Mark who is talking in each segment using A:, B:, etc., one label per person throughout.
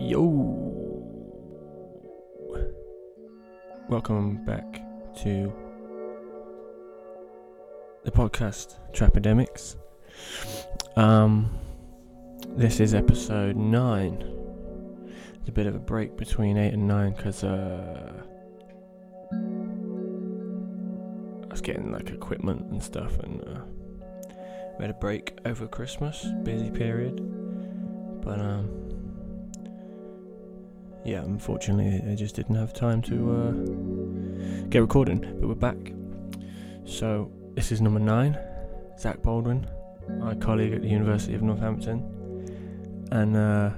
A: Yo. Welcome back to the podcast Trapidemics. Um this is episode 9. It's a bit of a break between 8 and 9 cuz uh I was getting like equipment and stuff and uh we had a break over Christmas, busy period. But um yeah, unfortunately, I just didn't have time to uh, get recording, but we're back. So, this is number nine Zach Baldwin, my colleague at the University of Northampton. And, uh,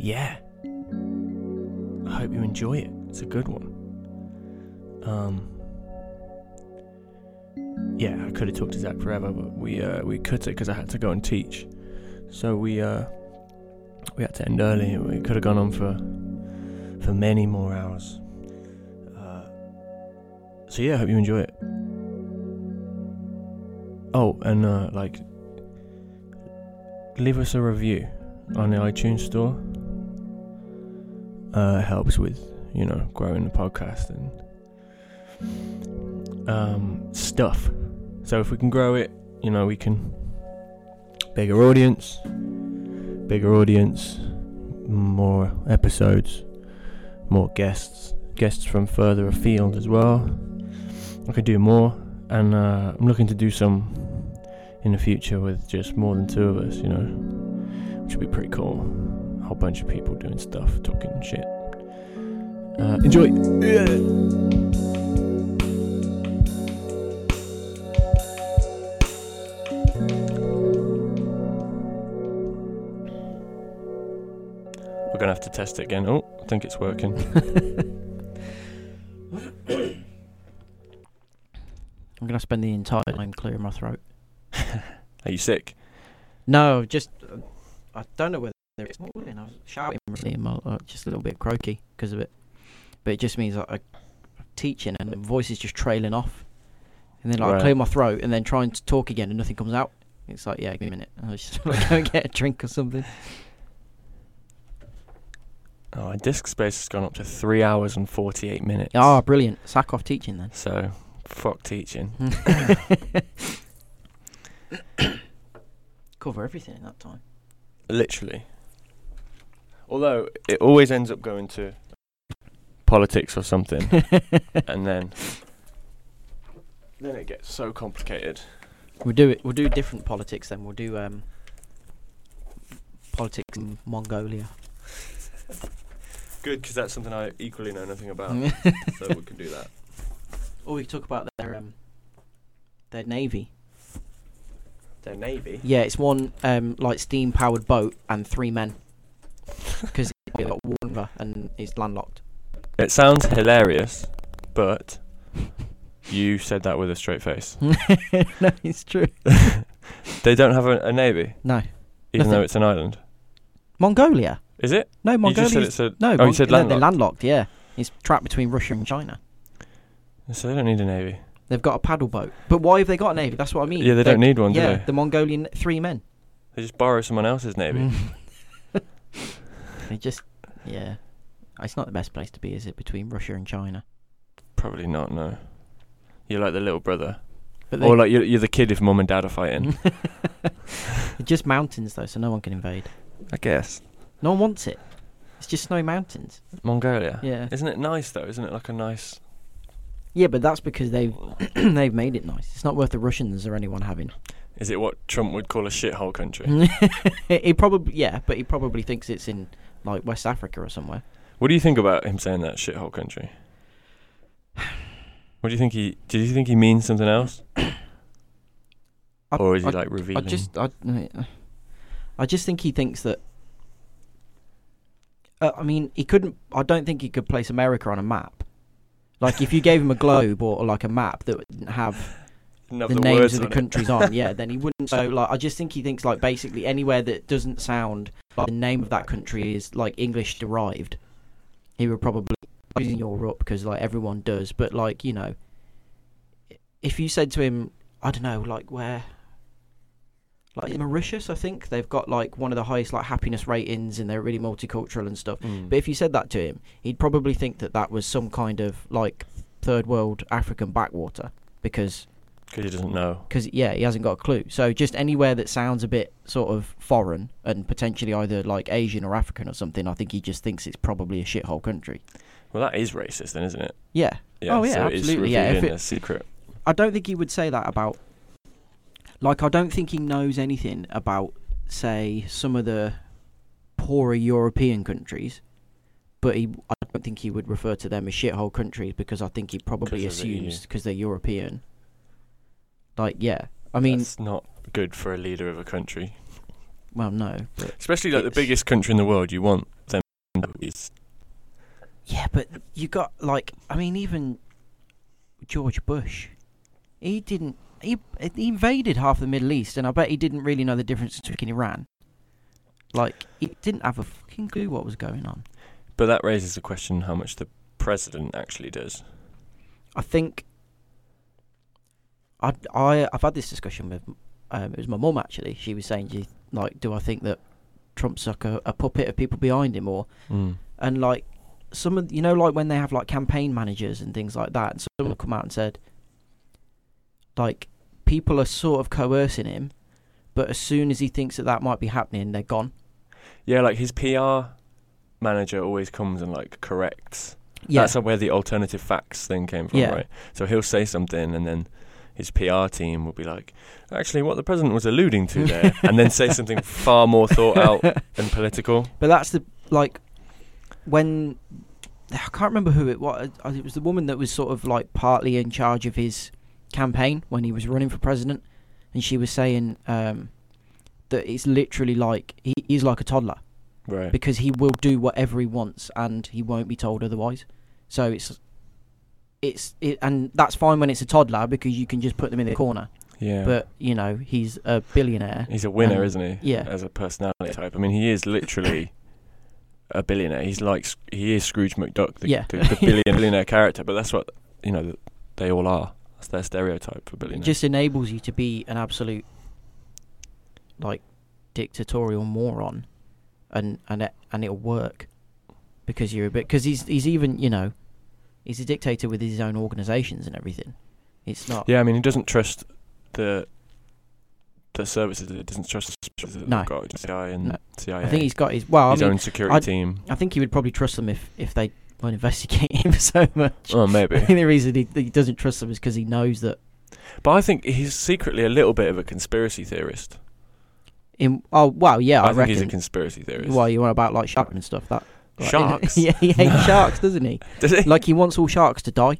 A: yeah, I hope you enjoy it. It's a good one. Um, yeah, I could have talked to Zach forever, but we uh, we cut it because I had to go and teach. So we uh, we had to end early. It could have gone on for for many more hours. Uh, so yeah, I hope you enjoy it. Oh, and uh, like, leave us a review on the iTunes store. Uh, it helps with you know growing the podcast and um, stuff. So if we can grow it, you know we can bigger audience bigger audience, more episodes, more guests, guests from further afield as well. I could do more, and uh, I'm looking to do some in the future with just more than two of us, you know, which would be pretty cool. A whole bunch of people doing stuff, talking shit. Uh, enjoy. We're gonna have to test it again. Oh, I think it's working.
B: I'm gonna spend the entire time clearing my throat.
A: Are you sick?
B: No, just uh, I don't know whether it's morning. I was shouting really and my, uh, just a little bit croaky because of it, but it just means that I, I'm teaching and the voice is just trailing off, and then like
A: Right.
B: I clear my throat and then trying to talk again and nothing comes out. It's like yeah, give me a minute. I was just like go and get a drink or something.
A: Oh, my disk space has gone up to three hours and forty-eight minutes.
B: Ah, brilliant. Sack off teaching then.
A: So, fuck teaching.
B: Cover everything in that time.
A: Literally. Although it always ends up going to politics or something, and then then it gets so complicated.
B: We'll do it. We'll do different politics then. We'll do um, politics in Mongolia.
A: Good, because that's something I equally know nothing about, so we can do that.
B: or we could talk about their um, their navy.
A: Their navy.
B: Yeah, it's one um, like steam powered boat and three men because it's got water and it's landlocked.
A: It sounds hilarious, but you said that with a straight face.
B: no, it's true.
A: They don't have a, a navy,
B: No,
A: even though
B: Nothing.
A: it's an island.
B: Mongolia.
A: Is it?
B: No,
A: You just
B: Mongolia.
A: said it's a.
B: No,
A: oh, you
B: Mon-
A: said
B: no, they're
A: landlocked.
B: landlocked. Yeah, it's trapped between Russia and China.
A: so they don't need a navy.
B: They've got a paddle boat, but why have they got a navy? That's what I mean.
A: Yeah, they don't need one, do
B: Yeah,
A: they?
B: the Mongolian three men.
A: They just borrow someone else's navy. Mm.
B: they just, yeah. It's not the best place to be, is it, between Russia and China?
A: Probably not. No, you're like the little brother,
B: But
A: or like you're, you're the kid if mum and dad are fighting.
B: They're just mountains, though, so no one can invade.
A: I guess
B: No one wants it. It's just snowy mountains.
A: Mongolia.
B: Yeah.
A: Isn't it nice though? Isn't it like a nice?
B: Yeah, but that's because they've they've made it nice. It's not worth the Russians or anyone having.
A: Is it what Trump would call a shithole country?
B: He- he probably yeah, but he probably thinks it's in like West Africa or somewhere.
A: what do you think about him saying that shithole country? What do you think he? Do you think he means something else,
B: I,
A: or is he
B: I-
A: like
B: I
A: revealing?
B: just, I, I just think he thinks that. Uh, I mean, he couldn't. I don't think he could place America on a map. Like, if you gave him a globe or, or like a map that didn't have
A: Didn't have
B: the, names
A: words
B: of the
A: on it.
B: countries on, yeah, then he wouldn't. So, like, I just think he thinks like basically anywhere that doesn't sound like the name of that country is like English derived. He would probably use in Europe because like everyone does, but like you know, if you said to him, I don't know, like where like in Mauritius, I think they've got like one of the highest like happiness ratings, and they're really multicultural and stuff. Mm.
A: Mm.
B: But if you said that to him, he'd probably think that that was some kind of like third world African backwater because
A: Because he doesn't know.
B: because yeah, he hasn't got a clue. So just anywhere that sounds a bit sort of foreign and potentially either like Asian or African or something, I think he just thinks it's probably a shithole country.
A: Well, that is racist, then, isn't it?
B: Yeah, Oh, yeah,
A: so
B: absolutely,
A: It's
B: yeah, if
A: revealing
B: it-
A: a secret.
B: I don't think he would say that about. Like, I don't think he knows anything about, say, some of the poorer European countries. But he, I don't think he would refer to them as shithole countries because I think he probably
A: 'Cause of the E EU.
B: assumes because they're European. Like, yeah, I mean,
A: That's not good for a leader of a country,
B: well, no, but
A: especially like the
B: It's-
A: biggest country in the world. You want them to know is
B: Yeah, but you got like I mean, even George Bush, he didn't he, he invaded half the Middle East, and I bet he didn't really know the difference between Iran. Like he didn't have a fucking clue what was going on.
A: But that raises the question how much the president actually does.
B: I think I I I've had this discussion with um, it was my mum actually. She was saying, do you, like, do I think that Trump's like a, a puppet of people behind him, or
A: Mm.
B: and like some of you know like when they have like campaign managers and things like that and someone come out and said like people are sort of coercing him but as soon as he thinks that that might be happening they're gone
A: Yeah, like his PR manager always comes and like corrects.
B: yeah
A: That's where the alternative facts thing came from,
B: Yeah.
A: right? So he'll say something and then his PR team will be like, actually, what the president was alluding to there, and then say something far more thought out and political.
B: but that's the like when i can't remember who it was I- it was the woman that was sort of like partly in charge of his campaign when he was running for president and she was saying um that it's literally like he, he's like a toddler
A: Right.
B: because he will do whatever he wants and he won't be told otherwise. So it's it's it, and that's fine when it's a toddler because you can just put them in the corner.
A: yeah.
B: But you know he's a billionaire.
A: He's a winner,
B: Um,
A: isn't he?
B: yeah.
A: As a personality type. I mean, he is literally a billionaire. He's like Sc- he is Scrooge McDuck, the,
B: Yeah.
A: the, the billion, billionaire character. But that's what you know. They all are. That's their stereotype for
B: It
A: billionaires.
B: just enables you to be an absolute like dictatorial moron, and and it, and it'll work because you're a bit because he's he's even you know he's a dictator with his own organisations and everything. It's not
A: yeah, I mean, he doesn't trust the the services. He doesn't trust the services that
B: No.
A: they've got CIA and
B: No.
A: CIA.
B: I think he's got his well. I
A: his
B: mean,
A: own security
B: I'd-
A: team.
B: I think he would probably trust them if, if they won't investigate him so much.
A: Oh,
B: I
A: maybe.
B: think the reason he, he doesn't trust them is because he knows that
A: but I think he's secretly a little bit of a conspiracy theorist.
B: in oh wow yeah I,
A: I, think
B: reckon
A: he's a conspiracy theorist.
B: well you want about like sharks and stuff that like,
A: Sharks?
B: yeah he hates sharks doesn't he
A: Does he?
B: like he wants all sharks to die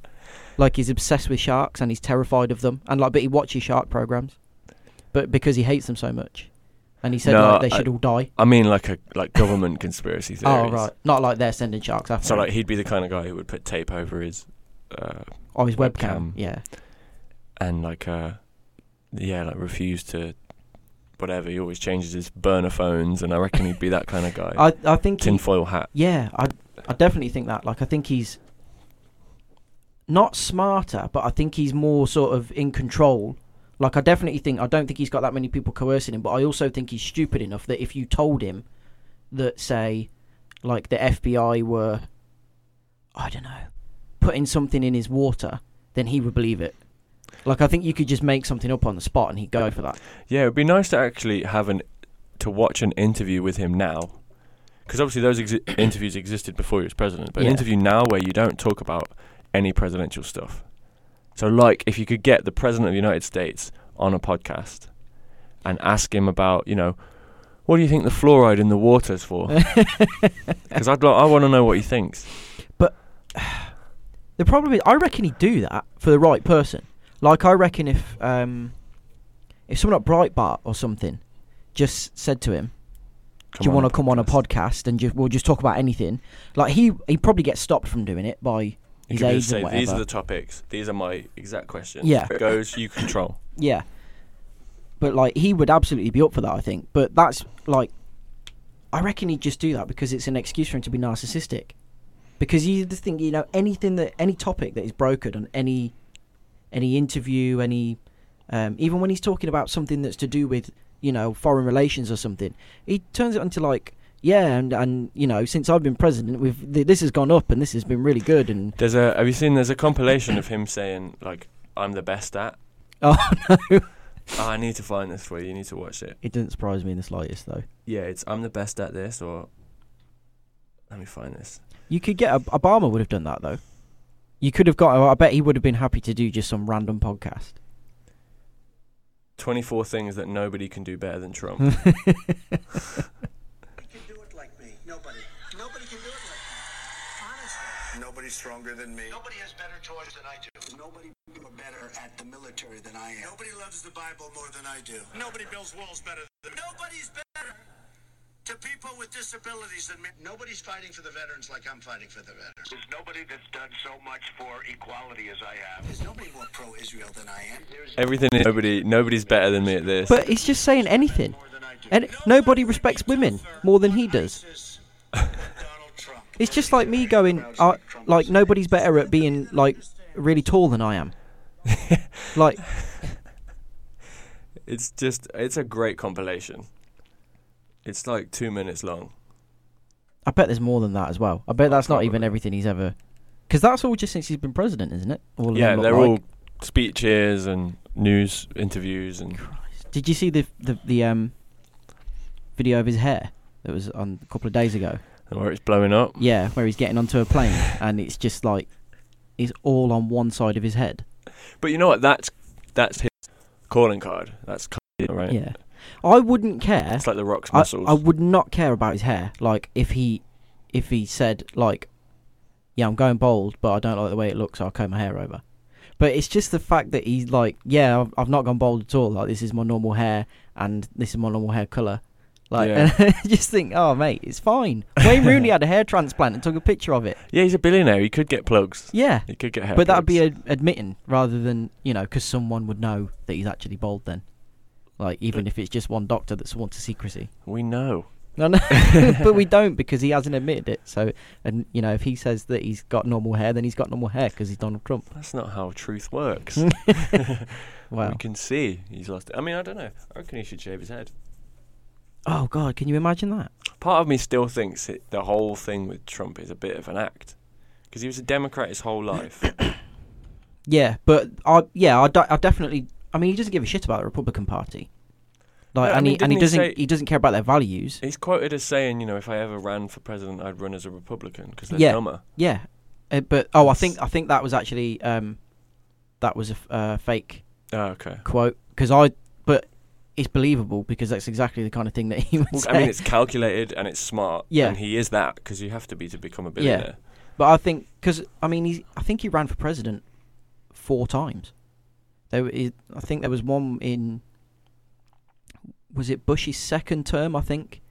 B: like he's obsessed with sharks and he's terrified of them and like but he watches shark programs but because he hates them so much and he said
A: No,
B: like they
A: I-
B: should all die
A: I mean, like a like government conspiracy theorist.
B: oh right not like they're sending sharks after
A: So
B: him.
A: like he'd be the kind of guy who would put tape over his, uh,
B: or Oh, his
A: webcam.
B: webcam, yeah
A: and like uh, yeah, like refuse to, whatever. He always changes his burner phones, and I reckon he'd be that kind of guy.
B: I, I think he-
A: Tinfoil hat.
B: Yeah, I I definitely think that. Like, I think he's not smarter, but I think he's more sort of in control. Like, I definitely think I don't think he's got that many people coercing him, but I also think he's stupid enough that if you told him that, say, like the FBI were, I don't know, putting something in his water, then he would believe it. Like, I think you could just make something up on the spot and he'd go for that.
A: Yeah, it'd be nice to actually have an to watch an interview with him now, because obviously those exi- interviews existed before he was president. But
B: Yeah.
A: an interview now where you don't talk about any presidential stuff. So like, if you could get the president of the United States on a podcast and ask him about, you know, what do you think the fluoride in the water's for? Because I'd lo- I want to know what he thinks.
B: The problem is, I reckon he'd do that for the right person. Like, I reckon if um, if someone at Breitbart or something just said to him, "Do you want to come on a podcast and just, we'll just talk about anything?" Like, he he probably gets stopped from doing it by
A: You
B: his
A: could
B: age
A: just say
B: and
A: these are
B: whatever.
A: the topics. These are my exact questions.
B: Yeah.
A: goes you control.
B: yeah, but like he would absolutely be up for that, I think. But that's like, I reckon he'd just do that because it's an excuse for him to be narcissistic. Because you just think you know anything that any topic that is brokered on any any interview, any um, even when he's talking about something that's to do with you know, foreign relations or something. He turns it into like, yeah, and and you know, since I've been president, we've th- this has gone up and this has been really good and
A: There's a. Have you seen? There's a compilation of him saying like, "I'm the best at."
B: oh no,
A: Oh, I need to find this for you. You need to watch it.
B: it doesn't surprise me in the slightest though.
A: Yeah, it's I'm the best at this, or let me find this.
B: You could get Obama would have done that though. You could have got. I bet he would have been happy to do just some random podcast.
A: 24 things that nobody can do better than Trump.
C: can do it like me. Nobody. Nobody can do it like me. Honestly.
D: Nobody's stronger than me.
C: Nobody has better toys than I do. Nobody are better at the military than I am.
D: Nobody loves the Bible more than I do.
C: Nobody builds walls better than Nobody's better to people with disabilities than me. Nobody's fighting for the veterans like I'm fighting for the veterans.
E: There's nobody that's done so much for equality as I have.
C: There's nobody more pro-Israel than I am. There's
A: Everything is nobody. Nobody's better than me at this.
B: But he's just saying anything. And nobody respects women more than he does.
C: ISIS than Donald Trump.
B: It's just like me going, uh, like nobody's better at being like really tall than I am. like
A: it's just. It's a great compilation. It's like two minutes long.
B: I bet there's more than that as well. I bet that's not even everything he's ever. Because that's all just since he's been president, isn't it? All of
A: Yeah,
B: them look
A: they're
B: like.
A: all speeches and news interviews and
B: Did you see the the the um video of his hair that was on a couple of days ago?
A: where it's blowing up.
B: Yeah, where he's getting onto a plane and it's just like it's all on one side of his head.
A: But you know what? That's that's his calling card. That's kind of it, right.
B: Yeah, I wouldn't care.
A: It's like the Rock's
B: I,
A: muscles.
B: I would not care about his hair. Like if he if he said like, yeah, I'm going bald, but I don't like the way it looks, so I'll comb my hair over. But it's just the fact that he's like, yeah, I've, I've not gone bald at all. Like this is my normal hair, and this is my normal hair color. Like,
A: Yeah.
B: and I just think, oh mate, it's fine. Wayne Rooney had a hair transplant and took a picture of it.
A: yeah, he's a billionaire. He could get plugs.
B: Yeah,
A: He could get hair.
B: but that'd be
A: plugs.
B: ad- admitting rather than you know, because someone would know that he's actually bald. Then, like, even if it's just one doctor that sworn to secrecy.
A: We know.
B: No, no, but we don't because he hasn't admitted it. So, and you know, if he says that he's got normal hair, then he's got normal hair because he's Donald Trump.
A: That's not how truth works.
B: Wow.
A: We can see he's lost it. I mean, I don't know. I reckon he should shave his head.
B: Oh God, can you imagine that?
A: Part of me still thinks it, the whole thing with Trump is a bit of an act. Because he was a Democrat his whole life.
B: Yeah, but I, yeah, I, de- I definitely. I mean, he doesn't give a shit about the Republican Party. Like,
A: No, I
B: and
A: mean,
B: he and
A: didn't
B: he
A: he
B: doesn't
A: say-
B: he doesn't care about their values.
A: he's quoted as saying, you know, if I ever ran for president, I'd run as a Republican because they're
B: Yeah.
A: dumber.
B: Yeah, uh, but oh, I think I think that was actually um, that was a f- uh, fake
A: Oh, okay.
B: quote because I but it's believable because that's exactly the kind of thing that he would
A: Well,
B: say.
A: I mean, it's calculated and it's smart.
B: Yeah.
A: And he is that because you have to be to become a
B: Yeah.
A: billionaire.
B: But I think because I mean he's I think he ran for president four times. There were- he- I think there was one in was it Bush's second term? I think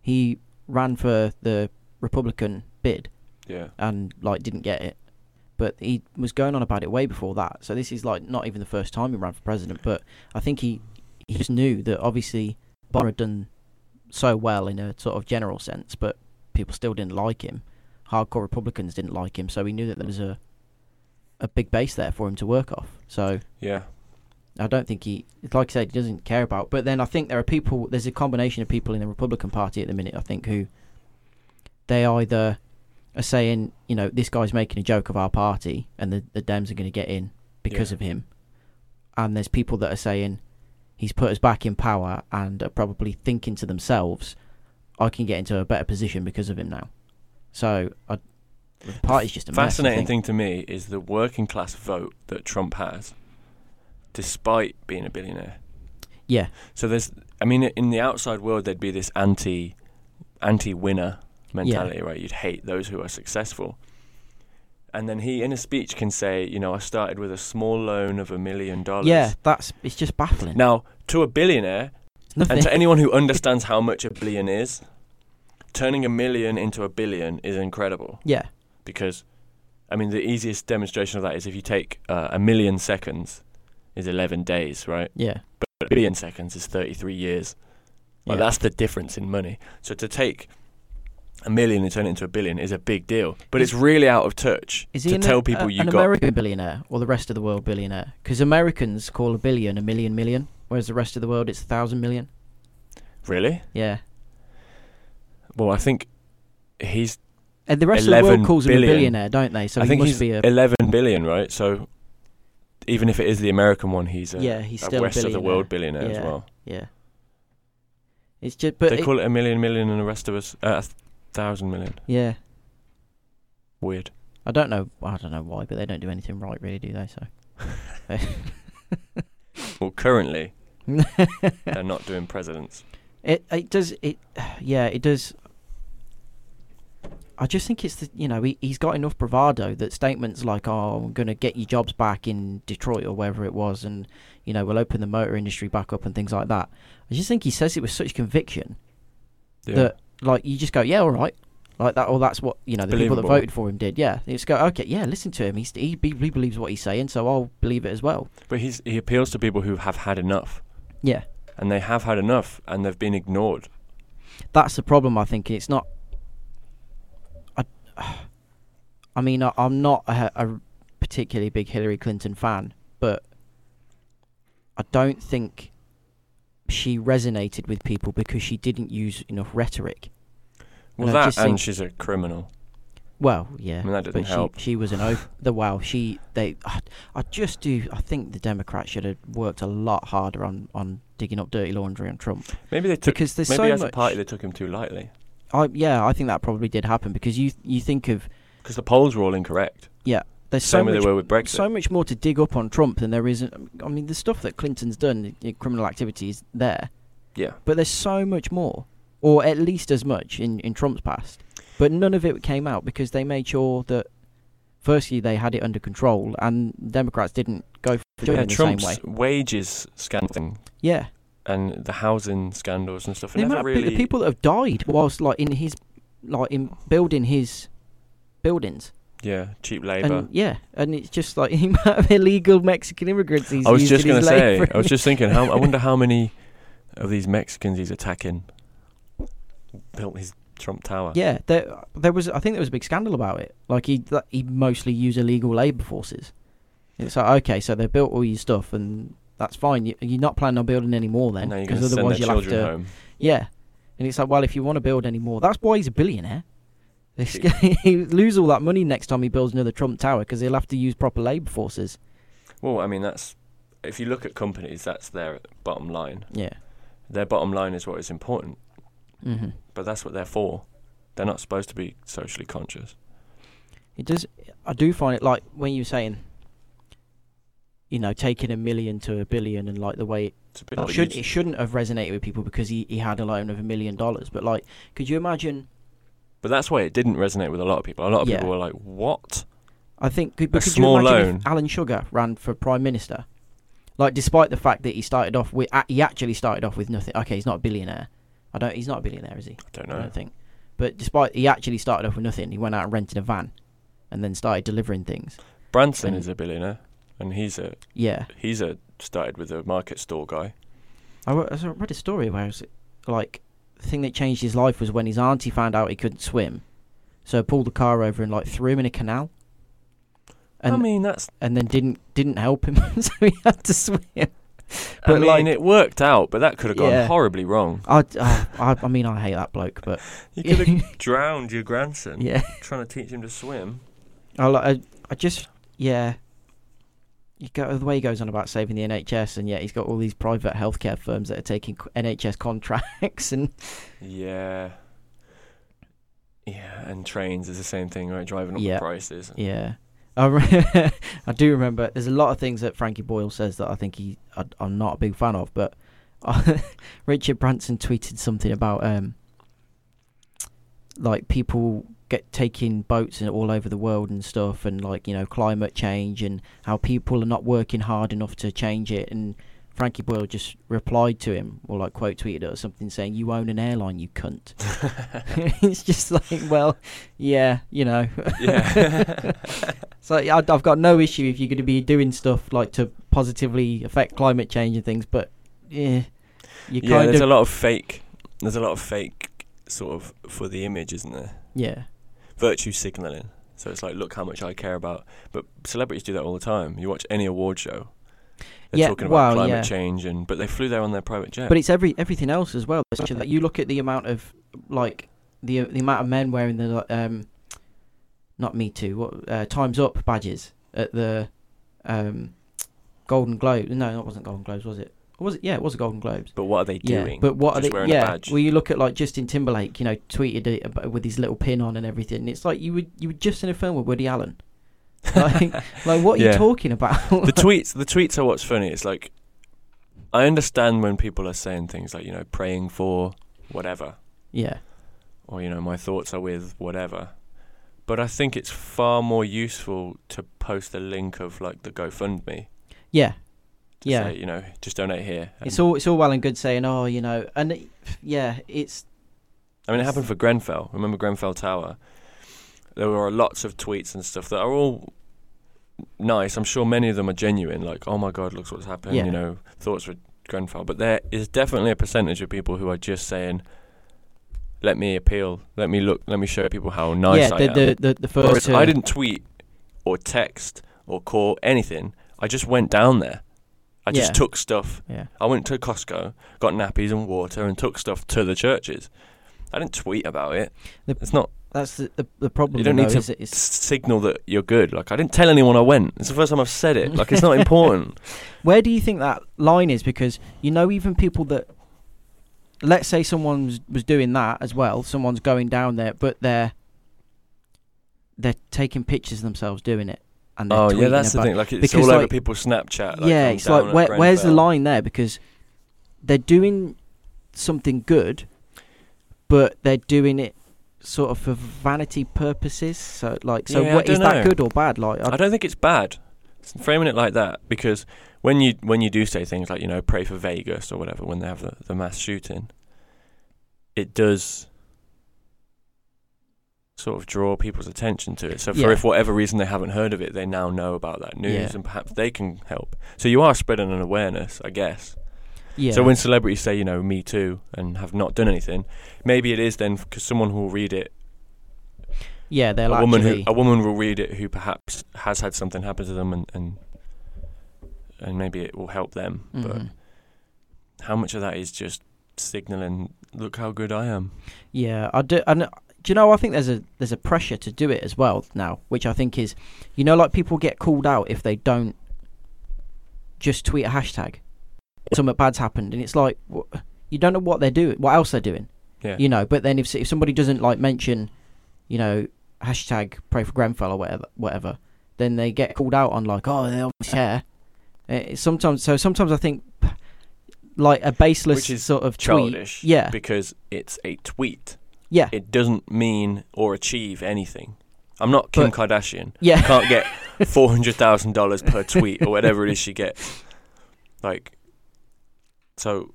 B: he ran for the Republican bid
A: Yeah.
B: and like didn't get it. But he was going on about it way before that. So this is like not even the first time he ran for president. But I think he he just knew that obviously Obama had done so well in a sort of general sense, but people still didn't like him. Hardcore Republicans didn't like him, so he knew that there was a a big base there for him to work off. So
A: Yeah.
B: I don't think he, like I said, he doesn't care about. But then I think there are people. There's a combination of people in the Republican Party at the minute. I think who they either are saying, you know, this guy's making a joke of our party, and the the Dems are going to get in because
A: Yeah.
B: of him. And there's people that are saying he's put us back in power and are probably thinking to themselves, I can get into a better position because of him now. So I, the party's just a mess, I
A: Fascinating
B: think.
A: thing to me is the working class vote that Trump has, despite being a billionaire.
B: Yeah,
A: So there's, I mean, in the outside world, there'd be this anti, anti-winner mentality, right? You'd hate those who are successful. And then he, in a speech, can say, you know, I started with a small loan of a million dollars.
B: yeah, that's it's just baffling.
A: Now, to a billionaire,
B: Nothing.
A: and to anyone who understands how much a billion is, turning a million into a billion is incredible
B: yeah.
A: because, I mean, the easiest demonstration of that is if you take uh, a million seconds, is 11 days, right?
B: Yeah.
A: But a billion seconds is 33 years. Like
B: yeah.
A: that's the difference in money. So to take a million and turn it into a billion is a big deal, but it's really out of touch
B: Is he
A: to
B: an,
A: tell
B: a-
A: people
B: a-
A: you
B: an
A: got.
B: American billionaire or the rest of the world billionaire? Because Americans call a billion a million million, whereas the rest of the world it's a thousand million.
A: Really?
B: Yeah.
A: Well, I think he's.
B: And the rest of the
A: 11
B: world calls him a
A: billion.
B: billionaire, don't they? So
A: I
B: he
A: think
B: must
A: he's
B: be a.
A: eleven billion, right? So even if it is the American one, he's a,
B: Yeah, he's
A: a
B: still a
A: west of the world billionaire as
B: Yeah.
A: well.
B: yeah. It's just, but
A: they
B: it-
A: call it a million million, and the rest of us uh, a thousand million.
B: yeah,
A: Weird.
B: I don't know. I don't know why, but they don't do anything right, really, do they?
A: Well, currently
B: So.
A: they're not doing presidents.
B: It it does it, yeah it does. I just think it's the you know he he's got enough bravado that statements like oh I'm gonna get your jobs back in Detroit or wherever it was and you know we'll open the motor industry back up and things like that. I just think he says it with such conviction
A: Yeah.
B: that like you just go yeah all right like that or that's what you know the people
A: Believable.
B: that voted for him did yeah it's go okay yeah listen to him he's, he he believes what he's saying so I'll believe it as well
A: But he's he appeals to people who have had enough,
B: yeah
A: and they have had enough, and they've been ignored.
B: that's the problem. I think it's not. I, I mean, I, I'm not a, a particularly big Hillary Clinton fan, but I don't think she resonated with people because she didn't use enough rhetoric.
A: Well,
B: And I
A: that
B: just
A: and
B: think-
A: she's a criminal.
B: Well, yeah,
A: I mean, that doesn't
B: but
A: help.
B: she she was an over the wow. She they I, I just do. I think the Democrats should have worked a lot harder on on digging up dirty laundry on Trump.
A: Maybe they took
B: Because there's
A: maybe
B: so
A: as a
B: much-
A: party they took him too lightly
B: I yeah, I think that probably did happen because you you think of
A: because the polls were all incorrect.
B: yeah. There's so
A: Same as
B: much
A: they were with Brexit.
B: so much more to dig up on Trump than there isn't. I mean, the stuff that Clinton's done, i- criminal activity is there,
A: yeah.
B: but there's so much more, or at least as much in, in Trump's past. But none of it came out because they made sure that, firstly, they had it under control, and Democrats didn't go for
A: Yeah,
B: it in
A: Trump's
B: the same way.
A: wages scandal thing
B: Yeah,
A: and the housing scandals and stuff.
B: the,
A: never
B: amount of pe- the
A: really
B: people that have died whilst like in his, like in building his buildings,
A: Yeah, cheap labour.
B: and yeah, and it's just like the amount of illegal Mexican immigrants he's
A: I was
B: used
A: just
B: in
A: gonna
B: his
A: say.
B: labour.
A: I was just thinking. How I wonder how many of these Mexicans he's attacking built his Trump Tower.
B: Yeah, there, there was. I think there was a big scandal about it. Like he, that, he mostly used illegal labour forces. It's like okay, so they built all your stuff, and that's fine. You, you're not planning on building any more then,
A: Now you're
B: because
A: going to send their
B: otherwise you'll have
A: children
B: to.
A: home.
B: Yeah, and it's like, well, if you want to build any more, that's why he's a billionaire. This guy- He'll lose all that money next time he builds another Trump Tower because he'll have to use proper labour forces.
A: Well, I mean that's if you look at companies, that's their bottom line.
B: Yeah.
A: Their bottom line is what is important,
B: hmm
A: but that's what they're for. They're not supposed to be socially conscious.
B: It does. I do find it like when you were saying, you know, taking a million to a billion and like the way
A: It's a bit
B: It, should, it shouldn't have resonated with people because he, he had a loan of a million dollars. But like, could you imagine?
A: but that's why it didn't resonate with a lot of people. A lot of
B: Yeah.
A: people were like, "What?"
B: I think could, but
A: A
B: could
A: small
B: you imagine
A: loan.
B: if Alan Sugar ran for prime minister? Like, despite the fact that he started off with, a- he actually started off with nothing. Okay, he's not a billionaire. I don't. He's not a billionaire, is he?
A: I don't
B: I
A: know.
B: don't think. But despite he actually started off with nothing, he went out and rented a van, and then started delivering things.
A: Branson
B: And-
A: is a billionaire, and he's a
B: Yeah,
A: he's a started with a market store guy.
B: I re- I s- read a story where it was like the thing that changed his life was when his auntie found out he couldn't swim, so pulled the car over and like threw him in a canal. And
A: I mean, that's.
B: and then didn't didn't help him, so he had to swim. But
A: I mean,
B: like,
A: it worked out, but that could have gone
B: Yeah.
A: horribly wrong.
B: I, I I I mean I hate that bloke, but
A: You could have drowned your grandson
B: yeah,
A: trying to teach him to swim.
B: I li- I, I just yeah. You go, the way he goes on about saving the NHS, and yet he's got all these private healthcare firms that are taking c- NHS contracts, and
A: Yeah. Yeah, and trains is the same thing, right? Driving up
B: Yeah.
A: the prices.
B: Yeah. I, re- I do remember. There's a lot of things that Frankie Boyle says that I think he I, I'm not a big fan of, but Richard Branson tweeted something about um, like people get taking boats and all over the world and stuff, and like you know climate change and how people are not working hard enough to change it. And Frankie Boyle just replied to him or like quote tweeted it or something saying, "You own an airline, you cunt." it's just like, well, yeah, you know.
A: Yeah.
B: So yeah, I'd- I've got no issue if you're going to be doing stuff like to positively affect climate change and things, but yeah, you
A: yeah,
B: kind
A: there's
B: of
A: a lot of fake. There's a lot of fake sort of for the image, isn't there?
B: yeah,
A: Virtue signaling. So it's like, look how much I care about. But celebrities do that all the time. You watch any award show, They're
B: Yeah,
A: talking about
B: well,
A: climate
B: yeah.
A: change, and but they flew there on their private jet.
B: But it's every everything else as well. Essentially, like you look at the amount of like the the amount of men wearing the um, not me too what uh, times up badges at the um, Golden Globe. No, it wasn't Golden Globes, was it? Was it? Yeah, it was the Golden Globes.
A: But what are they doing?
B: Yeah, but what
A: Just
B: are
A: wearing
B: they?
A: a
B: Yeah,
A: badge.
B: well, you look at like Justin Timberlake, you know, tweeted it ab- with his little pin on and everything. And it's like you would you were just in a film with Woody Allen. Like, like what are
A: Yeah.
B: you talking about?
A: the tweets the tweets are what's funny it's like i understand when people are saying things like you know praying for whatever
B: yeah,
A: or you know my thoughts are with whatever but i think it's far more useful to post a link of like the gofundme
B: yeah,
A: to
B: yeah.
A: say, you know just donate here And-
B: It's all it's all well and good saying, oh, you know, and it, yeah, it's
A: i mean it happened for grenfell remember grenfell tower there were lots of tweets and stuff that are all nice i'm sure many of them are genuine like oh my god looks what's happened
B: Yeah.
A: you know thoughts with grenfell but there is definitely a percentage of people who are just saying let me appeal let me look let me show people how nice
B: yeah,
A: i
B: the,
A: am
B: the the the
A: Whereas
B: first. two-
A: I didn't tweet or text or call anything. I just went down there. I just
B: Yeah.
A: took stuff.
B: Yeah,
A: I went to Costco, got nappies and water, and took stuff to the churches. I didn't tweet about it.
B: The-
A: it's not
B: that's the the, the problem.
A: You don't
B: though,
A: need to
B: is it-
A: s-
B: it's,
A: signal that you're good. Like I didn't tell anyone I went. It's the first time I've said it. Like it's not important.
B: Where do you think that line is? Because you know, even people that, let's say someone was, was doing that as well, someone's going down there, but they're they're taking pictures of themselves doing it, and they're
A: oh
B: tweeting
A: yeah, that's the
B: about-
A: thing. Like it's
B: because,
A: all over
B: like-
A: people's Snapchat.
B: yeah,
A: I'm
B: it's
A: down
B: like
A: at
B: where, where's the
A: Grenfell.
B: line there? Because they're doing something good, but they're doing it sort of for vanity purposes. So like, so
A: Yeah, I
B: what is
A: dunno.
B: that good or bad? Like, I,
A: I don't think it's bad s- framing it like that because when you when you do say things like you know pray for Vegas or whatever when they have the, the mass shooting, it does sort of draw people's attention to it. So for
B: Yeah.
A: if whatever reason they haven't heard of it, they now know about that news
B: Yeah.
A: and perhaps they can help. So you are spreading an awareness, I guess.
B: yeah,
A: So when celebrities say you know me too and have not done anything, maybe it is then because someone who will read it
B: yeah, they're
A: a
B: like
A: woman who
B: actually-
A: a woman will read it who perhaps has had something happen to them and and, and maybe it will help them.
B: Mhm.
A: But how much of that is just signaling, look how good I am?
B: Yeah, I do. And uh, do you know? I think there's a there's a pressure to do it as well now, which I think is, you know, like people get called out if they don't just tweet a hashtag. Something bad's happened, and it's like wh- you don't know what they're doing, what else they're doing.
A: Yeah.
B: You know, but then if s- if somebody doesn't like mention, you know, hashtag pray for Grenfell or whatever, whatever, then they get called out on like, oh, they obviously care. Uh, sometimes, so sometimes I think p- like a baseless
A: Which is
B: sort of
A: Childish.
B: tweet. Yeah,
A: Because it's a tweet.
B: yeah,
A: It doesn't mean or achieve anything. I'm not Kim Kardashian.
B: yeah.
A: Can't get four hundred thousand dollars per tweet or whatever it is she gets. Like, so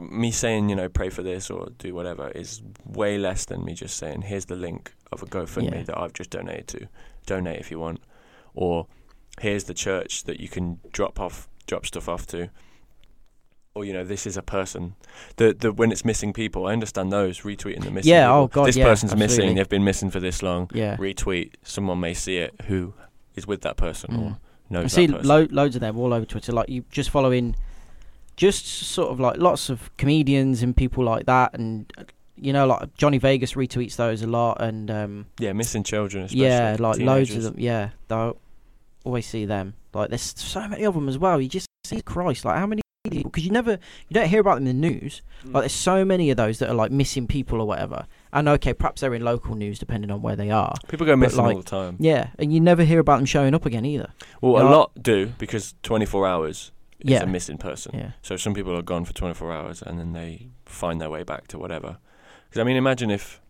A: me saying you know pray for this or do whatever is way less than me just saying here's the link of a GoFundMe
B: Yeah.
A: that I've just donated to. Donate if you want, or here's the church that you can drop off drop stuff off to. Or you know, this is a person. The the when it's missing people, I understand those retweeting the missing.
B: Yeah,
A: people.
B: oh God,
A: this
B: yeah,
A: person's
B: absolutely.
A: missing. They've been missing for this long
B: Yeah.
A: retweet, someone may see it who is with that person
B: Mm.
A: or knows
B: I see
A: that person.
B: lo- loads of them all over Twitter. Like you just following, just sort of like lots of comedians and people like that, and uh, you know, like Johnny Vegas retweets those a lot, and um,
A: yeah, missing children, especially.
B: yeah, like loads of
A: teenagers.
B: them. Yeah, I always see them. Like there's so many of them as well. You just see Christ, like how many people? Because you never, you don't hear about them in the news.
A: Mm.
B: Like there's so many of those that are like missing people or whatever. And okay, perhaps they're in local news depending on where they are.
A: People go missing
B: like-
A: all the time.
B: Yeah, and you never hear about them showing up again either.
A: Well,
B: Yeah.
A: a lot do because 24 hours is
B: Yeah.
A: a missing person.
B: Yeah,
A: So some people are gone for 24 hours and then they find their way back to whatever. Because I mean, imagine if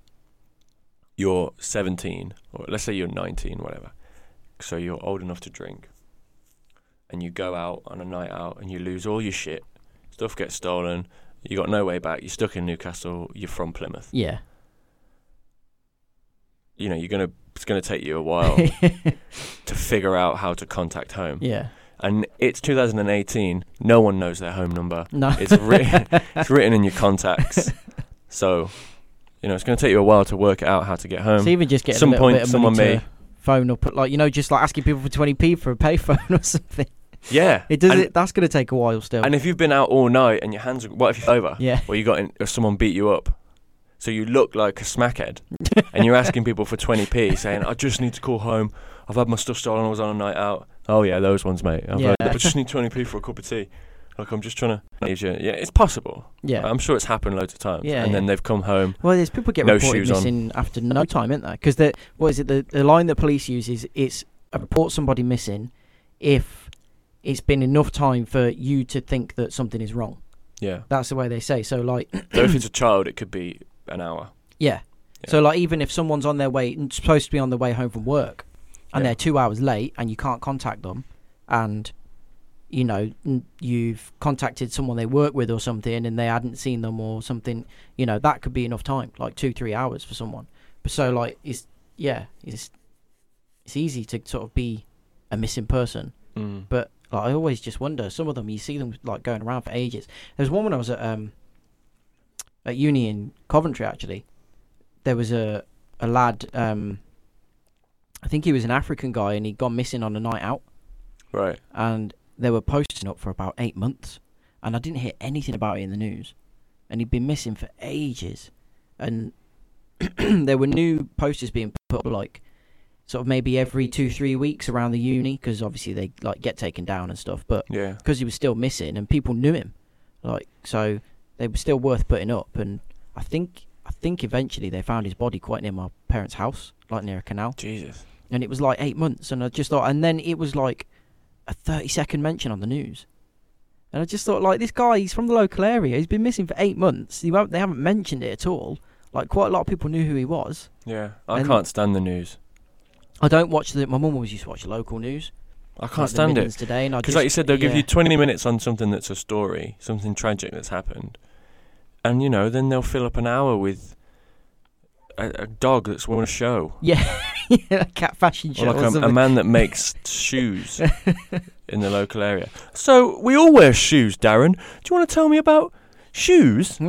A: you're 17 or let's say you're 19, whatever. So you're old enough to drink, and you go out on a night out and you lose all your shit. Stuff gets stolen. You got no way back. You're stuck in Newcastle. You're from Plymouth.
B: yeah.
A: You know you're gonna. It's gonna take you a while to figure out how to contact home.
B: yeah.
A: And it's 2018. No one knows their home number.
B: No.
A: It's written, it's written in your contacts. so, you know, it's going to take you a while to work out how to get home.
B: so even just getting
A: um, some
B: a little
A: point
B: bit of
A: someone
B: money
A: may-
B: to phone up, like you know, just like asking people for twenty p for a payphone or something.
A: Yeah.
B: It does
A: and,
B: it. That's gonna take a while still.
A: And if you've been out all night and your hands are, what if you're over?
B: Yeah.
A: Or you got in, or someone beat you up, so you look like a smackhead, and you're asking people for 20p, saying, "I just need to call home. I've had my stuff stolen. I was on a night out. Oh yeah, those ones, mate. I've had-
B: Yeah.
A: I just need 20p for a cup of tea. Like I'm just trying to. Yeah, it's possible.
B: yeah.
A: I'm sure it's happened loads of times.
B: Yeah,
A: And then
B: yeah.
A: they've come home.
B: Well, there's people get
A: um, No
B: reported
A: shoes on.
B: missing after no time, isn't there? Because the what is it? The, the line that police use is it's a report somebody missing if it's been enough time for you to think that something is wrong.
A: Yeah.
B: That's the way they say. So like,
A: so if it's a child, it could be an hour.
B: yeah. So like, even if someone's on their way, supposed to be on their way home from work, and
A: Yeah.
B: they're two hours late, and you can't contact them, and you know n- you've contacted someone they work with or something, and they hadn't seen them or something, you know that could be enough time, like two three hours for someone. But so like, it's yeah, it's it's easy to sort of be a missing person.
A: Mm.
B: But like, I always just wonder. Some of them, you see them like going around for ages. There's one when I was at um at uni in Coventry. Actually, there was a a lad. Um, I think he was an African guy, and he'd gone missing on a night out,
A: Right.
B: and they were posting up for about eight months, and I didn't hear anything about it in the news, and he'd been missing for ages, and there were new posters being put up like sort of maybe every two three weeks around the uni because obviously they like get taken down and stuff, but
A: Yeah.
B: because he was still missing and people knew him like so they were still worth putting up and i think i think eventually they found his body quite near my parents house like near a canal
A: Jesus.
B: and it was like eight months and i just thought and then it was like a 30 second mention on the news and i just thought like this guy he's from the local area he's been missing for eight months he won't, they haven't mentioned it at all like quite a lot of people knew who he was
A: Yeah. I
B: And-
A: can't stand the news.
B: i don't watch the my mum always used to watch local news
A: I can't
B: like the
A: stand it.
B: Midlands today and I
A: Because,
B: just-
A: like you said, they'll give
B: yeah.
A: you 20 minutes on something that's a story, something tragic that's happened. And, you know, then they'll fill up an hour with a, a dog that's won a show.
B: a cat fashion show
A: Or,
B: or
A: like um, a, a
B: something.
A: man that makes shoes in the local area. So, we all wear shoes, Darren. Do you want to tell me about shoes?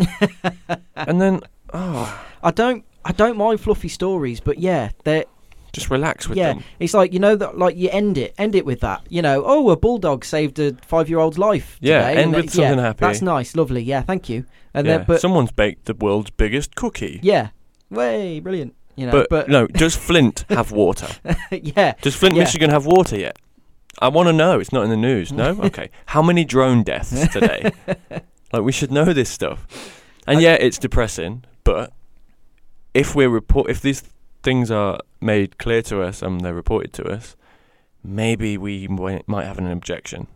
A: and then, oh,
B: I don't I don't mind fluffy stories, but yeah, they
A: just relax with
B: yeah,
A: them.
B: it's like you know that like you end it end it with that. You know, oh, a bulldog saved a five year old's life.
A: Yeah,
B: today,"
A: end
B: and
A: with
B: it- yeah,
A: something happy.
B: That's nice, lovely. Yeah, thank you. And
A: yeah.
B: then but
A: Someone's baked the world's biggest cookie.
B: yeah, way brilliant. You know,
A: but,
B: but,
A: no, does Flint have water?
B: yeah,
A: Does Flint,
B: Yeah.
A: Michigan have water yet? I want to know. It's not in the news. No? Okay. How many drone deaths today? like, we should know this stuff. And yeah, it's depressing, but if we're report, if these things are made clear to us and they're reported to us, maybe we mi- might have an objection.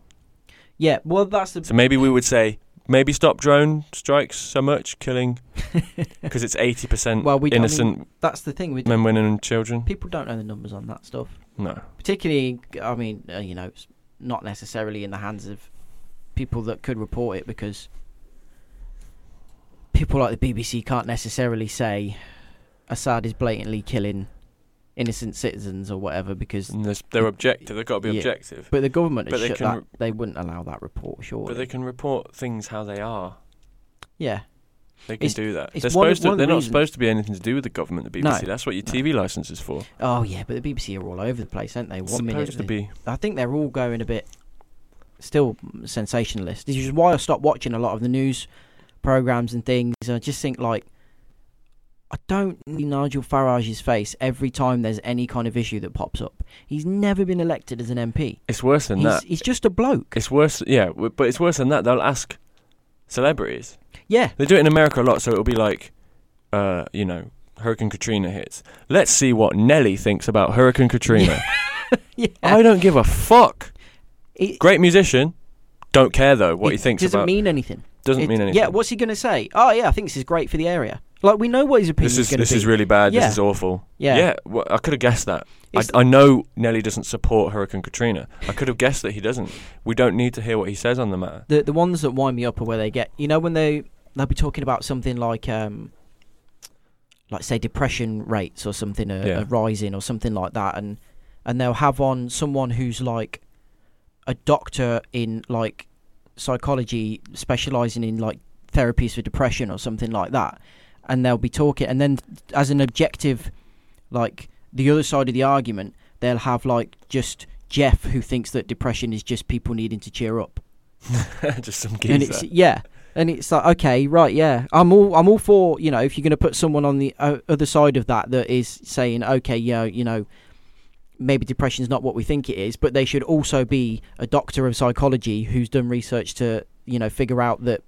B: yeah. Well, that's the
A: So maybe we would say, maybe stop drone strikes so much, killing, because it's 80%
B: Well, we don't- I mean-
A: innocent
B: that's the thing. We
A: men, women, and children.
B: people don't know the numbers on that stuff.
A: No.
B: particularly i mean uh, you know it's not necessarily in the hands of people that could report it because people like the bbc can't necessarily say assad is blatantly killing innocent citizens or whatever because
A: And there's- they're objective. They've got to be
B: Yeah.
A: objective.
B: but the government
A: But
B: has
A: they
B: shut
A: can
B: that,
A: re-
B: they wouldn't allow that report surely
A: But they can report things how they are.
B: yeah
A: They can
B: It's-
A: do that.
B: it's
A: They're
B: one of-
A: supposed to.
B: one of the
A: They're not
B: reasons-
A: supposed to be anything to do with the government. The
B: No,
A: BBC. That's what your
B: no.
A: TV license is for.
B: oh yeah but the bbc are all over the place aren't they
A: It's
B: one minute
A: supposed to
B: they-
A: be.
B: I think they're all going a bit still sensationalist. This is why I stopped watching a lot of the news programs and things. I just think like I don't need Nigel Farage's face every time there's any kind of issue that pops up. He's never been elected as an MP.
A: It's worse than
B: He's,
A: that.
B: he's just a bloke.
A: It's worse. Yeah, w- but it's worse than that. They'll ask celebrities.
B: Yeah,
A: They do it in America a lot. So it'll be like, uh, you know, Hurricane Katrina hits. Let's see what Nelly thinks about Hurricane Katrina.
B: yeah.
A: I don't give a fuck.
B: It-
A: Great musician. Don't care though what
B: it
A: he thinks
B: doesn't
A: about.
B: mean anything.
A: doesn't
B: It-
A: mean anything.
B: Yeah, what's he going to say? Oh yeah, I think this is great for the area. Like we know what his opinion
A: this is
B: going
A: this
B: to be.
A: is really bad.
B: Yeah.
A: This is awful.
B: Yeah.
A: yeah. Well, I could have guessed that. I,
B: It's-
A: I know Nelly doesn't support Hurricane Katrina. I could have guessed that he doesn't. We don't need to hear what he says on the matter.
B: the the ones that wind me up are where they get you know when they they'll be talking about something like um like say depression rates or something are,
A: Yeah.
B: are rising or something like that and and they'll have on someone who's like a doctor in like psychology specializing in like therapies for depression or something like that and they'll be talking and then as an objective like the other side of the argument they'll have like just Jeff who thinks that depression is just people needing to cheer up.
A: just some
B: and
A: geezer.
B: it's yeah, and it's like okay, right, yeah, I'm all I'm all for you know if you're going to put someone on the o- other side of that that is saying okay, yeah, you know, maybe depression's not what we think it is, but they should also be a doctor of psychology who's done research to you know figure out that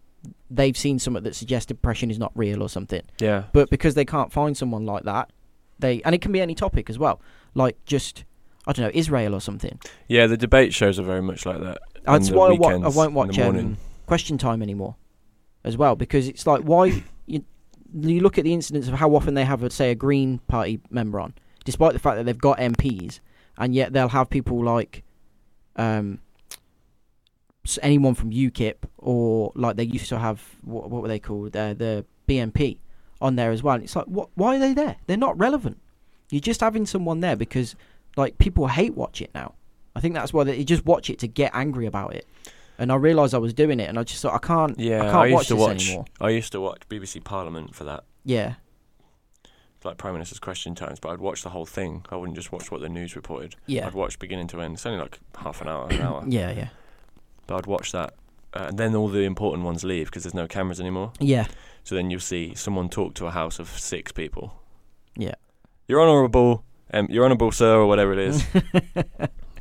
B: they've seen something that suggests depression is not real or something.
A: yeah.
B: But because they can't find someone like that, they and it can be any topic as well, like just. I don't know Israel or something.
A: Yeah, the debate shows are very much like that. on
B: That's
A: the
B: why I, wa- I
A: weekends,
B: won't
A: in
B: watch
A: the
B: um,
A: morning.
B: question time anymore as well because it's like why you, you look at the incidence of how often they have say a green party member on despite the fact that they've got MPs and yet they'll have people like um s- anyone from UKIP or like they used to have what, what were they called uh, the BNP on there as well and it's like what why are they there they're not relevant you're just having someone there because like people hate watch it now I think that's why they you just watch it to get angry about it and I realised I was doing it, and I just thought I can't.
A: yeah,
B: I can't
A: used
B: watch
A: to
B: this
A: watch.
B: anymore.
A: I used to watch BBC Parliament for that,
B: Yeah,
A: like Prime Minister's Question Times. But I'd watch the whole thing. I wouldn't just watch what the news reported.
B: yeah,
A: I'd watch beginning to end. It's only like half an hour, an hour.
B: yeah, yeah,
A: But I'd watch that, uh, and then all the important ones leave because there's no cameras anymore.
B: yeah,
A: So then you'll see someone talk to a house of six people.
B: Yeah.
A: Your Honourable, um, Your Honourable Sir, or whatever it is.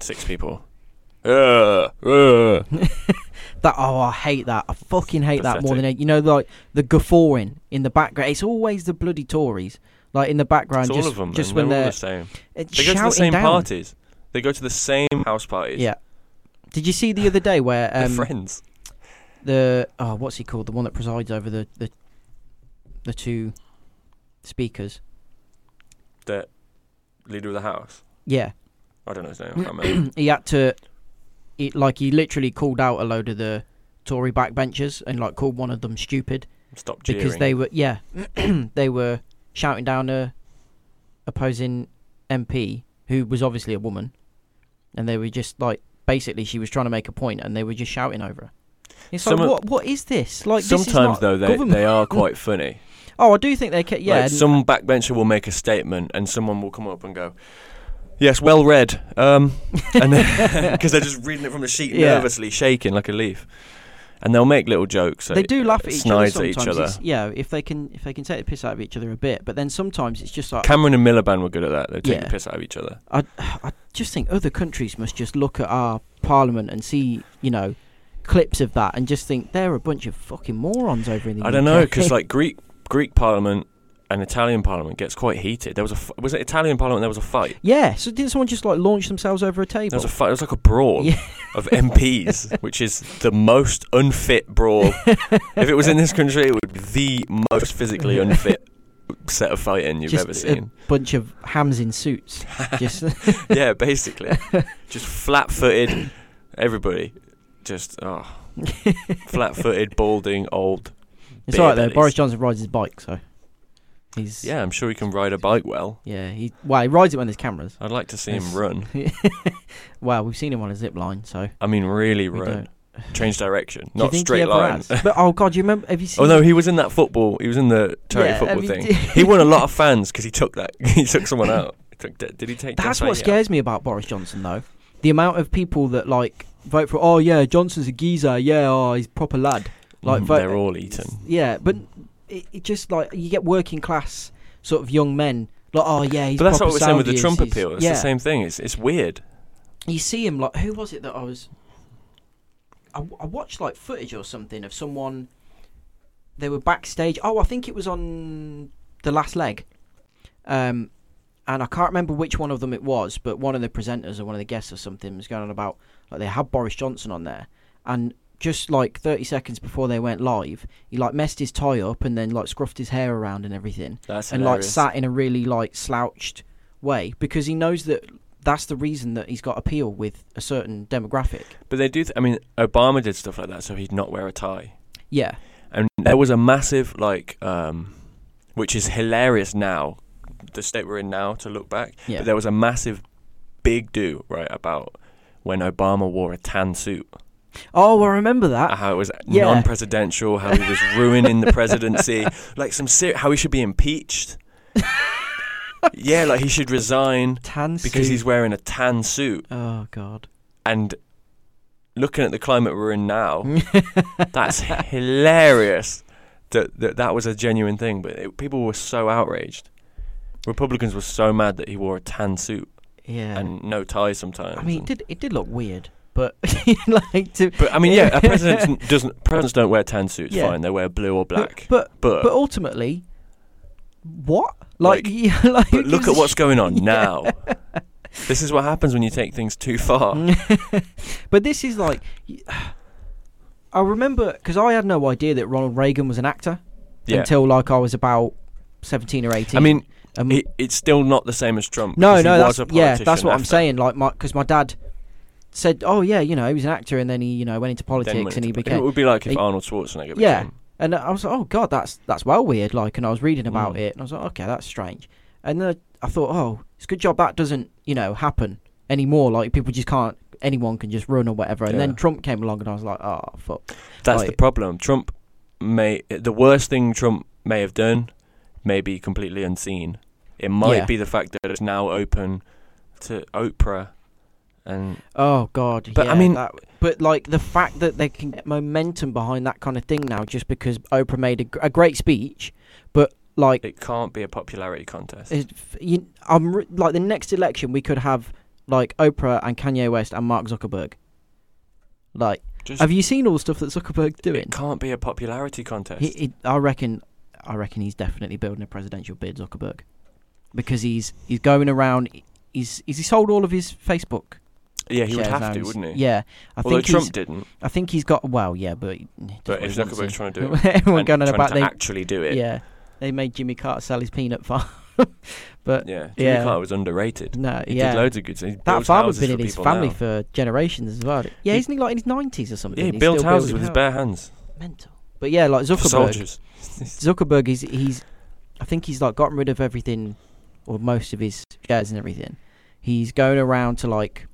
A: six people. Uh, uh.
B: That oh, I hate that. I fucking hate that more than
A: Pathetic.
B: any- you know, like the guffawing in the background. It's always the bloody Tories, like in the background,
A: It's
B: just
A: all of them.
B: just
A: and
B: when
A: they're all
B: they're,
A: the same.
B: it's
A: They go to
B: shouting
A: the same
B: down.
A: parties. They go to the same house parties.
B: Yeah. Did you see the other day where
A: They're
B: um,
A: friends.
B: the oh, what's he called? The one that presides over the the the two speakers.
A: The leader of the house.
B: Yeah,
A: I don't know his name. I can't remember.
B: he had to, he, like, he literally called out a load of the Tory backbenchers and like called one of them stupid
A: Stop cheering.
B: because they were yeah they were shouting down a opposing MP who was obviously a woman, and they were just like basically she was trying to make a point and they were just shouting over her. It's
A: Some
B: like
A: of-
B: what what is this? Like this is
A: Sometimes
B: not
A: though they
B: government.
A: they are quite funny.
B: oh I do think they ca- yeah
A: Like, some backbencher will make a statement and someone will come up and go, "Yes, well read," um, and because they're just reading it from a sheet
B: Yeah.
A: nervously, shaking like a leaf, and they'll make little jokes.
B: they
A: like
B: do laugh at each
A: snides
B: other
A: at
B: sometimes.
A: each other.
B: It's- yeah, if they can if they can take the piss out of each other a bit, but then sometimes it's just like
A: Cameron and Miliband were good at that. They take
B: Yeah.
A: the piss out of each other.
B: I, I just think other countries must just look at our parliament and see, you know, clips of that and just think they're a bunch of fucking morons over in the
A: I don't
B: UK.
A: know because like Greek Greek Parliament and Italian Parliament gets quite heated. There was a f- was it Italian Parliament? There was a fight.
B: yeah, so didn't someone just like launch themselves over a
A: There
B: table?
A: was a fight. It was like a brawl
B: Yeah.
A: of MPs, which is the most unfit brawl. if it was in this country, it would be the most physically unfit set of fighting you've
B: just
A: ever
B: a
A: seen.
B: bunch of hams in suits. just
A: yeah, basically, just flat-footed. Everybody, just oh, flat-footed, balding, old.
B: it's all right though.
A: bellies.
B: Boris Johnson rides his bike, so he's
A: Yeah, I'm sure he can ride a bike well.
B: yeah. He well, he rides it when there's cameras.
A: I'd like to see him
B: Yes.
A: run. Mm.
B: Well, we've seen him on a zip line, so
A: I mean, really
B: we
A: run.
B: don't.
A: Change direction,
B: Do you
A: not
B: think he
A: straight
B: ever
A: line.
B: has? But oh god, you remember? Have you seen?
A: Oh no, he was in that football. He was in the charity
B: Yeah,
A: football
B: have you-
A: thing. he won a lot of fans because he took that. He took someone out. He took, De- did he take?
B: That's
A: Defay out?
B: what scares me about Boris Johnson, though. The amount of people that like vote for, oh yeah, Johnson's a geezer, yeah, oh he's proper lad. Like
A: Mm,
B: vote,
A: they're all eaten.
B: Yeah, but it, it just like you get working class sort of young men. Like, oh yeah, he's
A: But that's
B: proper
A: what we're saying with the
B: Saudi,
A: Trump
B: he's-
A: appeal. It's
B: yeah,
A: the same thing. It's it's weird.
B: you see him like who was it that I was? I, I watched like footage or something of someone. They were backstage. Oh, I think it was on the last leg, um, and I can't remember which one of them it was, but one of the presenters or one of the guests or something was going on about like they had Boris Johnson on there, and just like thirty seconds before they went live, he like messed his tie up and then like scruffed his hair around and everything
A: That's
B: and like sat in a really like slouched way because he knows that that's the reason that he's got appeal with a certain demographic.
A: But they do. Th- I mean, Obama did stuff like that, so he'd not wear a tie.
B: Yeah,
A: And there was a massive like, um, which is hilarious now, the state we're in now to look back.
B: yeah,
A: But there was a massive, big do right about when Obama wore a tan suit.
B: oh, I remember that.
A: Uh, how it was
B: yeah.
A: non-presidential, how he was ruining the presidency, like some ser- how he should be impeached. yeah, like he should resign
B: Tan
A: because
B: suit.
A: he's wearing a tan suit
B: Oh God.
A: and looking at the climate we're in now, that's hilarious. That, that that was a genuine thing, but it, people were so outraged. Republicans were so mad that he wore a tan suit
B: yeah.
A: and no tie sometimes.
B: I mean, it
A: and-
B: did it did look weird, but like to.
A: but I mean, yeah, a president doesn't presidents don't wear tan suits.
B: Yeah.
A: Fine, they wear blue or black.
B: But
A: but-
B: but, ultimately, what?
A: Like-
B: Like, yeah, like who
A: But look
B: gives a
A: at what's
B: sh-
A: going on
B: Yeah.
A: now. This is what happens when you take things too far.
B: Mm. But this is like, I remember because I had no idea that Ronald Reagan was an actor
A: Yeah.
B: until like I was about seventeen or eighteen.
A: I mean,
B: Um,
A: it, it's still not the same as Trump.
B: no,
A: because he
B: no,
A: was
B: that's
A: a
B: yeah, that's
A: politician
B: what I'm
A: after.
B: saying. Like, my because my dad said, oh yeah, you know, he was an actor, and then he you know went into
A: Then
B: politics,
A: went
B: and he
A: into-
B: became
A: It would be like if
B: he-
A: Arnold Schwarzenegger.
B: yeah
A: became-
B: and i was like oh god that's that's well weird like and i was reading about
A: Mm.
B: it and i was like okay that's strange and then i thought oh it's a good job that doesn't you know happen anymore like people just can't anyone can just run or whatever and
A: Yeah.
B: then trump came along and i was like oh fuck
A: That's the
B: Like-
A: problem. Trump may the worst thing Trump may have done may be completely unseen. It might
B: Yeah.
A: be the fact that it's now open to Oprah, and
B: oh god
A: But, I
B: yeah,
A: mean-
B: that- but like the fact that they can get momentum behind that kind of thing now just because oprah made a, gr- a great speech but like
A: it can't be a popularity contest.
B: It, you, I'm re- like the next election we could have like Oprah and Kanye West and Mark Zuckerberg. Like,
A: Just-
B: have you seen all the stuff that Zuckerberg's doing?
A: It can't be a popularity contest.
B: He, he, I reckon, I reckon he's definitely building a presidential bid, Zuckerberg, because he's he's going around. He's is he sold all of his Facebook?
A: yeah, he would
B: shares now?
A: have to,
B: He's-
A: wouldn't he?
B: Yeah, I
A: Although
B: think
A: Trump
B: he's,
A: didn't,
B: I think he's got well, yeah, but he- he does
A: but
B: what he
A: if
B: wants
A: Zuckerberg's
B: to.
A: trying to do it,
B: everyone
A: and
B: going on
A: trying
B: about
A: to
B: they
A: actually do it.
B: yeah, they made Jimmy Carter sell his peanut farm. but
A: yeah. Jimmy
B: Yeah.
A: Carter was underrated.
B: no,
A: He
B: yeah,
A: did loads of good things. He
B: That
A: builds
B: farmer's
A: houses
B: been
A: for
B: in his
A: people
B: family
A: now.
B: for generations as well. Yeah,
A: He-
B: isn't he like in his nineties or something?
A: yeah, he
B: He's
A: built
B: still
A: houses with his bare
B: building
A: hands
B: hou- Mental. But yeah, like
A: for
B: Zuckerberg.
A: soldiers.
B: Zuckerberg is he's, I think he's like gotten rid of everything, or most of his shares and everything. He's going around to like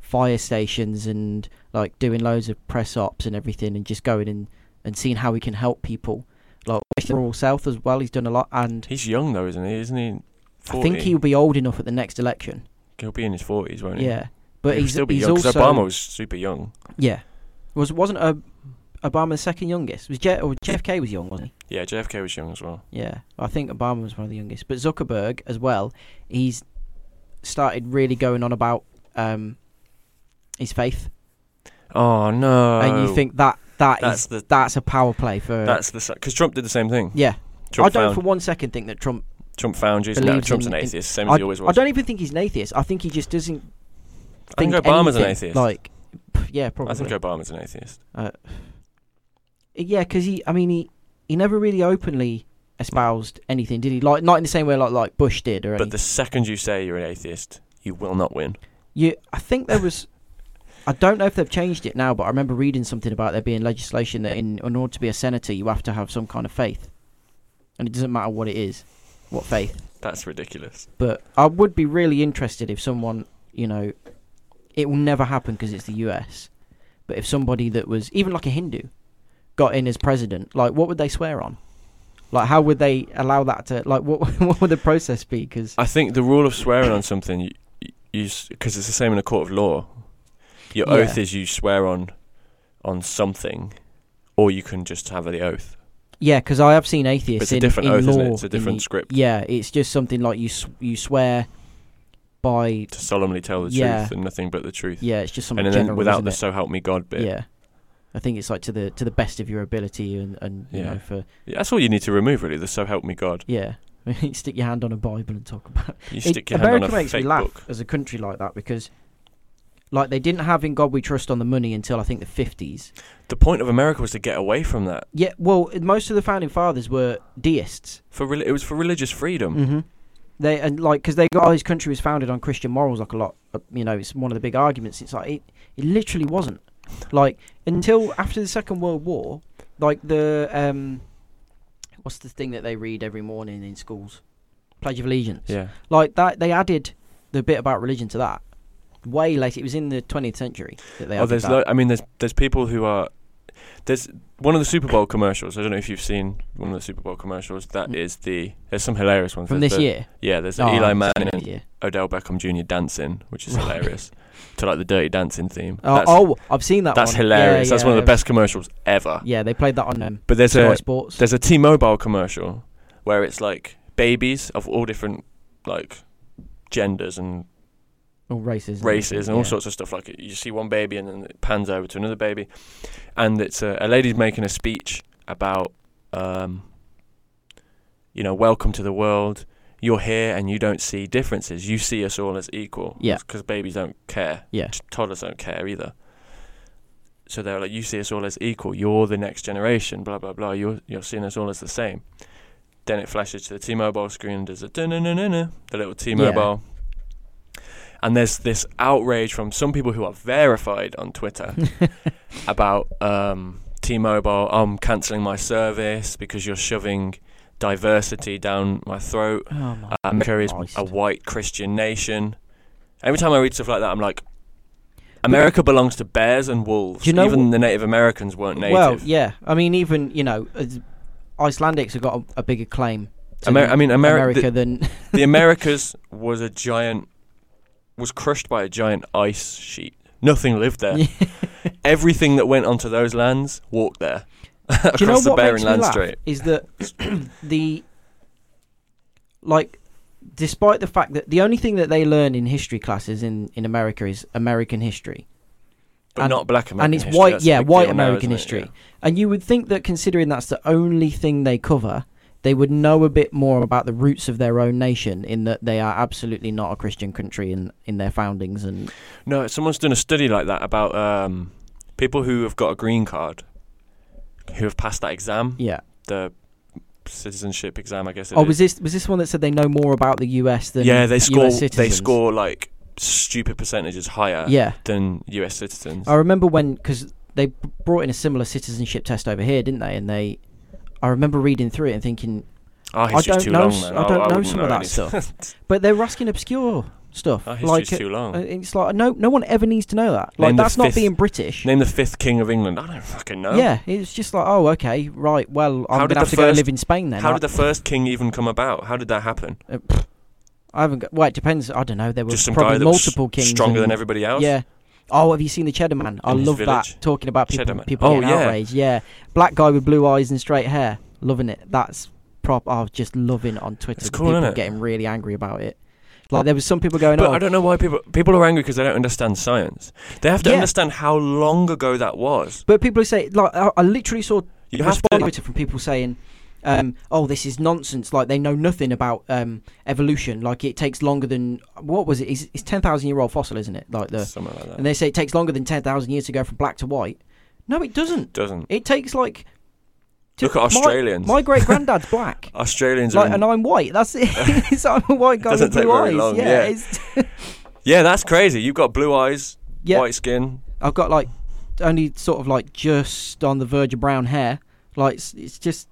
B: fire stations and like doing loads of press ops and everything, and just going and and seeing how he can help people. Like rural south as well. He's done a lot, and
A: He's young though, isn't he? Isn't he? 40?
B: I think he'll be old enough at the next election.
A: He'll be in his forties, won't he?
B: Yeah, but
A: He'll
B: he's
A: still be
B: he's
A: young, 'cause
B: also
A: Obama was super young.
B: Yeah, was wasn't uh, Obama the second youngest? Was J- or JFK was young, wasn't
A: Yeah, JFK was young as well.
B: he? Yeah, I think Obama was one of the youngest. But Zuckerberg as well, he's started really going on about um, his faith,
A: Oh no!
B: and you think that that
A: that's
B: is-
A: the-
B: that's a power play for
A: that's the because Trump did the same thing.
B: yeah.
A: Trump
B: I don't
A: found
B: for one second think that Trump.
A: Trump found Jesus. No,
B: believes
A: Trump's
B: in-
A: an
B: in-
A: atheist, same as
B: I,
A: he always
B: I
A: was.
B: don't even think he's an atheist. I think he just doesn't.
A: I think
B: think
A: Obama's an
B: anything,
A: atheist.
B: Like, yeah, probably.
A: I think Obama's an atheist.
B: Uh, yeah, because he, I mean, he, he never really openly espoused anything, did he? Like, not in the same way like like Bush did, or
A: But the
B: anything.
A: second you say you're an atheist, you will not win.
B: You, I think there was. I don't know if they've changed it now, but I remember reading something about there being legislation that in, in order to be a senator, you have to have some kind of faith, and it doesn't matter what it is, what faith.
A: That's ridiculous.
B: But I would be really interested if someone, you know, it will never happen because it's the U.S. But if somebody that was even like a Hindu got in as president, like what would they swear on? Like how would they allow that to like what what would the process be? Because
A: I think the rule of swearing on something, you, you, because it's the same in a court of law. Your
B: Yeah.
A: oath is you swear on, on something, or you can just have the oath.
B: yeah, because I have seen
A: But
B: atheists
A: it's
B: in
A: a different
B: in
A: oath,
B: law.
A: isn't it? It's a
B: in
A: different
B: the-
A: script
B: Yeah, it's just something like you s you swear by
A: to solemnly tell the
B: Yeah.
A: truth and nothing but the truth.
B: yeah, it's just something
A: and then
B: general
A: without
B: isn't
A: the
B: it?
A: "so help me God" bit.
B: yeah. I think it's like to the to the best of your ability and and you
A: Yeah.
B: know for
A: Yeah, that's all you need to remove, really. The "so help me God."
B: yeah. Stick your hand on a Bible and talk about
A: You
B: It-
A: stick your
B: America
A: hand on a
B: makes
A: fake
B: me laugh
A: book.
B: as a country like that because, like, they didn't have "In God We Trust" on the money until I think the fifties.
A: The point of America was to get away from that.
B: Yeah, well, most of the founding fathers were deists.
A: For reli- it was for religious freedom.
B: Mm-hmm. They and like because they got oh, his country was founded on Christian morals like a lot. But, you know, it's one of the big arguments. It's like it, it literally wasn't. Like until after the Second World War, like the um, what's the thing that they read every morning in schools? Pledge of Allegiance.
A: Yeah,
B: like that they added the bit about religion to that way later it was in the 20th century that they
A: oh,
B: added
A: there's
B: that.
A: lo- I mean, there's there's people who are There's one of the Super Bowl commercials. I don't know if you've seen one of the Super Bowl commercials. That
B: Mm.
A: is the. There's some hilarious ones.
B: from
A: There's
B: this
A: the-
B: year.
A: Yeah, there's the
B: Oh,
A: Eli
B: it's
A: Manning
B: from
A: and
B: this year.
A: Odell Beckham Jr. dancing, which is
B: Right.
A: hilarious, to like the Dirty Dancing theme.
B: Oh,
A: that's
B: oh, I've seen that.
A: that's
B: one.
A: hilarious.
B: Yeah,
A: that's one of
B: yeah.
A: the best commercials ever.
B: Yeah, they played that on um,
A: But there's
B: Sky
A: a
B: Sports.
A: there's a T-Mobile commercial where it's like babies of all different like genders and
B: All races. and
A: races and all
B: everything,
A: sorts of stuff. Like you see one baby and then it pans over to another baby, and it's a, a lady's making a speech about, um, you know, welcome to the world. You're here and you don't see differences. You see us all as equal.
B: Yeah.
A: Because babies don't care.
B: Yeah.
A: T- Toddlers don't care either. So they're like, you see us all as equal. You're the next generation. Blah blah blah. You're you're seeing us all as the same. Then it flashes to the T-Mobile screen and does a dun-dun-dun-dun-dun, the little T-Mobile and there's this outrage from some people who are verified on Twitter about um, T-Mobile. I'm cancelling my service because you're shoving diversity down my throat.
B: Yeah. Oh my.
A: Uh, America is
B: Christ.
A: a white Christian nation. Every time I read stuff like that, I'm like, America belongs to bears and wolves.
B: Do you know
A: Even
B: what-
A: the Native Americans weren't native.
B: Well, yeah. I mean, even you know, as- Icelandics have got a, a bigger claim. To
A: Amer-
B: the-
A: I mean, Ameri-
B: America
A: the-
B: than
A: the Americas was a giant, was crushed by a giant ice sheet. Nothing lived there. everything that went onto those lands walked there across
B: Do you know
A: the
B: what
A: Bering
B: makes me
A: Land
B: laugh
A: Strait.
B: Is that the like, despite the fact that the only thing that they learn in history classes in in America is American history,
A: But
B: and-
A: not black American
B: and it's
A: history,
B: white,
A: that's a
B: yeah,
A: big
B: white
A: deal now,
B: American
A: isn't it?
B: history.
A: Yeah.
B: And you would think that considering that's the only thing they cover, they would know a bit more about the roots of their own nation, in that they are absolutely not a Christian country in in their foundings and
A: No, someone's done a study like that about um, people who have got a green card, who have passed that exam,
B: yeah.
A: the citizenship exam, I guess. it
B: Oh,
A: is.
B: was this was this one that said they know more about the U.S. than
A: yeah, they
B: US
A: score. They
B: citizens?
A: score like stupid percentages higher
B: Yeah,
A: than U.S. citizens.
B: I remember when because they b- brought in a similar citizenship test over here, didn't they? And they, I remember reading through it and thinking,
A: Our
B: I
A: history's
B: don't
A: too
B: know,
A: long.
B: s-
A: man.
B: I don't know
A: wouldn't
B: some of that
A: any-
B: stuff. but they were asking obscure stuff.
A: Our
B: like
A: history's
B: uh,
A: too long.
B: uh, it's like no, no one ever needs to know that. Like
A: Name the
B: that's not
A: fifth-
B: being British.
A: Name the fifth king of England. I don't fucking know.
B: Yeah, it's just like oh, okay, right. Well, I'm
A: How did
B: gonna have
A: the
B: to go
A: first-
B: live in Spain then.
A: How
B: I,
A: did the first king even come about? How did that happen?
B: uh, pff, I haven't. Got, well, it depends. I don't know. There were
A: Just some guy
B: probably
A: that
B: multiple
A: was
B: kings
A: stronger
B: and-
A: than everybody else.
B: Yeah. Oh, have you seen the Cheddar Man? I
A: In his
B: love
A: village.
B: that. Talking about
A: Cheddar
B: people,
A: Man.
B: people
A: Oh,
B: getting
A: yeah.
B: outraged. Yeah, black guy with blue eyes and straight hair, loving it. That's prop. I was just loving it on Twitter.
A: It's
B: the
A: cool,
B: people
A: innit?
B: getting really angry about it. Like there was some people going,
A: But
B: "Oh,
A: I don't know why people people are angry because they don't understand science. They have to
B: Yeah.
A: understand how long ago that was.
B: But people who say, like, I, I literally saw
A: You have
B: response on
A: to.
B: Twitter from people saying, um, "Oh, this is nonsense. Like they know nothing about um, evolution. Like it takes longer than what was it? It's, it's ten thousand year old fossil, isn't it? Like the
A: Something like that.
B: and they say it takes longer than ten thousand years to go from black to white. No, it doesn't.
A: Doesn't.
B: It takes like.
A: Look at
B: my-
A: Australians.
B: My, great granddad's black.
A: Australians are.
B: Like,
A: in-
B: and I'm white. That's it. so I'm a white guy
A: Doesn't
B: with blue
A: take very
B: eyes.
A: long,
B: yeah,
A: yeah.
B: It's,
A: yeah, that's crazy. You've got blue eyes,
B: yeah.
A: white skin.
B: I've got like only sort of like just on the verge of brown hair. Like it's, it's just,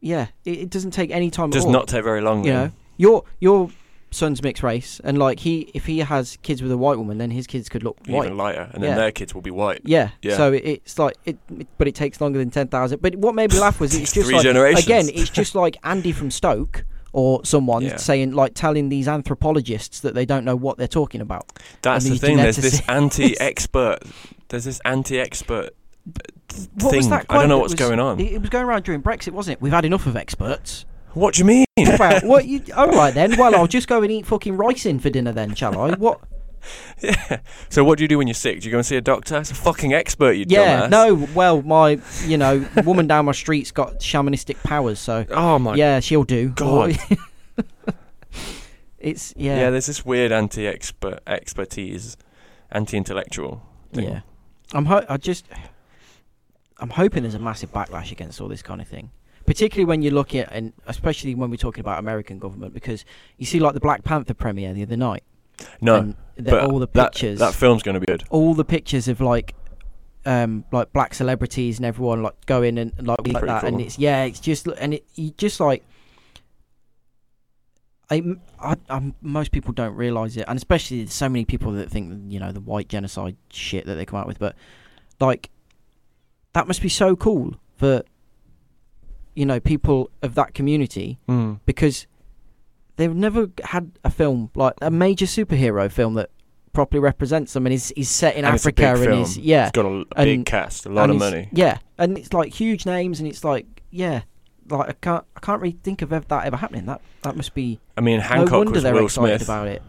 B: yeah. It, it doesn't take any time.
A: Does
B: at all.
A: not take very long.
B: You
A: then.
B: know, your your son's mixed race, and like he, if he has kids with a white woman, then his kids could look white.
A: Even lighter, and then
B: Yeah.
A: their kids will be white.
B: Yeah.
A: Yeah.
B: So it, it's like it, it- but it takes longer than ten thousand. But what made me laugh was it's
A: It's
B: just
A: three
B: like
A: generations.
B: again, it's just like Andy from Stoke or someone
A: Yeah.
B: saying like telling these anthropologists that they don't know what they're talking about.
A: That's
B: and
A: the
B: the
A: thing. There's this
B: geneticists.
A: anti-expert. There's this anti-expert uh,
B: What
A: thing.
B: was that?
A: I
B: quote
A: don't know
B: that
A: what's
B: was-
A: going on.
B: It, it was going around during Brexit, wasn't it? We've had enough of experts.
A: what do you mean?
B: well, what you? All right then. Well, I'll just go and eat fucking rice in for dinner then, shall I? What?
A: Yeah. So what do you do when you're sick? Do you go and see a doctor? It's a fucking expert, you
B: Yeah.
A: dumbass.
B: No. Well, my you know woman down my street's got shamanistic powers, so
A: Oh my
B: yeah, she'll do.
A: God.
B: it's
A: Yeah. there's this weird anti-expert expertise, anti-intellectual. thing.
B: Yeah, I'm. Ho- I just. I'm hoping there's a massive backlash against all this kind of thing, particularly when you look at, and especially when we're talking about American government, because you see like the Black Panther premiere the other night.
A: No,
B: and the-
A: but
B: all the
A: that-
B: pictures,
A: That, film's going to be good.
B: all the pictures of like, um, like black celebrities and everyone like going and like like
A: Pretty
B: that, and
A: cool.
B: it's yeah, it's just and it you just like. I, I, I'm- most people don't realize it, and especially there's so many people that think you know the white genocide shit that they come out with. But like, that must be so cool for you know people of that community
A: Mm.
B: because they've never had a film like a major superhero film that properly represents them and is is set in
A: And it's a
B: Africa
A: big
B: and
A: film.
B: is yeah
A: It's got a, a
B: and-
A: big cast, a lot of
B: and it's-
A: money.
B: Yeah, and it's like huge names, and it's like yeah, like I can't I can't really think of ev- that ever happening. That that must be
A: I mean, Hancock
B: no wonder
A: was
B: they're
A: Will
B: excited
A: Smith.
B: about it.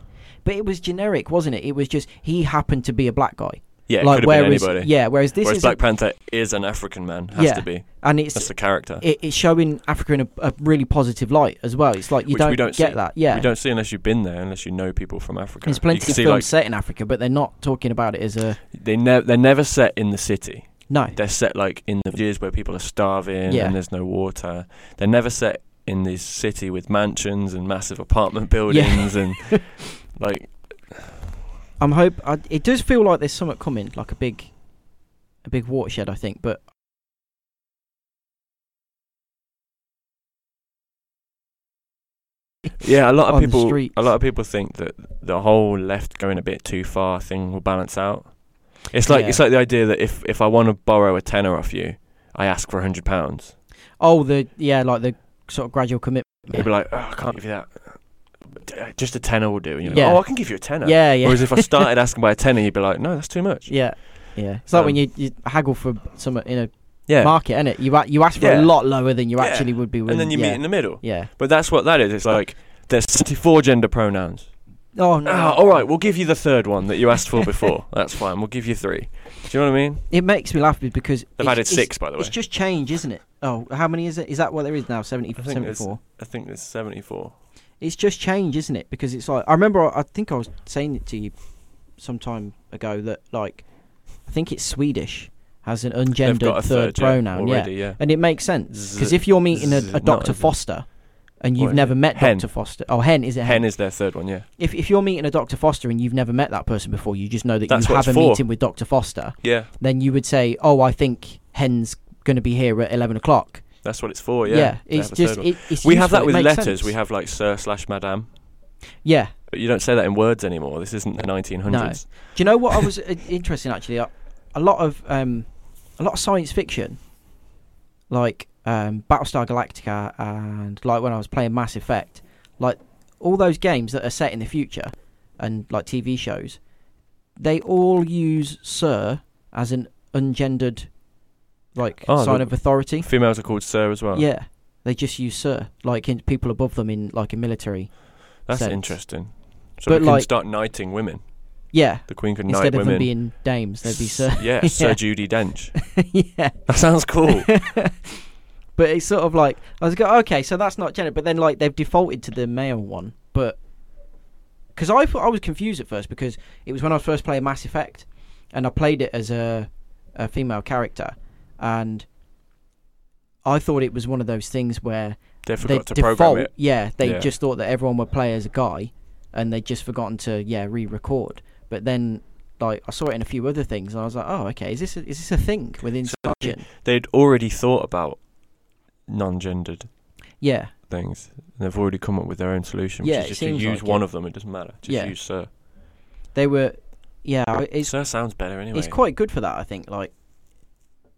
B: But it was generic, wasn't it? It was just he happened to be a black guy.
A: Yeah, it
B: like
A: could have been
B: whereas
A: anybody.
B: yeah, whereas this
A: Whereas
B: is
A: Black Panther is an African man, has
B: Yeah.
A: to be.
B: and it's
A: That's the character,
B: it, it's showing Africa in a, a really positive light as well. It's like you
A: which
B: don't,
A: we don't
B: get
A: see.
B: that. Yeah,
A: we don't see unless you've been there, unless you know people from Africa.
B: there's
A: you
B: plenty
A: can
B: of
A: see
B: films
A: like
B: set in Africa, but they're not talking about it as a
A: they ne- they're never set in the city.
B: no.
A: They're set like in the villages where people are starving
B: Yeah.
A: and there's no water. They're never set in this city with mansions and massive apartment buildings and like
B: I'm hope I, it does feel like there's something coming, like a big, a big watershed. I think, but
A: yeah, a lot of
B: On the
A: people
B: streets.
A: a lot of people think that the whole left going a bit too far thing will balance out. It's like
B: Yeah.
A: it's like the idea that if if I want to borrow a tenner off you, I ask for a hundred pounds.
B: oh, the yeah, like the sort of gradual commitment.
A: it would be like, oh, I can't give you that. Uh, Just a tenner will do. And you're
B: Yeah.
A: like, oh, I can give you a tenner.
B: Yeah, yeah.
A: Whereas if I started asking by a tenner, you'd be like, no, that's too much.
B: Yeah, yeah. It's like when
A: Um,
B: you, you haggle for some in a
A: Yeah.
B: market, innit? You a- you ask for
A: Yeah.
B: a lot lower than you
A: Yeah.
B: actually would be. When,
A: and then you
B: yeah.
A: meet in the middle.
B: Yeah.
A: But that's what that is. It's like, there's 74 gender pronouns.
B: Oh no.
A: Ah, all right, we'll give you the third one that you asked for before. that's fine. We'll give you three. Do you know what I mean?
B: It makes me laugh because
A: They've
B: it's-
A: added
B: it's-
A: six, by the way.
B: It's just change, isn't it? Oh, how many is it? Is that what there is now? 70,
A: I think there's-
B: 74?
A: I think there's 74.
B: it's just change, isn't it? Because it's like I remember I, I think I was saying it to you some time ago that like I think it's Swedish has an ungendered
A: They've got a
B: third,
A: third, yeah,
B: pronoun, yeah,
A: already, yeah.
B: and it makes sense because
A: Z-
B: if you're meeting a,
A: z-
B: a
A: not
B: Doctor
A: a-
B: Foster and
A: What
B: you've
A: is
B: never
A: it?
B: met
A: Hen.
B: Doctor Foster, oh Hen is it
A: Hen
B: Hen?
A: is their third one, yeah.
B: if if you're meeting a Doctor Foster and you've never met that person before, you just know that
A: That's
B: you
A: what
B: have
A: it's
B: a
A: for.
B: meeting with Doctor Foster,
A: Yeah,
B: then you would say, oh, I think Hen's going to be here at eleven o'clock.
A: that's what it's for, yeah.
B: yeah,
A: They
B: it's
A: have a
B: just
A: third one.
B: it, it's
A: we have
B: useful,
A: that
B: it
A: with
B: makes
A: letters.
B: sense.
A: We have like sir slash madam.
B: yeah.
A: But you don't say that in words anymore. This isn't the 1900s.
B: Do you know what I was uh, interesting actually? A, a lot of um, a lot of science fiction, like um, Battlestar Galactica, and like when I was playing Mass Effect, like all those games that are set in the future, and like TV shows, they all use "sir" as an ungendered, like
A: Oh,
B: sign
A: the-
B: of authority.
A: Females are called sir as well.
B: Yeah, they just use "sir," like in people above them in like in military.
A: that's
B: sense.
A: interesting. So
B: But
A: we can
B: like-
A: start knighting women.
B: Yeah,
A: The queen can
B: instead
A: knight
B: of
A: women.
B: them being dames, they'd be "sir."
A: S- Yeah, Sir Judy Dench.
B: yeah.
A: That sounds cool.
B: But it's sort of like I was go okay, so that's not gender. But then like they've defaulted to the male one, but because I thought I was confused at first because it was when I was first playing Mass Effect, and I played it as a, a female character, and I thought it was one of those things where
A: they
B: they
A: forgot to program
B: default,
A: it.
B: yeah, they
A: Yeah.
B: just thought that everyone would play as a guy, and they'd just forgotten to yeah re-record. But then like I saw it in a few other things, and I was like, oh okay, is this a, is this a thing within
A: So-
B: Star Trek?
A: They'd already thought about non-gendered
B: Yeah,
A: things. And they've already come up with their own solution,
B: Yeah,
A: which
B: it
A: is just to
B: seems
A: use
B: like
A: one
B: it.
A: of them. It doesn't matter. Just
B: Yeah.
A: use sir.
B: they were. Yeah, it's
A: sir sounds better anyway.
B: It's quite good for that, I think. Like,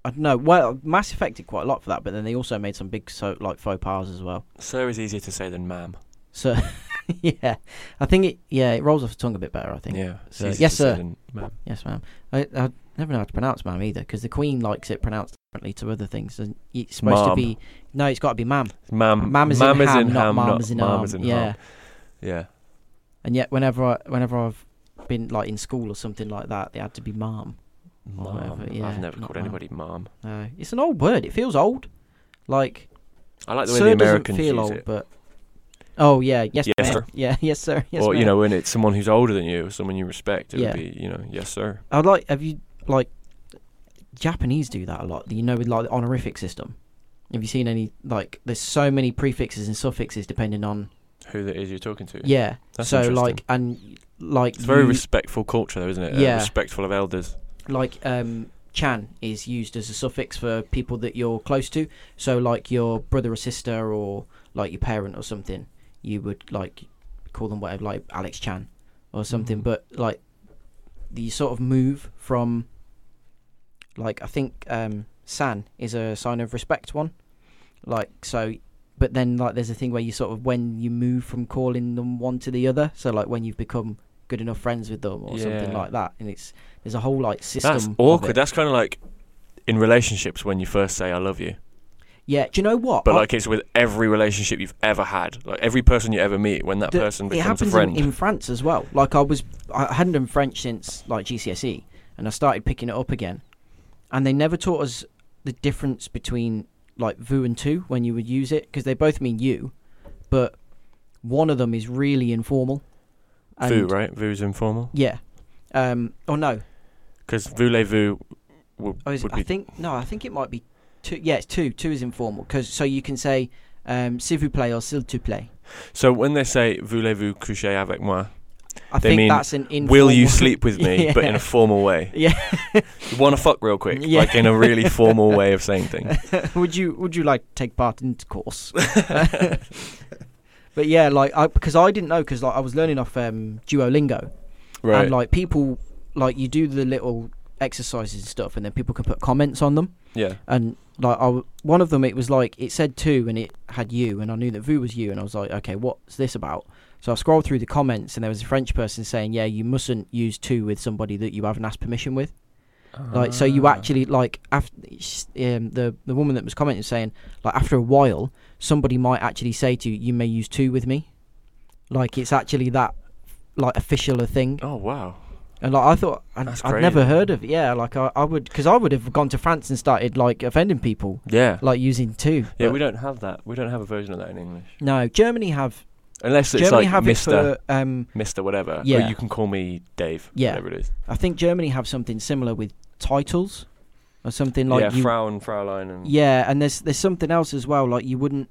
B: I don't know. Well, Mass Effect did quite a lot for that, but then they also made some big so like faux pas as well.
A: Sir is easier to say than ma'am.
B: So, yeah, I think it. Yeah, it rolls off the tongue a bit better. I think.
A: Yeah. it's
B: So-
A: easier
B: yes,
A: to say
B: sir.
A: than ma'am.
B: Yes, ma'am. I, I never know how to pronounce ma'am either, because the Queen likes it pronounced differently to other things, and it's supposed to
A: Ma'am. Um,
B: be. No, it's got to be ma'am.
A: Ma'am.
B: Ma'am is in ham, not ma'am is in
A: ma'am
B: arm.
A: is in
B: yeah.
A: harm. Yeah.
B: And yet, whenever I, whenever I've been like in school or something like that, they had to be ma'am. Or whatever,
A: Mom.
B: yeah,
A: I've never
B: not
A: called
B: ma'am.
A: anybody mom.
B: Uh, it's an old word. It feels old. Like
A: I like the way
B: sir
A: the Americans
B: doesn't feel
A: use
B: old,
A: it.
B: but oh yeah, yes,
A: Yes,
B: ma'am.
A: sir.
B: yeah, yes, sir, yes,
A: or you
B: ma'am.
A: know, when it's someone who's older than you, or someone you respect, it
B: Yeah.
A: would be you know, yes sir.
B: I'd like have you like Japanese do that a lot. You know, with like the honorific system. Have you seen any like? There's so many prefixes and suffixes depending on
A: Who that is you're talking to?
B: yeah.
A: That's
B: so
A: interesting.
B: like and like
A: It's a very
B: you-
A: respectful culture, though, isn't it? Uh,
B: Yeah.
A: respectful of elders.
B: like um chan is used as a suffix for people that you're close to so like your brother or sister or like your parent or something you would like call them whatever like alex chan or something but like the sort of move from like i think um san is a sign of respect one. Like so but then like there's a thing where you sort of when you move from calling them one to the other, so like when you've become good enough friends with them or something
F: Yeah.
B: like that. And it's there's a whole like system.
A: That's
B: of
A: awkward.
B: it.
A: That's kind of like in relationships when you first say "I love you,"
B: Yeah, do you know what?
A: but
B: I-
A: like it's with every relationship you've ever had, like every person you ever meet. When that
B: the-
A: person
B: it
A: becomes a
B: happens
A: friend,
B: In, in France as well. Like I was, I hadn't done French since like GCSE, E, and I started picking it up again, and they never taught us the difference between like vous and tu when you would use it because they both mean you, but one of them is really informal. And,
A: vu, right? Vu's informal
B: Yeah. Um. Or no.
A: because voulez-vous would,
B: Oh, is it,
A: would
B: I
A: be
B: think no. I think it might be two. Yeah, it's two. Two is informal because so you can say um, s'il vous plaît or s'il te plaît.
A: So when they say "voulez-vous coucher avec moi,"
B: I
A: They
B: think
A: mean,
B: that's an informal.
A: will you sleep with me, but in
B: Yeah.
A: a formal way.
B: Yeah.
A: You want to fuck real quick,
B: Yeah.
A: like in a really formal way of saying things.
B: would you would you like to take part in course? but yeah, like I because I didn't know because like I was learning off um, Duolingo
A: Right.
B: and like people like you do the little exercises and stuff and then people can put comments on them
A: yeah.
B: and like I w- one of them it was like it said two and it had you and I knew that vu was you and I was like okay what's this about so I scrolled through the comments and there was a French person saying yeah you mustn't use two with somebody that you haven't asked permission with like so
A: Ah.
B: you actually like after um, the the woman that was commenting was saying like after a while somebody might actually say to you you may use two with me like it's actually that like official a thing
A: Oh wow.
B: and like I thought I'd,
A: That's
B: I'd never
A: crazy.
B: heard of it. yeah like I, I would because I would have gone to France and started like offending people
A: Yeah.
B: like using two
A: yeah.
B: but
A: We don't have that. We don't have a version of that in English,
B: no Germany have
A: unless it's
B: Germany
A: like
B: have
A: Mister,
B: it for um
A: Mister, whatever.
B: Yeah.
A: Or you can call me Dave.
B: Yeah.
A: Whatever it is.
B: I think Germany have something similar with titles or something like
A: yeah.
B: you
A: Frau and Fraulein and.
B: Yeah, and there's there's something else as well. Like you wouldn't.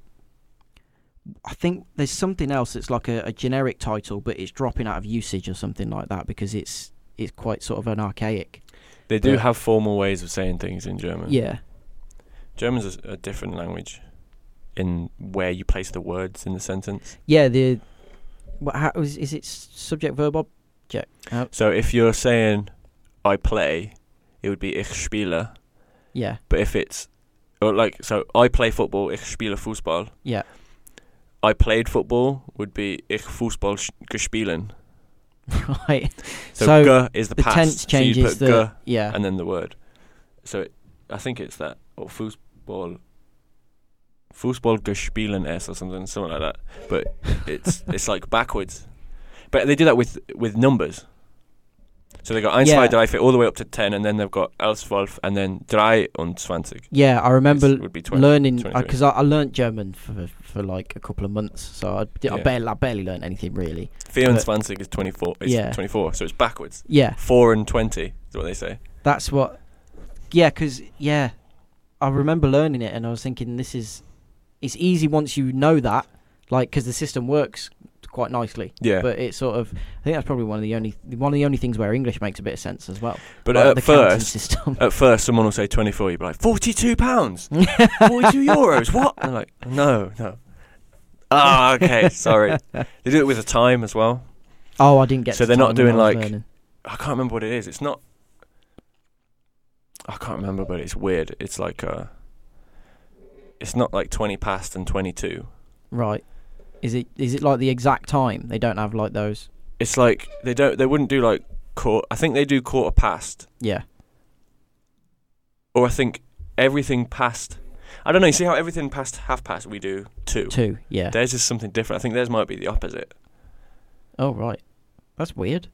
B: I think there's something else that's like a, a generic title, but it's dropping out of usage or something like that because it's it's quite sort of an archaic.
A: They do
B: Yeah.
A: have formal ways of saying things in German.
B: Yeah,
A: German's a, a different language, in where you place the words in the sentence.
B: yeah. The what how, is, is it s- subject verb object? Uh,
A: So if you're saying, "I play," it would be "Ich spiele."
B: yeah,
A: But if it's or like so I play football, ich spiele Fußball.
B: Yeah.
A: I played football would be ich Fußball sch- gespielen.
B: right.
A: So,
B: So,
A: ge is the,
B: The
A: past.
B: tense
A: so you
B: changes
A: put
B: the
A: ge
B: yeah.
A: and then the word. So it, I think it's that oh, or Fußball Fußball gespielen es or something something like that. But it's it's like backwards. But they do that with with numbers. So they got eins,
B: Yeah.
A: zwei, drei, vier, all the way up to ten, and then they've got elf, wolf, and then drei und zwanzig.
B: Yeah, I remember
A: It's- would be 20,
B: learning
A: 23.
B: because I, I learned German for for like a couple of months, so I, did, I
A: Yeah.
B: barely I barely learned anything really. But-
A: 24 is 24. It's
B: Yeah.
A: 24, so it's backwards.
B: Yeah,
A: 4 and 20 is what they say.
B: That's what. Yeah, 'cause yeah, I remember learning it, and I was thinking this is, it's easy once you know that, like 'cause the system works quite nicely.
A: Yeah. But,
B: But it's sort of, I think that's probably one of the only one of the only things where English makes a bit of sense as well. Like
A: at
B: the counting
A: first, uh,
B: system.
A: at first, someone will say 24, you'd be like, 42 pounds, 42 euros, what? And they're like, no, no. Ah, okay, sorry. They do it with a time as well.
B: oh, I didn't get.
A: so
B: to
A: they're not
B: time when
A: doing,
B: I was
A: like-
B: learning.
A: I can't remember what it is. It's not. I can't remember, but it's weird. It's like, uh, it's not like 20 past and 22.
B: right. Is it is it like the exact time? They don't have like those.
A: It's like, they don't, they wouldn't do like, quarter, I think they do quarter past,
B: Yeah.
A: or I think everything past. I don't know. You see how everything past half past we do two.
B: Two. Yeah.
A: Theirs is something different. I think theirs might be the opposite.
B: Oh right, that's weird.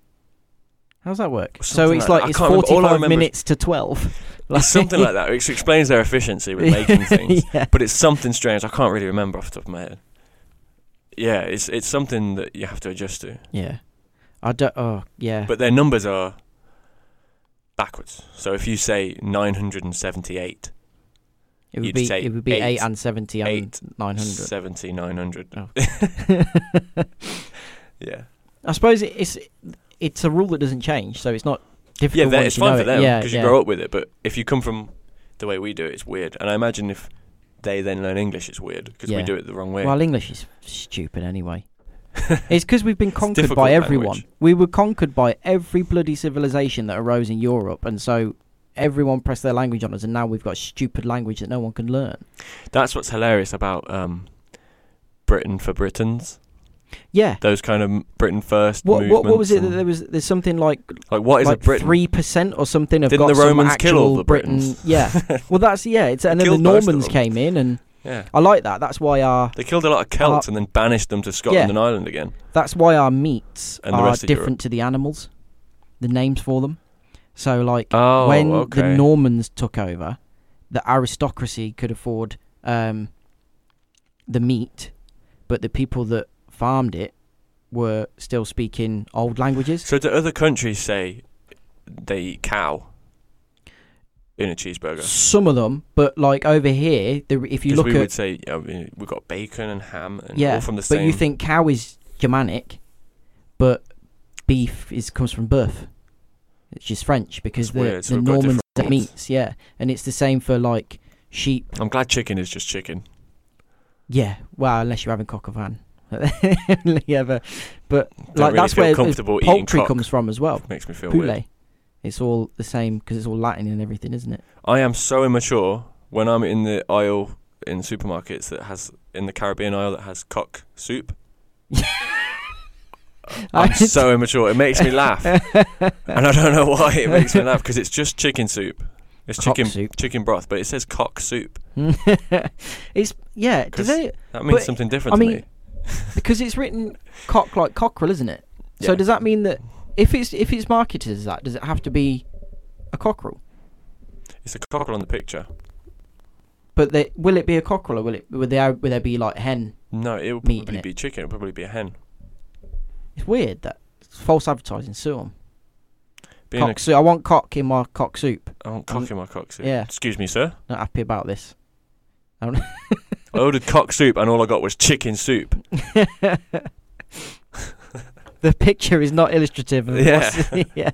B: How's that work? So
A: Something
B: it's
A: like
B: like,
A: that. I
B: it's
A: can't remember- all I
B: forty-five
A: remember is-
B: minutes to twelve.
A: It's something like that. Which explains their efficiency with making things.
B: yeah.
A: But it's something strange. I can't really remember off the top of my head. Yeah, it's it's something that you have to adjust to.
B: yeah, I don't. Oh yeah.
A: But their numbers are backwards. So if you say nine hundred and seventy-eight,
B: it would
A: you'd
B: be
A: say
B: it would be eight,
A: eight-
B: and seventy and
A: eight,
B: nine hundred.
A: seventy, nine hundred.
B: Oh.
A: Yeah.
B: I suppose it- it's it's a rule that doesn't change, so it's not
A: Yeah,
B: difficult.
A: that,
B: once
A: it's
B: you know
A: fine for
B: it.
A: them
B: Yeah,
A: because
B: yeah.
A: you grow up with it. But if you come from the way we do it, it's weird. And I imagine if they then learn English, it's weird because
B: Yeah.
A: we do it the wrong way.
B: Well, English is stupid anyway. it's because we've been conquered
A: difficult
B: by everyone.
A: language.
B: We were conquered by every bloody civilization that arose in Europe, and so everyone pressed their language on us, and now we've got stupid language that no one can learn.
A: That's what's hilarious about um, Britain for Britons.
B: Yeah.
A: Those kind of Britain first.
B: What what, what was it that
A: movements
B: there was? There's something like
A: and- like? What is a
B: like
A: Briton?
B: three percent or something. Have
A: Didn't
B: got
A: the
B: some
A: Romans kill all
B: actual
A: the
B: Britain-
A: Britons?
B: Yeah. Well, that's yeah. It's and then the
A: Killed most of
B: Normans
A: them.
B: came in, and
A: yeah.
B: I like that. That's why our
A: They killed a lot of Celts and then banished them to Scotland
B: Uh, Yeah.
A: and Ireland again.
B: that's why our meats
A: And the
B: are
A: rest of Europe.
B: different to the animals, the names for them. So like
A: Oh,
B: when
A: okay.
B: the Normans took over, the aristocracy could afford um, the meat, but the people that farmed it were still speaking old languages.
A: so do other countries say they eat cow in a cheeseburger?
B: Some of them, but like over here, the, if you
A: Because
B: look
A: we
B: at
A: would say I mean, we've got bacon and ham and
B: Yeah,
A: all from the same.
B: But you think cow is Germanic, but beef is comes from birth, which is French because
A: That's
B: the,
A: weird, so
B: the
A: we've got
B: Normans
A: different
B: ate
A: meats.
B: meats, yeah, and it's the same for like sheep,
A: I'm glad chicken is just chicken.
B: yeah. Well, unless you're having cock of van, yeah, but, but
A: Don't
B: like
A: really
B: that's
A: feel
B: where
A: comfortable eating
B: poultry
A: cock.
B: comes from as well.
A: Makes me feel weird.
B: Poulet, it's all the same because it's all Latin and everything, isn't it?
A: I am so immature when I'm in the aisle in supermarkets that has in the Caribbean aisle that has cock soup. I'm so immature. It makes me laugh, and I don't know why it makes me laugh because it's just chicken soup. It's
B: Cock
A: chicken
B: soup.
A: chicken broth, but it says cock soup.
B: it's yeah, does
A: 'Cause
B: it,
A: That means
B: But,
A: something different
B: I
A: to
B: mean
A: me.
B: because it's written cock like cockerel, isn't it? So
A: Yeah.
B: does that mean that if it's if it's marketed as that, does it have to be a cockerel?
A: It's a cockerel on the picture.
B: But they, will it be a cockerel or will it will there will there be like hen?
A: No, it would
B: Meat in
A: probably
B: it.
A: be chicken. It would probably be a hen.
B: It's weird that it's false advertising. Sue 'em.
A: Being
B: Cock soup. I want cock in my cock soup.
A: a, I want cock in my cock soup.
B: yeah.
A: Excuse me, sir.
B: Not happy about this.
A: I ordered cock soup, and all I got was chicken soup.
B: The picture is not illustrative. Of
A: Yeah.
B: what's- yeah.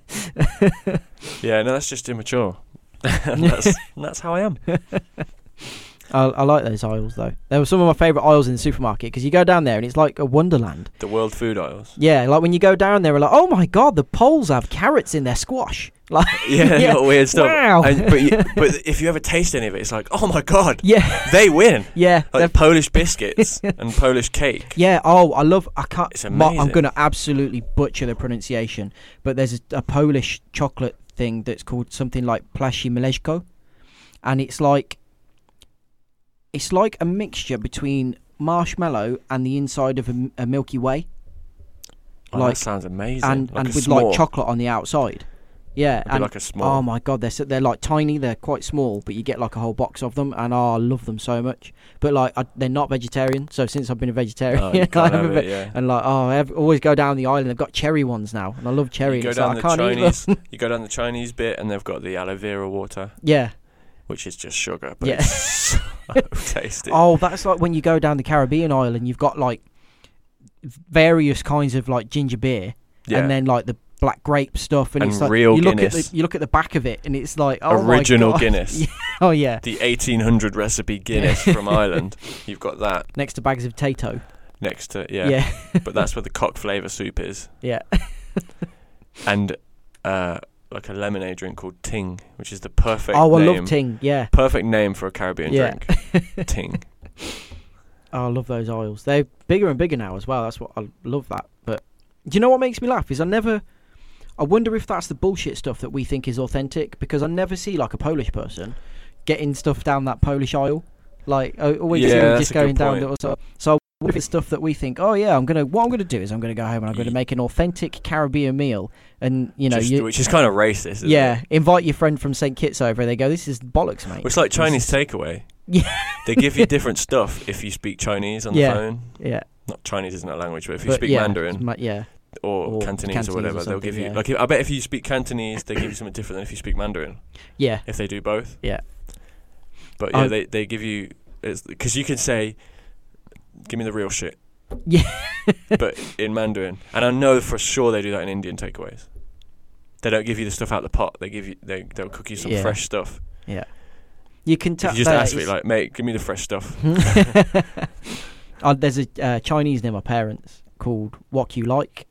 A: Yeah, no, that's just immature. and that's, and that's how I am.
B: I, I like those aisles though. They were some of my favourite aisles in the supermarket because you go down there and it's like a wonderland.
A: The world food aisles.
B: Yeah, like when you go down there, we're like, oh my god, the Poles have carrots in their squash. Like,
A: Yeah, they
B: Yeah.
A: got weird stuff.
B: Wow.
A: And, but you, but if you ever taste any of it, it's like, oh my god,
B: yeah,
A: they win.
B: yeah,
A: Like
B: they're-
A: Polish biscuits and Polish cake.
B: Yeah. Oh, I love. I can't.
A: It's
B: mo- I'm
A: amazing.
B: gonna absolutely butcher the pronunciation, but there's a, a Polish chocolate thing that's called something like Plashi Mleczko, and it's like it's like a mixture between marshmallow and the inside of a, m- a Milky Way,
A: Oh,
B: like-
A: that sounds amazing.
B: and
A: like
B: and
A: a
B: with
A: s'more.
B: like chocolate on the outside. Yeah,
A: It'd be
B: and
A: like a
B: oh
A: small.
B: my god, they're so, they're like tiny, they're quite small, but you get like a whole box of them, and oh, I love them so much. But like, I, they're not vegetarian, so since I've been a vegetarian,
A: Oh, you
B: I
A: can't
B: haven't
A: have it,
B: been-
A: yeah.
B: and like oh I have, always go down the island. They've got cherry ones now, and I love cherry.
A: You go
B: and it's
A: down
B: like,
A: the
B: I can't eat them.
A: Chinese. you go down the Chinese bit, and they've got the aloe vera water,
B: Yeah.
A: which is just sugar, but
B: Yeah.
A: it's so tasty.
B: Oh, that's like when you go down the Caribbean island. You've got like various kinds of like ginger beer,
A: yeah.
B: and then like the black grape stuff, and,
A: And
B: it's like
A: real
B: you look at
A: Guinness.
B: the, you look at the back of it, and it's like oh my
A: Original
B: God.
A: Guinness.
B: Yeah. Oh yeah,
A: The 1800 recipe Guinness from Ireland. You've got that
B: next to bags of Tato.
A: next to yeah.
B: Yeah,
A: But that's where the cock flavour soup is,
B: yeah.
A: and uh, like a lemonade drink called Ting, which is the perfect.
B: Oh, I
A: name.
B: love Ting. Yeah,
A: Perfect name for a Caribbean
B: Yeah.
A: drink. Ting.
B: oh, I love those aisles. They're bigger and bigger now as well. That's what I love that. But do you know what makes me laugh is I never. I wonder if that's the bullshit stuff that we think is authentic because I never see like a Polish person getting stuff down that Polish aisle. Like I always
A: Yeah,
B: see them
A: that's
B: just
A: a good
B: going down
A: point.
B: the so. So I wonder if it's stuff that we think, oh yeah, I'm gonna what I'm gonna do is I'm gonna go home and I'm gonna
A: Ye-
B: make an authentic Caribbean meal and you know
A: Just-
B: you
A: which is kind of racist. Isn't
B: yeah
A: It?
B: invite your friend from St Kitts over and they go this is bollocks mate.
A: It's like
B: This
A: Chinese
B: is-
A: takeaway.
B: Yeah.
A: They give you different stuff if you speak Chinese on
B: Yeah.
A: the phone.
B: yeah.
A: Not Chinese isn't a language, but if you
B: but
A: speak
B: yeah, it's
A: Mandarin
B: ma- yeah.
A: or,
B: or
A: Cantonese,
B: Cantonese or
A: or whatever, they'll give you
B: something, yeah.
A: like. If, I bet if you speak Cantonese, they give you something different than if you speak Mandarin.
B: Yeah.
A: If they do both.
B: Yeah.
A: But yeah,
B: Um,
A: they they give you because you can say, "Give me the real shit."
B: Yeah.
A: but in Mandarin, and I know for sure they do that in Indian takeaways. They don't give you the stuff out the pot. They give you they they'll cook you some
B: Yeah.
A: fresh stuff.
B: You can
A: If
B: tell.
A: you just
B: there,
A: ask me
B: it's-
A: like, mate, give me the fresh stuff.
B: Uh, there's a uh, Chinese near my parents called What You Like,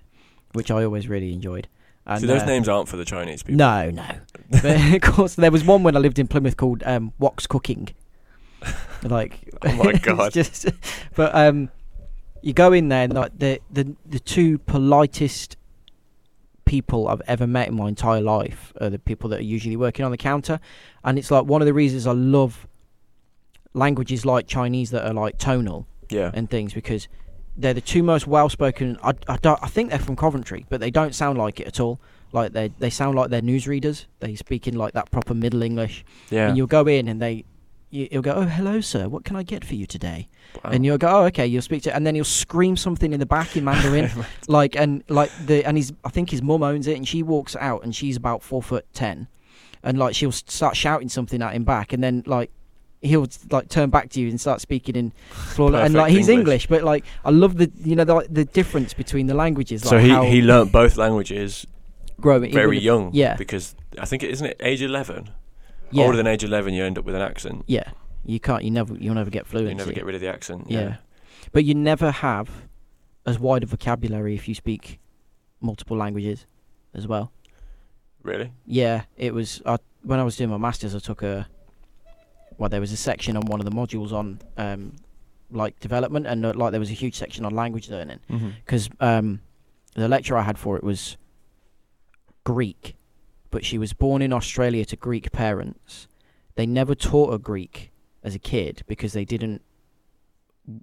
B: which I always really enjoyed. And,
A: See, those
B: uh,
A: names aren't for the Chinese people.
B: No, no. But of course, there was one when I lived in Plymouth called um, Wox Cooking. Like,
A: Oh my
B: it's
A: God.
B: just, but um, you go in there and like the the the two politest people I've ever met in my entire life are the people that are usually working on the counter, and it's like one of the reasons I love languages like Chinese that are like tonal
A: Yeah.
B: and things because they're the two most well-spoken. I, I, don't, I think they're from Coventry, but they don't sound like it at all. Like they they sound like they're newsreaders. They speak in like that proper Middle English,
A: yeah.
B: and you'll go in and they. you- You'll go, oh hello, sir. What can I get for you today?
A: Wow.
B: And you'll go, oh okay. You'll speak to, and then he'll scream something in the back in Mandarin, like and like the and his. I think his mum owns it, and she walks out, and she's about four foot ten, and like she'll s- start shouting something at him back, and then like he'll like turn back to you and start speaking in flawless, and
A: Perfect
B: like he's
A: English.
B: English. but like I love the you know the, like, the difference between the languages. Like
A: so he,
B: how
A: he learnt both languages
B: growing
A: very young.
B: yeah.
A: Because I think it isn't it age eleven.
B: yeah,
A: Older than age eleven, you end up with an accent.
B: yeah. You can't. You never. You'll never get fluency.
A: You never get rid of the accent.
B: yeah. but you never have as wide a vocabulary if you speak multiple languages as well.
A: Really?
B: Yeah, it was. I, when I was doing my masters, I took a. Well, there was a section on one of the modules on, um, like development, and uh, like there was a huge section on language learning
A: Mm-hmm.
B: because um, the lecturer I had for it was Greek, but she was born in Australia to Greek parents. They never taught her Greek as a kid because they didn't.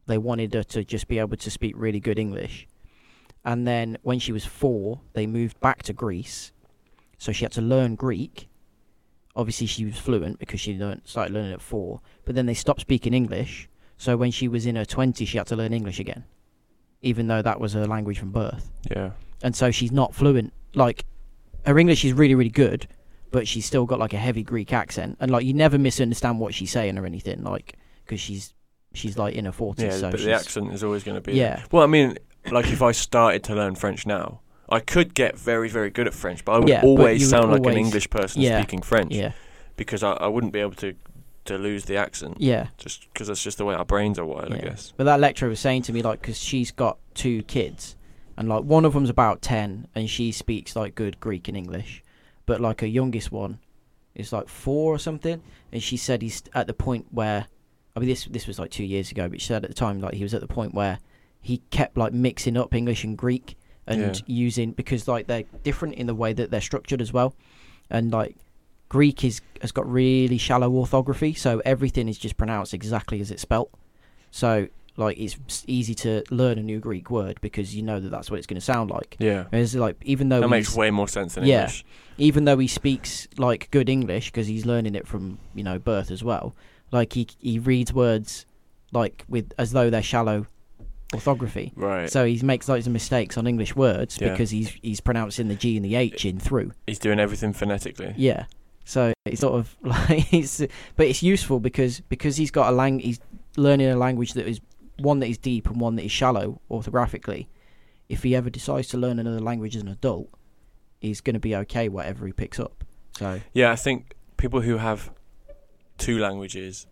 B: They wanted her to just be able to speak really good English. And then when she was four, they moved back to Greece, so she had to learn Greek. Obviously, she was fluent because she learned, started learning at four. But then they stopped speaking English. So when she was in her twenties, she had to learn English again even though that was her language from birth.
A: Yeah.
B: And so she's not fluent. Like, her English is really, really good, but she's still got like a heavy Greek accent. And like, you never misunderstand what she's saying or anything, like, because she's she's like in her forties.
A: Yeah.
B: so
A: but
B: she's,
A: the accent is always going to be. there.
B: Yeah.
A: Well, I mean, like if I started to learn French now, I could get very, very good at French, but I would
B: Yeah, but you
A: always
B: would
A: sound like an
B: always-
A: English person
B: yeah,
A: speaking French
B: Yeah,
A: because I, I wouldn't be able to to lose the accent
B: yeah,
A: just because that's just the way our brains are wired, I
B: Yeah.
A: guess.
B: But that lecturer was saying to me like, because she's got two kids, and like one of them's about ten, and she speaks like good Greek and English, but like her youngest one is like four or something, and she said he's at the point where, I mean this this was like two years ago, but she said at the time like he was at the point where he kept like mixing up English and Greek and
A: Yeah.
B: using because like they're different in the way that they're structured as well, and like. Greek is has got really shallow orthography, so everything is just pronounced exactly as it's spelt. So like it's s- easy to learn a new Greek word because you know that that's what it's going to sound like.
A: Yeah.
B: Whereas like even though
A: That
B: he's,
A: makes way more sense than
B: Yeah.
A: English.
B: even though he speaks like good English because he's learning it from you know birth as well, like he he reads words like with as though they're shallow orthography.
A: Right.
B: So he makes loads of mistakes on English words
A: Yeah.
B: because he's he's pronouncing the G and the H in through.
A: He's doing everything phonetically.
B: Yeah. So it's sort of like it's, but it's useful because because he's got a lang he's learning a language that is one that is deep and one that is shallow orthographically. If he ever decides to learn another language as an adult, he's going to be okay whatever he picks up. So
A: Yeah, I think people who have two languages,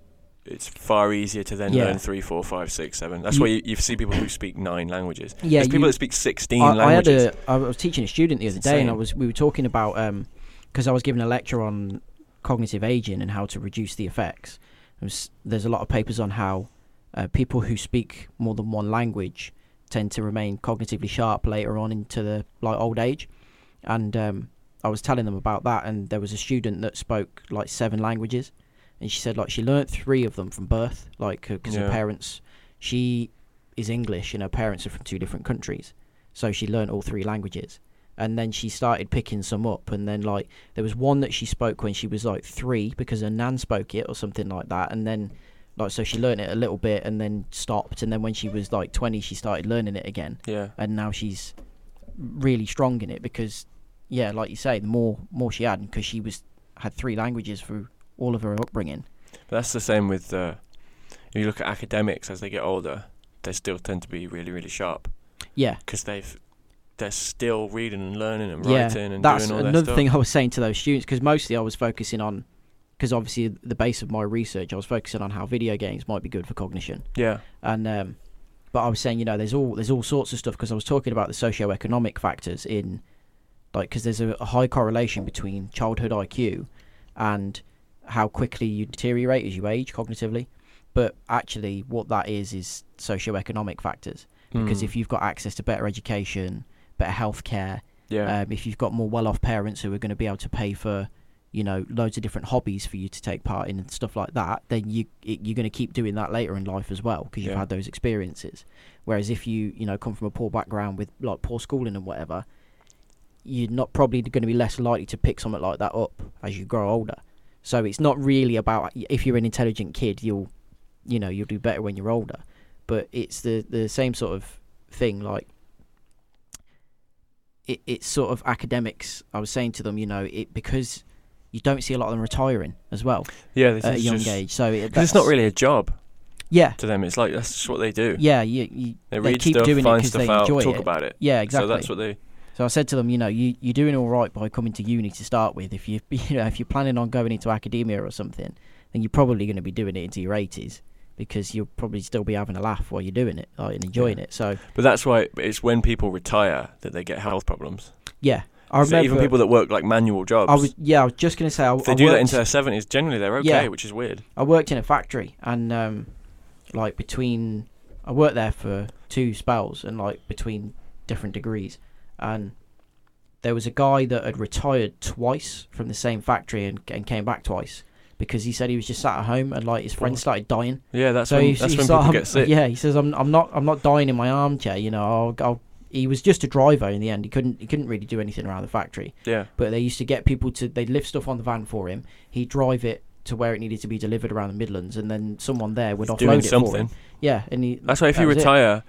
A: it's far easier to then
B: Yeah.
A: learn three, four, five, six, seven. That's
B: Ye-
A: why you, you see people who speak nine languages.
B: Yeah,
A: There's people
B: you-
A: that speak sixteen
B: I, I had
A: languages.
B: a I was teaching a student the other
A: It's
B: day and I
A: insane.
B: was we were talking about um because I was giving a lecture on cognitive aging and how to reduce the effects. There was- there's a lot of papers on how uh, people who speak more than one language tend to remain cognitively sharp later on into the like old age, and um, I was telling them about that. And there was a student that spoke like seven languages, and she said like she learnt three of them from birth, like because her
A: Yeah.
B: parents, she is English and her parents are from two different countries, so she learnt all three languages. And then she started picking some up, and then like there was one that she spoke when she was like three because her nan spoke it or something like that, and then like so she learned it a little bit and then stopped and then when she was like 20 she started learning it again
A: yeah,
B: and now she's really strong in it because yeah like you say the more more she had because she was had three languages through all of her upbringing
A: but that's the same with. Uh, if you look at academics as they get older, they still tend to be really, really sharp
B: yeah
A: because they've they're still reading and learning and
B: yeah
A: writing and
B: that's
A: doing all
B: another
A: that stuff.
B: thing i was saying to those students because mostly i was focusing on because obviously the base of my research i was focusing on how video games might be good for cognition
A: Yeah,
B: and um, but I was saying, you know, there's all there's all sorts of stuff because I was talking about the socio-economic factors in like because there's a, a high correlation between childhood IQ and how quickly you deteriorate as you age cognitively. But actually, what that is is socioeconomic factors because
A: Mm.
B: if you've got access to better education, better healthcare,
A: yeah,
B: um, if you've got more well-off parents who are going to be able to pay for, you know, loads of different hobbies for you to take part in and stuff like that, then you it, you're going to keep doing that later in life as well because you've
A: Yeah.
B: had those experiences. Whereas if you you know come from a poor background with like poor schooling and whatever, you're not probably going to be less likely to pick something like that up as you grow older. So it's not really about if you're an intelligent kid, you'll you know you'll do better when you're older. But it's the the same sort of thing like it, it's sort of academics. I was saying to them, you know, it because you don't see a lot of them retiring as well
A: yeah. This
B: at a
A: is
B: young
A: just-
B: age. So it,
A: 'cause it's not
B: that's-
A: really a job
B: Yeah,
A: to them. It's like that's just what they do.
B: yeah. You, you
A: They
B: they
A: read
B: keep
A: stuff,
B: doing it
A: find
B: 'cause
A: stuff
B: they
A: out,
B: enjoy
A: talk
B: it.
A: about it.
B: yeah, exactly.
A: So that's what they.
B: So I said to them, you know, you you're doing all right by coming to uni to start with. If you you know if you're planning on going into academia or something, then you're probably going to be doing it into your 80s because you'll probably still be having a laugh while you're doing it like, and enjoying
A: Yeah.
B: it. So
A: But that's why it's when people retire that they get health problems.
B: yeah, I remember.
A: so even people that work like manual jobs,
B: I was yeah, I was just going to say I,
A: if they
B: I
A: do that
B: worked-
A: into their seventies, generally they're okay,
B: Yeah.
A: which is weird.
B: I worked in a factory and um, like between I worked there for two spells and like between different degrees and there was a guy that had retired twice from the same factory and, and came back twice because he said he was just sat at home and like his friends started dying.
A: Yeah, that's
B: so
A: when
B: he,
A: that's
B: he
A: when
B: said,
A: people
B: "I'm-
A: get sick.
B: Yeah, he says I'm I'm not I'm not dying in my armchair. You know, I'll, I'll he was just a driver in the end. He couldn't he couldn't really do anything around the factory
A: yeah.
B: but they used to get people to they'd lift stuff on the van for him he'd drive it to where it needed to be delivered around the midlands and then someone there would
A: doing
B: offload it for
A: something.
B: him yeah and he
A: That's why if
B: that
A: you
B: was it.
A: retire,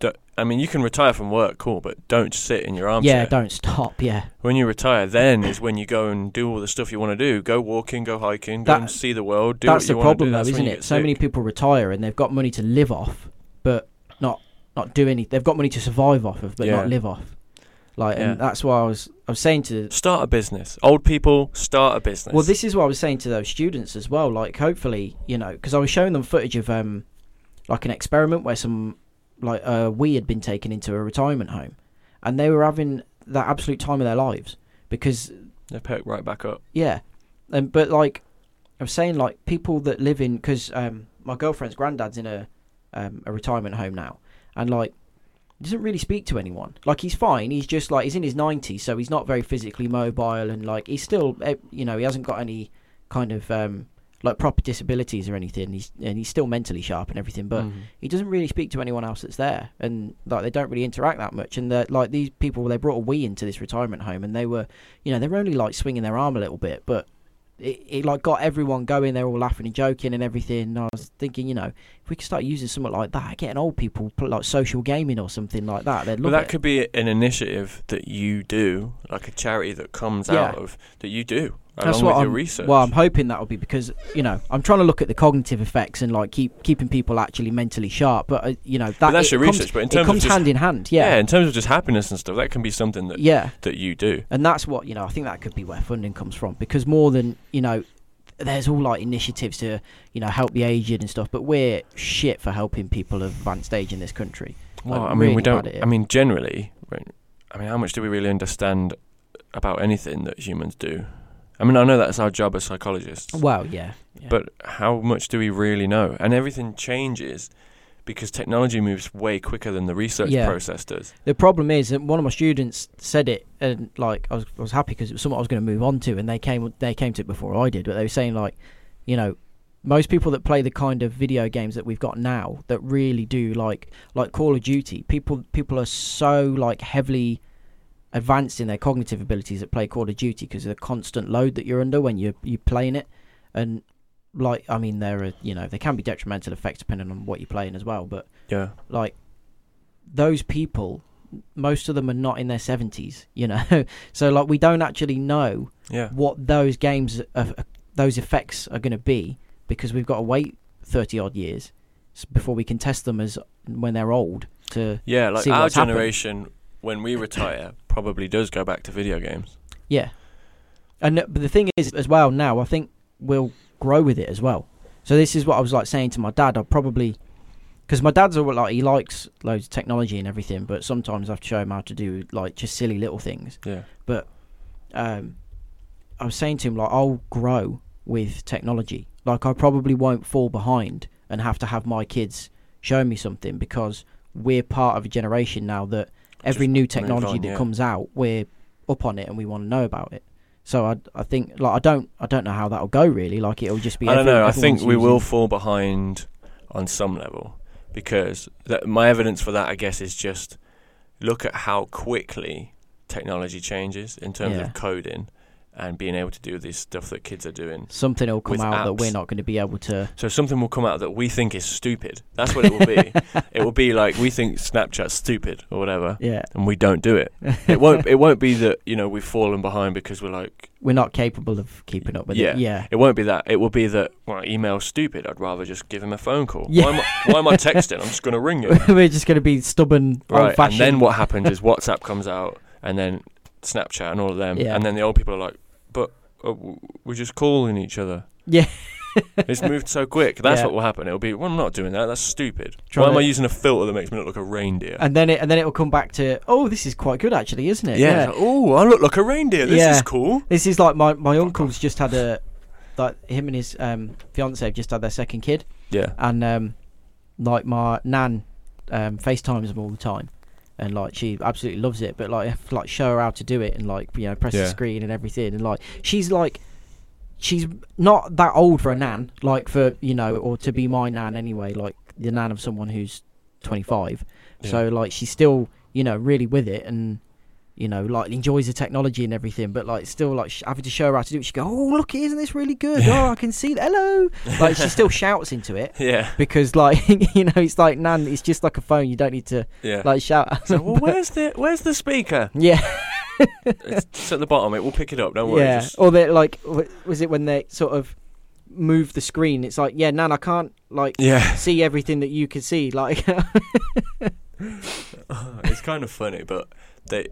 A: do I mean, you can retire from work, cool, but don't sit in your armchair.
B: yeah don't stop yeah
A: When you retire, then is when you go and do all the stuff you want to do. Go walking, go hiking, go
B: That-
A: and see the world. Do
B: that's
A: what
B: the
A: you wanna do.
B: problem though
A: That's when
B: isn't
A: you
B: it
A: get
B: so many
A: sick.
B: people retire and they've got money to live off but not not do any they've got money to survive off of but
A: Yeah.
B: not live off like
A: Yeah.
B: and that's why i was i was saying to
A: start a business. Old people start a business.
B: Well, this is what I was saying to those students as well. Like, hopefully, you know, because I was showing them footage of um, like an experiment where some like uh, we had been taken into a retirement home, and they were having that absolute time of their lives because
A: they perk right back up.
B: yeah, and but like I'm saying, like people that live in because um, my girlfriend's granddad's in a um, a retirement home now, and like he doesn't really speak to anyone. Like he's fine. He's just like he's in his 90s, so he's not very physically mobile, and like he's still eh, you know he hasn't got any kind of um, like proper disabilities or anything. He's and he's still mentally sharp and everything, but he doesn't really speak to anyone else that's there, and like they don't really interact that much. And they're, like these people, they brought a wee into this retirement home, and they were, you know, they were only like swinging their arm a little bit, but it, it like got everyone going. They're all laughing and joking and everything. And I was thinking, you know, if we could start using something like that, getting old people pl- like social gaming or something like that, they'd
A: But
B: love
A: that
B: it.
A: could be an initiative that you do, like a charity that comes
B: Yeah.
A: out of that you do along
B: That's
A: with
B: what
A: your
B: I'm,
A: research.
B: Well, I'm hoping that'll be because you know I'm trying to look at the cognitive effects and like keep keeping people actually mentally sharp. But uh, you know that
A: But that's
B: it
A: your
B: comes,
A: research, but in
B: it
A: terms of
B: comes
A: just-
B: hand in hand.
A: yeah.
B: Yeah,
A: in terms of just happiness and stuff, that can be something that
B: yeah.
A: that you do.
B: And that's what, you know, I think that could be where funding comes from because more than, you know, there's all like initiatives to, you know, help the aged and stuff, but we're shit for helping people of advanced age in this country.
A: Well,
B: Like,
A: I mean, we
B: really
A: don't.
B: bad at it.
A: I mean, generally, right, I mean, how much do we really understand about anything that humans do? I mean, I know that's our job as psychologists,
B: Well, yeah. yeah.
A: but how much do we really know? And everything changes because technology moves way quicker than the research
B: Yeah.
A: process does.
B: the problem is that one of my students said it, and like I was, I was happy because it was something I was going to move on to, and they came they came to it before I did. But they were saying like, you know, most people that play the kind of video games that we've got now that really do like like Call of Duty, people people are so like heavily advanced in their cognitive abilities that play Call of Duty because of the constant load that you're under when you're you playing it, and like I mean there are you know there can be detrimental effects depending on what you're playing as well, but
A: Yeah,
B: like those people most of them are not in their 70s you know so like we don't actually know
A: yeah.
B: what those games are, those effects are going to be because we've got to wait 30 odd years s- before we can test them as when they're old to
A: Yeah, like
B: see
A: our
B: what's happened.
A: generation, when we retire, probably does go back to video games.
B: yeah and uh, but the thing is as well now i think we'll grow with it as well so this is what i was like saying to my dad i'll probably Because my dad's all like he likes loads of technology and everything, but sometimes I have to show him how to do like just silly little things.
A: Yeah.
B: Um, I was saying to him like I'll grow with technology. Like I probably won't fall behind and have to have my kids show me something because we're part of a generation now that every
A: Just
B: new technology
A: on,
B: that
A: yeah.
B: comes out, we're up on it and we want to know about it. So I, I think like I don't I don't know how that'll go really. Like it'll just be.
A: I don't
B: every-
A: know. I think
B: everyone's
A: we will
B: using-
A: fall behind on some level because that, my evidence for that, I guess, is just look at how quickly technology changes in terms
B: Yeah.
A: of coding and being able to do this stuff that kids are doing.
B: something will come
A: with
B: out that
A: apps.
B: we're not going to be able to.
A: So something will come out that we think is stupid. That's what it will be. it will be like we think Snapchat's stupid or whatever,
B: Yeah,
A: and we don't do it. It won't. It won't be that you know we've fallen behind because we're like
B: we're not capable of keeping up with
A: Yeah.
B: it. Yeah,
A: It won't be that. It will be that. Well, email's stupid. I'd rather just give him a phone call.
B: Yeah.
A: Why, am I, why am I texting? I'm just going to ring him.
B: we're just going to be stubborn,
A: Right. And
B: old-fashioned.
A: then what happens is WhatsApp comes out, and then Snapchat and all of them,
B: Yeah.
A: and then the old people are like, "But uh, w- we're just calling each other."
B: Yeah.
A: it's moved so quick. That's
B: Yeah.
A: what will happen. It'll be, "Well, I'm not doing that. That's stupid.
B: Trying
A: why am
B: to- Uh,
A: I using a filter that makes me look like a reindeer?"
B: and then it and then it will come back to oh, this is quite good actually, isn't it?
A: yeah. oh, I look like a reindeer. This
B: Yeah.
A: is cool.
B: This is like my my uncle's just had a like him and his um fiance have just had their second kid,
A: Yeah.
B: and um like my nan um FaceTimes them all the time. And like she absolutely loves it, but like I have to, like show her how to do it and like you know press
A: Yeah.
B: the screen and everything and like she's like she's not that old for a nan like for you know or to be my nan anyway like the nan of someone who's 25
A: Yeah.
B: so like she's still you know really with it and you know like enjoys the technology and everything but like still like sh- having to show her how to do it she go oh look isn't this really good oh I can see that hello like she still shouts into it
A: Yeah.
B: because like you know it's like nan it's just like a phone you don't need to
A: Yeah.
B: like shout at
A: so,
B: them,
A: well,
B: but-
A: where's the where's the speaker?
B: yeah
A: It's just at the bottom. It will pick it up. Don't worry.
B: yeah
A: just-
B: or they like w- was it when they sort of move the screen it's like yeah nan i can't like
A: Yeah,
B: see everything that you can see like
A: it's kind of funny, but they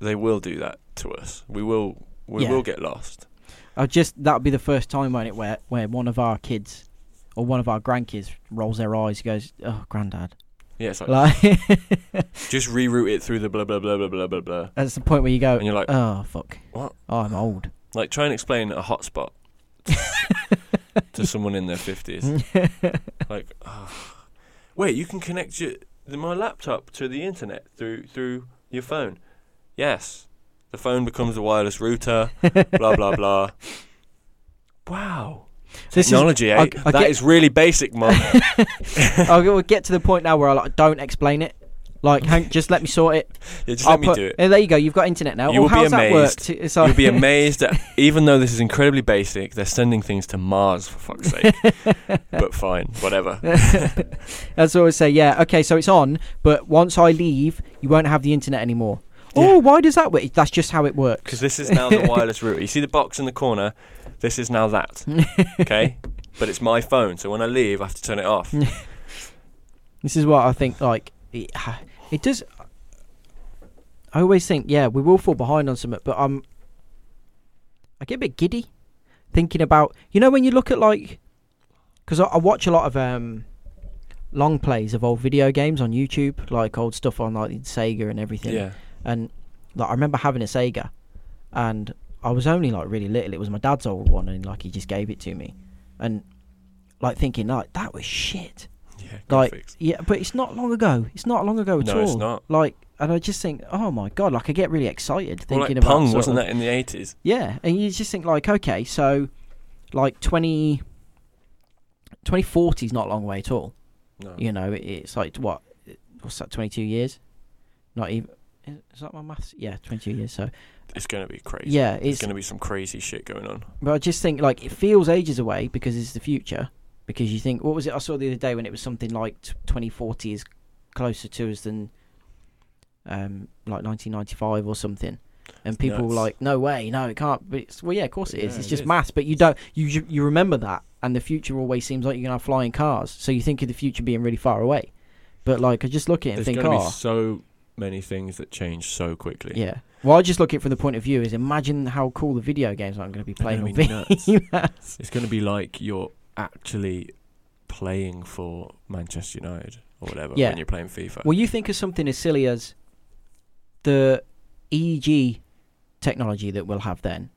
A: they will do that to us. We will we
B: Yeah.
A: will get lost.
B: i just that would be the first time won't it where where one of our kids or one of our grandkids rolls their eyes goes oh granddad
A: Yeah, it's like,
B: like
A: just reroute it through the blah blah blah blah blah blah blah,
B: that's the point where you go
A: and you're like
B: oh fuck
A: What?
B: oh i'm old
A: like try and explain a hotspot to someone in their fifties. Like, "Oh, wait, you can connect your the, my laptop to the internet through through your phone. Yes, the phone becomes a wireless router. blah blah blah. Wow.
B: This is-
A: Technology, eh?
B: I- I
A: That is
B: get-
A: really basic, mum.
B: I'll we'll get to the point now where I like don't explain it. Like, Hank, just let me sort it.
A: Yeah, just
B: I'll
A: let me
B: put-
A: do it.
B: Yeah, there you go. You've got internet now.
A: You will
B: Well,
A: be
B: how's that work?
A: amazed.
B: To- so-
A: You'll be amazed that even though this is incredibly basic, they're sending things to Mars for fuck's sake. but fine, whatever.
B: That's what I say. Yeah. Okay. So it's on, but once I leave, you won't have the internet anymore.
A: Yeah.
B: Oh, why does that work? That's just how it works.
A: Because this is now the wireless router. You see the box in the corner? This is now that. Okay? but it's my phone, so when I leave, I have to turn it
B: Mm,
A: off.
B: This is what I think. Like, it, it does. I always think, yeah, we will fall behind on something, but I'm. I get a bit giddy thinking about you know when you look at like, because I, I watch a lot of um, long plays of old video games on YouTube, like old stuff on like Sega and everything.
A: yeah.
B: and like I remember having a Sega, and I was only like really little. It was my dad's old one, and like he just gave it to me, and like thinking like that was shit.
A: Yeah.
B: Like
A: graphics.
B: yeah, but it's not long ago. It's not long ago at
A: No,
B: all.
A: it's not.
B: Like, and I just think, oh my god, like I get really excited
A: Well,
B: thinking
A: like
B: about
A: Pong,
B: sort
A: wasn't
B: of-
A: that in the 80s?
B: yeah, and you just think like, okay, so like 20 2040 is not a long way at all.
A: No.
B: You know, it, it's like what what's that 22 years? Not even is that my maths? Yeah, 22 years. So
A: It's going to be crazy.
B: yeah,
A: There's
B: it's
A: going to be some crazy shit going on.
B: but I just think like it feels ages away because it's the future. Because you think what was it I saw the other day when it was something like t- 2040 is closer to us than um like 1995 or something. And people were
A: nuts.
B: like, no way, no, it can't. But it's, well, yeah, of course it is.
A: Yeah,
B: it's
A: it
B: just
A: is.
B: maths, but you don't. You ju- you remember that, and the future always seems like you're gonna have flying cars. So you think of the future being really far away. But like, I just look at it and
A: There's
B: think,
A: going to
B: oh,
A: be so many things that change so quickly.
B: yeah. Well, I just look at it from the point of view is imagine how cool the video games I'm going to be
A: They're
B: playing
A: gonna
B: on
A: be nuts.
B: VMAX.
A: It's going to be like you're actually playing for Manchester United or whatever
B: Yeah.
A: when you're playing FIFA.
B: Well, you think of something as silly as the EEG technology that we'll have then.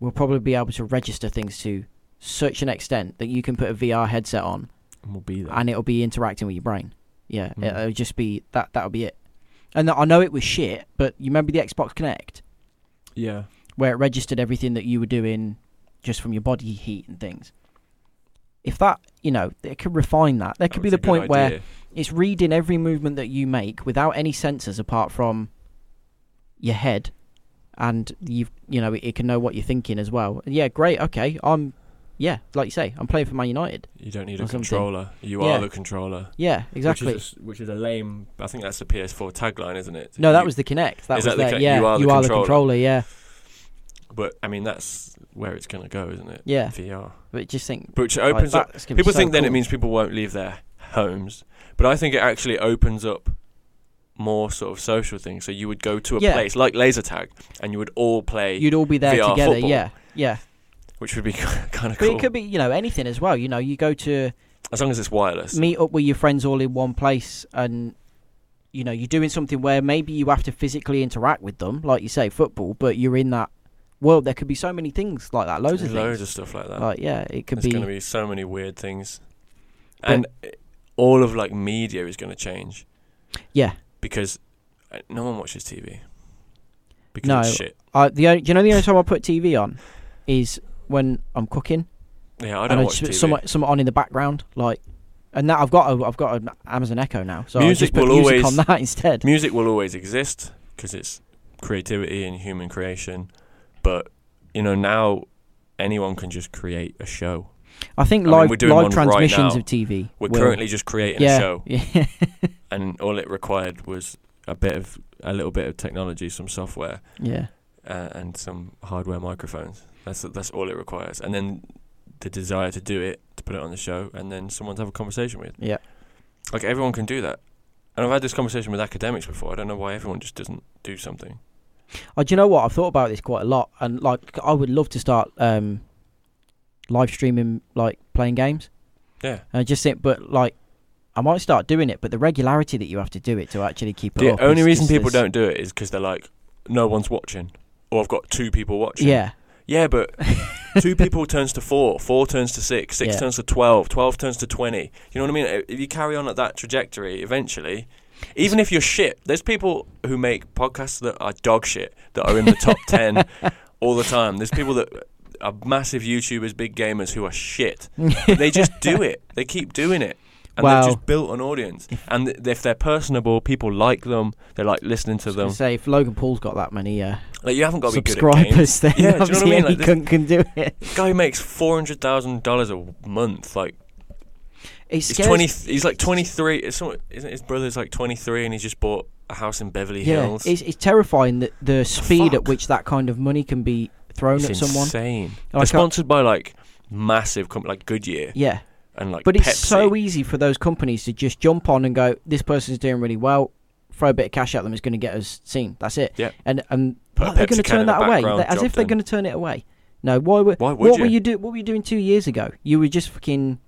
B: We'll probably be able to register things to such an extent that you can put a VR headset on
A: And we'll be there.
B: and it'll be interacting with your brain. Yeah,
A: Mm.
B: it'll just be that. That'll be it. And I know it was shit, but you remember the Xbox Connect
A: yeah.
B: where it registered everything that you were doing just from your body heat and things. If that, you know, it could refine that. There
A: that
B: could be
A: was
B: the
A: a good
B: point where
A: idea.
B: it's reading every movement that you make without any sensors apart from your head and you've you know it can know what you're thinking as well yeah great okay i'm yeah like you say i'm playing for man united
A: you don't need
B: or
A: a
B: something.
A: controller. You
B: Yeah.
A: are the controller.
B: yeah exactly
A: Which is, a, s- which is a lame. I think that's the PS4 tagline, isn't it?
B: no that
A: You-
B: was the connect that
A: Is
B: was
A: that the
B: there.
A: Kinect?
B: yeah you are, the, controller. yeah
A: But I mean, that's where it's gonna go, isn't it?
B: yeah
A: VR,
B: but just think
A: which
B: like,
A: opens up.
B: that's gonna be
A: People
B: so
A: think then it
B: cool.
A: means people won't leave their homes, but I think it actually opens up more sort of social things. So you would go to a
B: Yeah.
A: place like laser tag, and you would all play,
B: you'd all be there
A: VR
B: together
A: football.
B: yeah yeah
A: which would be kind of
B: but
A: cool.
B: it could be you know anything as well you know you go to
A: as long as it's wireless.
B: meet up with your friends all in one place and you know you're doing something where maybe you have to physically interact with them like you say football but you're in that world there could be so many things like that loads of
A: loads
B: things
A: of stuff like that.
B: like yeah it could
A: There's
B: be,
A: going to be so many weird things,
B: But-
A: and i- all of like media is going to change
B: yeah
A: because uh, no one watches TV because
B: No.
A: it's shit.
B: I, the only, do you know the only time I put TV on is when I'm cooking
A: Yeah, I don't
B: and
A: watch
B: just
A: TV.
B: put some some on in the background like and that I've got a, I've got an Amazon Echo now so I
A: Music
B: just put
A: will
B: music
A: always-
B: on that instead
A: Music will always exist because it's creativity and human creation, but you know now anyone can just create a show.
B: I think
A: I mean,
B: live
A: we're doing
B: live
A: one right
B: transmissions
A: now.
B: of TV
A: We're
B: will-
A: currently just creating
B: yeah,
A: a show,
B: yeah
A: and all it required was a bit of a little bit of technology, some software,
B: yeah
A: uh, and some hardware microphones. That's that's all it requires, and then the desire to do it, to put it on the show, and then someone to have a conversation with.
B: Yeah.
A: like everyone can do that. And I've had this conversation with academics before. I don't know why everyone just doesn't do something.
B: Oh, do you know what? I've thought about this quite a lot, and like I would love to start um, live streaming, like playing games.
A: Yeah,
B: And I just think, but like I might start doing it, but the regularity that you have to do it to actually keep it
A: the
B: up.
A: only
B: is
A: reason
B: just
A: people
B: this-
A: don't do it is because they're like, no one's watching, or I've got two people watching.
B: Yeah,
A: yeah, but two people turns to four, four turns to six, six
B: Yeah.
A: turns to twelve, twelve turns to twenty. You know what I mean? If you carry on at that trajectory, eventually, even if you're shit, there's people who make podcasts that are dog shit that are in the top ten all the time. There's people that are massive YouTubers, big gamers who are shit. they just do it. They keep doing it. And
B: Wow.
A: they've just built an audience. And th- if they're personable, people like them. They like listening to
B: I was gonna
A: them.
B: say if Logan Paul's got that many uh,
A: Like you haven't got to be good at games.
B: subscribers, then
A: Yeah, do you know what I
B: obviously
A: mean? Like,
B: any
A: this-
B: cunt can do it.
A: Guy makes four hundred thousand dollars a month. Like
B: It's
A: He's twenty. He's like twenty three. Isn't his brother's like twenty three, and he's just bought a house in Beverly
B: Yeah,
A: Hills.
B: it's, it's terrifying that the speed at
A: Fuck.
B: which that kind of money can be thrown
A: It's
B: at someone.
A: insane.
B: I
A: They're
B: can't-
A: sponsored by like massive company like Goodyear
B: Yeah.
A: and like.
B: But it's
A: Pepsi.
B: so e- easy for those companies to just jump on and go, this person's doing really well, throw a bit of cash at them, it's going to get us seen. That's it.
A: Yeah.
B: And and
A: Put a
B: like, they're going to
A: Pepsi can
B: turn
A: in the
B: that away,
A: background,
B: They- as
A: job
B: if they're
A: done.
B: going to turn it away. No, why would?
A: Why would
B: what
A: you?
B: were you do? What were you doing two years ago? You were just fucking.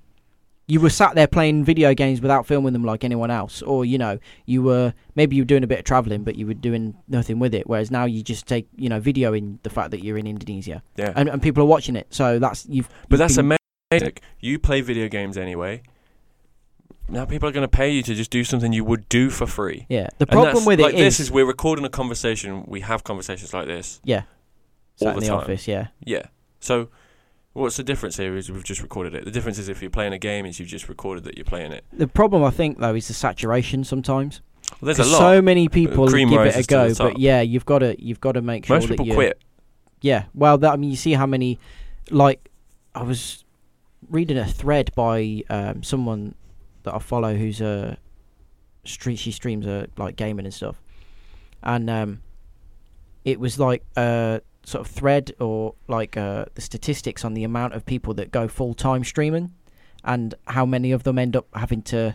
B: You were sat there playing video games without filming them like anyone else, or you know, you were maybe you were doing a bit of traveling, but you were doing nothing with it. Whereas now you just take you know video in the fact that you're in Indonesia,
A: Yeah.
B: and, and people are watching it. So that's you've.
A: but that's
B: been-
A: amazing. You play video games anyway. Now people are going to pay you to just do something you would do for free.
B: yeah. The
A: and
B: problem
A: that's,
B: with
A: like
B: it
A: this
B: is,
A: is we're recording a conversation. We have conversations like this.
B: Yeah.
A: All
B: sat in
A: the
B: the
A: time.
B: office. Yeah.
A: Yeah. So what's the difference here is we've just recorded it. The difference is if you're playing a game is you've just recorded that you're playing it.
B: The problem I think though is the saturation sometimes.
A: Well, there's a
B: 'Cause
A: lot.
B: So many people
A: cream
B: give it
A: rises
B: a
A: to the
B: go,
A: top.
B: but yeah, you've got to you've got to make sure
A: Most
B: that
A: people
B: you
A: quit.
B: Yeah, well, that I mean, you see how many, like, I was reading a thread by um, someone that I follow who's a street. She streams uh like gaming and stuff, and um, it was like a sort of thread or like uh, the statistics on the amount of people that go full time streaming, and how many of them end up having to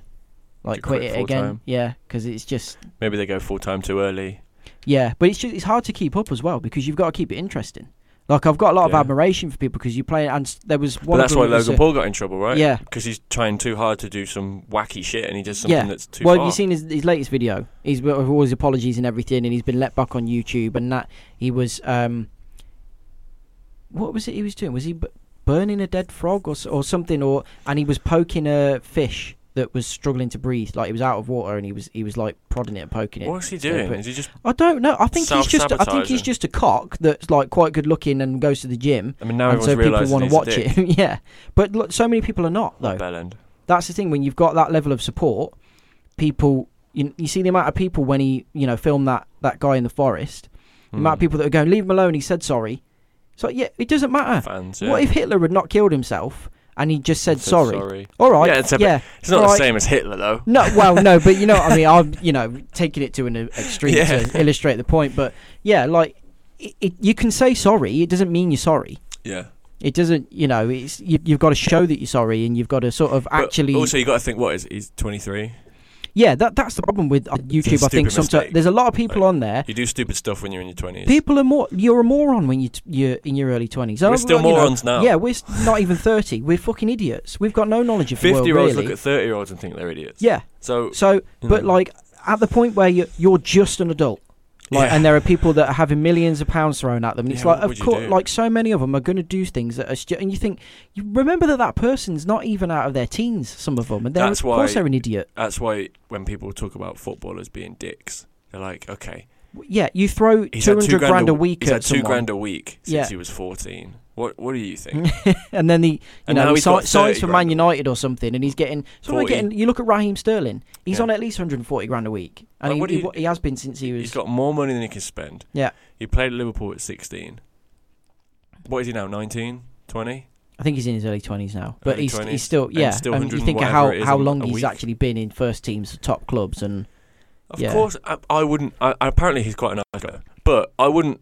B: like
A: To
B: quit,
A: quit
B: it again.
A: full-time.
B: Yeah, because it's just
A: Maybe they go full time too early.
B: yeah, but it's just, it's hard to keep up as well because you've got to keep it interesting. Like I've got a lot of
A: Yeah.
B: admiration for people because you play and s- there was
A: But
B: one.
A: that's
B: of
A: why
B: them that was
A: Logan
B: a-
A: Paul got in trouble, right?
B: Yeah.
A: Because he's trying too hard to do some wacky shit, and he does something
B: Yeah.
A: that's too
B: Well,
A: far.
B: have you seen his, his latest video? He's with all his apologies and everything, and he's been let back on YouTube. And that he was, um, what was it he was doing? Was he b- burning a dead frog or s- or something? Or and he was poking a fish that was struggling to breathe, like it was out of water, and he was he was like prodding it and poking it.
A: What's he doing?
B: but-
A: Is he just?
B: I don't know. I think he's just I think he's
A: Self-sabotaging.
B: just a cock that's like quite good looking and goes to the gym,
A: I mean, now
B: and
A: everyone's
B: so people
A: realised
B: want to watch
A: he's a dick.
B: it. yeah, but look, so many people are not though
A: Bellend.
B: that's the thing when you've got that level of support people you, you see the amount of people when he you know filmed that that guy in the forest
A: Hmm.
B: the amount of people that are going leave him alone he said sorry so yeah it doesn't matter
A: fans. Yeah.
B: what if hitler had not killed himself and he just said,
A: Said
B: sorry. all right
A: Yeah, it's a bit-
B: yeah
A: It's not the
B: Right.
A: same as Hitler though.
B: no well no but you know what i mean i'm you know taking it to an uh, extreme
A: Yeah.
B: to illustrate the point but yeah like it, it, you can say sorry it doesn't mean you're sorry
A: Yeah.
B: it doesn't you know it's you, you've got to show that you're sorry and you've got to sort of
A: But
B: actually
A: also you got to think what is he's 23.
B: Yeah, that that's the problem with uh, YouTube. I
A: stupid
B: think sometimes
A: mistake.
B: there's a lot of people
A: Like,
B: on there.
A: You do stupid stuff when you're in your 20s.
B: People are more. You're a moron when you t- you're in your early twenties.
A: We're still morons now.
B: Yeah, we're s- not even thirty. We're fucking idiots. We've got no knowledge of the
A: 50
B: world.
A: year olds
B: really.
A: look at 30 year olds and think they're idiots.
B: yeah.
A: So
B: So,
A: You
B: but
A: know.
B: like at the point where you're you're just an adult. Like,
A: Yeah.
B: and there are people that are having millions of pounds thrown at them, and it's
A: Yeah,
B: like,
A: what would
B: of
A: you
B: course,
A: do?
B: like so many of them are going to do things that are, stu- and you think, you remember that that person's not even out of their teens, some of them, and they're,
A: That's
B: of course
A: why-
B: they're an idiot.
A: that's why when people talk about footballers being dicks, they're like, okay,
B: Yeah, you throw
A: he's
B: two
A: had
B: hundred grand a week
A: He's
B: at
A: had two
B: someone.
A: grand a week since
B: Yeah. Hmm.
A: he was 14. What What do you think?
B: and then he, you
A: And now
B: know, he
A: he's
B: si-
A: got 30
B: signs for Man
A: grand.
B: United or something, and he's getting. So we're
A: 40.
B: getting. You look at Raheem Sterling; he's
A: Yeah.
B: on at least 140 grand a week, and
A: Like, what do
B: he,
A: you-
B: he, he has been since he was.
A: he's got more money than he can spend.
B: Yeah.
A: He played at Liverpool at 16. What is he now? 19, 20?
B: I think he's in his early 20s now, but
A: Early
B: he's
A: 20s,
B: he's still
A: and
B: yeah.
A: still
B: and
A: 100
B: you
A: and
B: think of
A: whatever
B: how
A: it is
B: how
A: a-
B: long
A: a
B: he's
A: week.
B: actually been in first teams, top clubs, and
A: Of
B: Yeah.
A: course, I, I wouldn't. I, apparently, he's quite a nice guy, but I wouldn't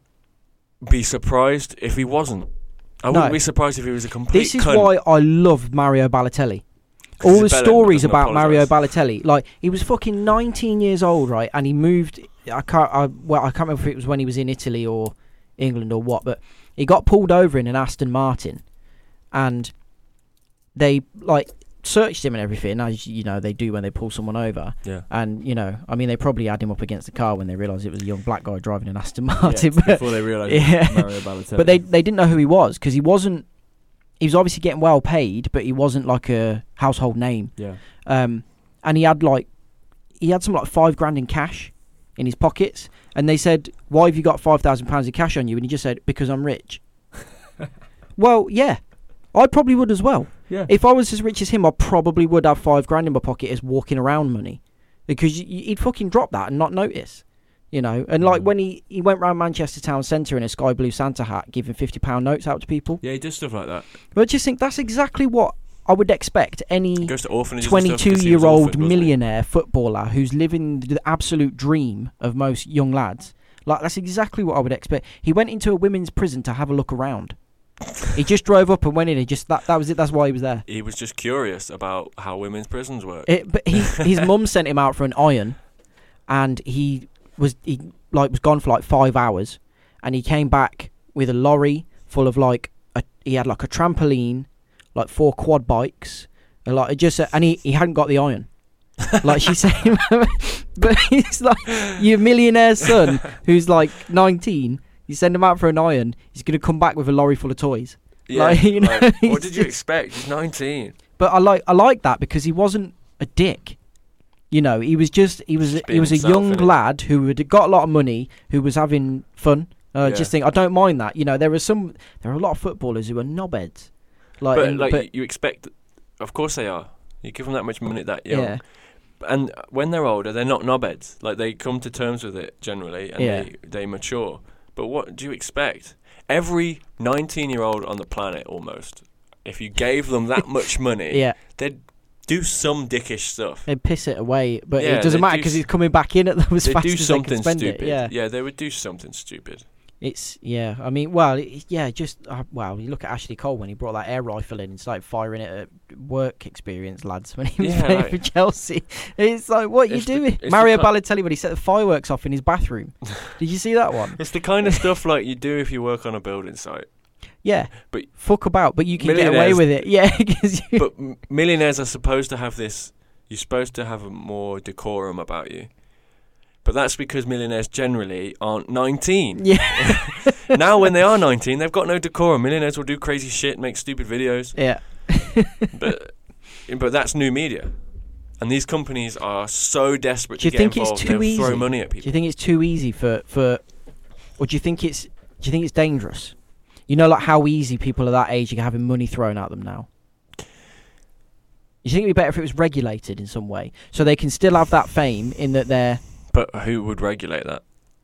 A: be surprised if he wasn't. I wouldn't
B: No.
A: be surprised if he was a complete.
B: this is
A: cunt.
B: why I love Mario Balotelli.
A: 'Cause he's
B: All the
A: better and
B: stories
A: doesn't
B: about Mario
A: apologise.
B: Balotelli, like he was fucking 19 years old, right? And he moved. I can't. I, well, I can't remember if it was when he was in Italy or England or what, but he got pulled over in an Aston Martin, and they like searched him and everything, as you know they do when they pull someone over.
A: Yeah.
B: And you know, I mean, they probably had him up against the car when they realised it was a young black guy driving an Aston Martin. but-
G: before they realised
B: Yeah.
G: Mario Balotelli.
B: but they they didn't know who he was because he wasn't. He was obviously getting well paid, but he wasn't like a household name.
G: yeah,
B: Um, and he had like he had some like five grand in cash in his pockets, and they said, "Why have you got five thousand pounds in cash on you?" And he just said, "Because I'm rich." well, yeah, I probably would as well.
G: yeah.
B: If I was as rich as him, I probably would have five grand in my pocket as walking around money, because y- y- he'd fucking drop that and not notice, you know. And like
A: Mm.
G: Mhm.
B: when he he went round Manchester town centre in a sky blue Santa hat, giving fifty pound notes out to people.
A: Yeah, he does stuff like that.
B: But I just think that's exactly what I would expect any
A: Goes to orphanages. and stuff 'cause he was
B: twenty-two-year-old
A: orphaned, wasn't he?
B: millionaire footballer who's living the absolute dream of most young lads. Like that's exactly what I would expect. He went into a women's prison to have a look around. he just drove up and went in. He just that that was it. That's why he was there.
A: He was just curious about how women's prisons work.
B: It, but he, his mum sent him out for an iron, and he was he like was gone for like five hours, and he came back with a lorry full of like a, he had like a trampoline, like four quad bikes, and like it just and he, he hadn't got the iron. like she said, but he's like your millionaire son who's like nineteen. You send him out for an iron. He's gonna come back with a lorry full of toys.
A: yeah,
B: like, you know,
A: like,
B: he's
A: what did you
B: just-
A: expect? He's 19.
B: But I like I like that because he wasn't a dick. You know, he was just he was
A: Just being
B: he was a
A: himself,
B: young
A: innit?
B: lad who had got a lot of money, who was having fun. Uh,
A: Yeah.
B: Just think, I don't mind that. You know, there are some there are a lot of footballers who are knobheads. Like,
A: but
B: and-
A: like
B: but-
A: you expect, of course they are. You give them that much money that young,
B: yeah,
A: and when they're older, they're not knobheads. Like they come to terms with it generally, and
B: Yeah.
A: they, they mature. But what do you expect? Every 19 year old on the planet, almost, if you gave them that much money,
B: yeah,
A: they'd do some dickish stuff.
B: they piss it away, but
A: Yeah,
B: it doesn't
A: they
B: matter
A: do
B: because
A: s-
B: he's coming back in at them as
A: They
B: fast
A: do
B: as
A: something
B: they can spend
A: stupid.
B: it. Yeah,
A: they would do something stupid.
B: It's yeah. I mean, well, it, yeah. Just uh, well, you look at Ashley Cole when he brought that air rifle in and started firing it at work experience lads when he was
A: Yeah,
B: playing
A: like-
B: for Chelsea. It's like, what are you
A: It's the-
B: doing,
A: it's the
B: Mario
A: kind-
B: Balotelli? When he set the fireworks off in his bathroom. Did you see that one?
A: It's the kind of stuff like you do if you work on a building site.
B: Yeah.
A: But-
B: fuck about, but you can get away
A: Millionaires-
B: with it. Yeah, because you.
A: But m- millionaires are supposed to have this. You're supposed to have a more decorum about you. But that's because millionaires generally aren't 19.
B: yeah.
A: now, when they are 19, they've got no decorum. Millionaires will do crazy shit, make stupid videos.
B: Yeah.
A: But but that's new media, and these companies are so desperate
B: Do you
A: to get
B: think it's
A: involved.
B: too
A: they'll
B: easy?
A: throw money at
B: Do you
A: people.
B: think it's too easy for for, or do you think it's do you think it's dangerous? You know, like how easy people at that age are having money thrown at them now. You think it'd be better if it was regulated in some way, so they can still have that fame in that they're
A: But who would regulate that?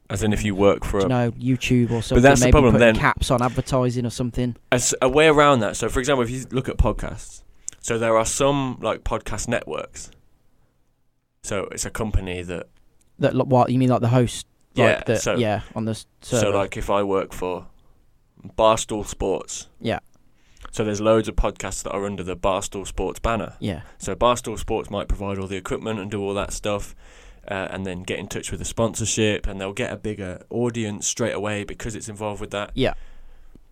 A: As in, if you work for
B: you
A: a,
B: know YouTube or something.
A: that's the
B: maybe
A: problem
B: putting
A: then.
B: Caps on advertising or something.
A: as a way around that. So, for example, if you look at podcasts, so there are some like podcast networks. So it's a company that
B: That lo- what you mean like the host?
A: yeah.
B: Like the,
A: so
B: yeah, on the s- server.
A: so like if I work for Barstool Sports,
B: Yeah.
A: So there's loads of podcasts that are under the Barstool Sports banner.
B: yeah,
A: So Barstool Sports might provide all the equipment and do all that stuff, uh, and then get in touch with the sponsorship, and they'll get a bigger audience straight away because it's involved with that.
B: Yeah.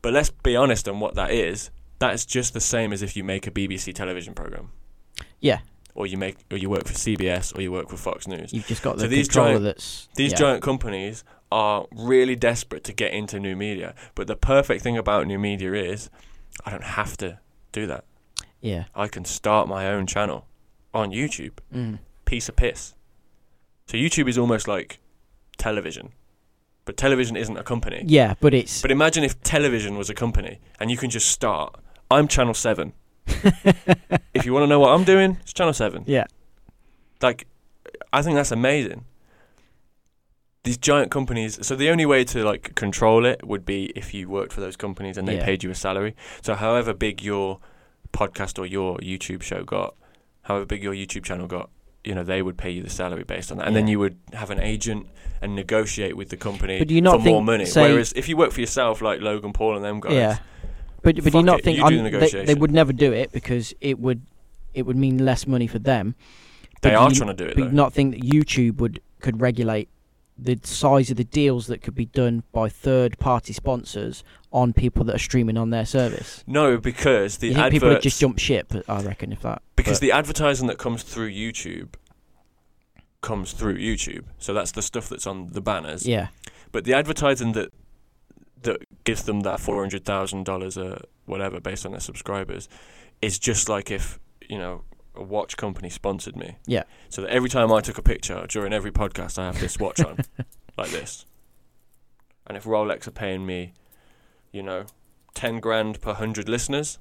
A: But let's be honest on what that is. That is just the same as if you make a BBC television program.
B: Yeah.
A: Or you make, or you work for CBS, or you work for Fox News.
B: you've just got the
A: So these
B: controller
A: giant-
B: that's
A: These
B: yeah.
A: giant companies are really desperate to get into new media, but the perfect thing about new media is, I don't have to do that.
B: Yeah,
A: I can start my own channel on YouTube
B: mm.
A: piece of piss. So YouTube is almost like television, but television isn't a company.
B: yeah, but it's
A: But imagine if television was a company and you can just start. I'm Channel Seven. if you want to know what I'm doing, it's Channel Seven.
B: Yeah.
A: Like, I think that's amazing. These giant companies. So the only way to like control it would be if you worked for those companies and they
B: Yeah.
A: paid you a salary. So however big your podcast or your YouTube show got, however big your YouTube channel got, you know they would pay you the salary based on that, and then
B: Yeah.
A: you would have an agent and negotiate with the company
B: But do you not
A: for more
B: think,
A: money.
B: say-
A: Whereas if you work for yourself, like Logan Paul and them guys,
B: Yeah, but but do you
A: Fuck
B: not
A: it,
B: think
A: you do
B: I'm-
A: the
B: they, they
A: negotiation.
B: would never do it because it would it would mean less money for them.
A: they
B: But
A: are
B: you-
A: trying to do it
B: But
A: though.
B: you not think that YouTube would could regulate the size of the deals that could be done by third party sponsors on people that are streaming on their service.
A: no, because the
B: you think people would
A: adverts
B: just jump ship? I reckon if that
A: because
B: but-
A: the advertising that comes through YouTube comes through YouTube. So that's the stuff that's on the banners.
B: yeah
A: But the advertising that that gives them that four hundred thousand dollars or whatever based on their subscribers is just like if you know a watch company sponsored me.
B: Yeah.
A: So that every time I took a picture during every podcast, I have this watch on, like this. And if Rolex are paying me, you know, ten grand per hundred listeners,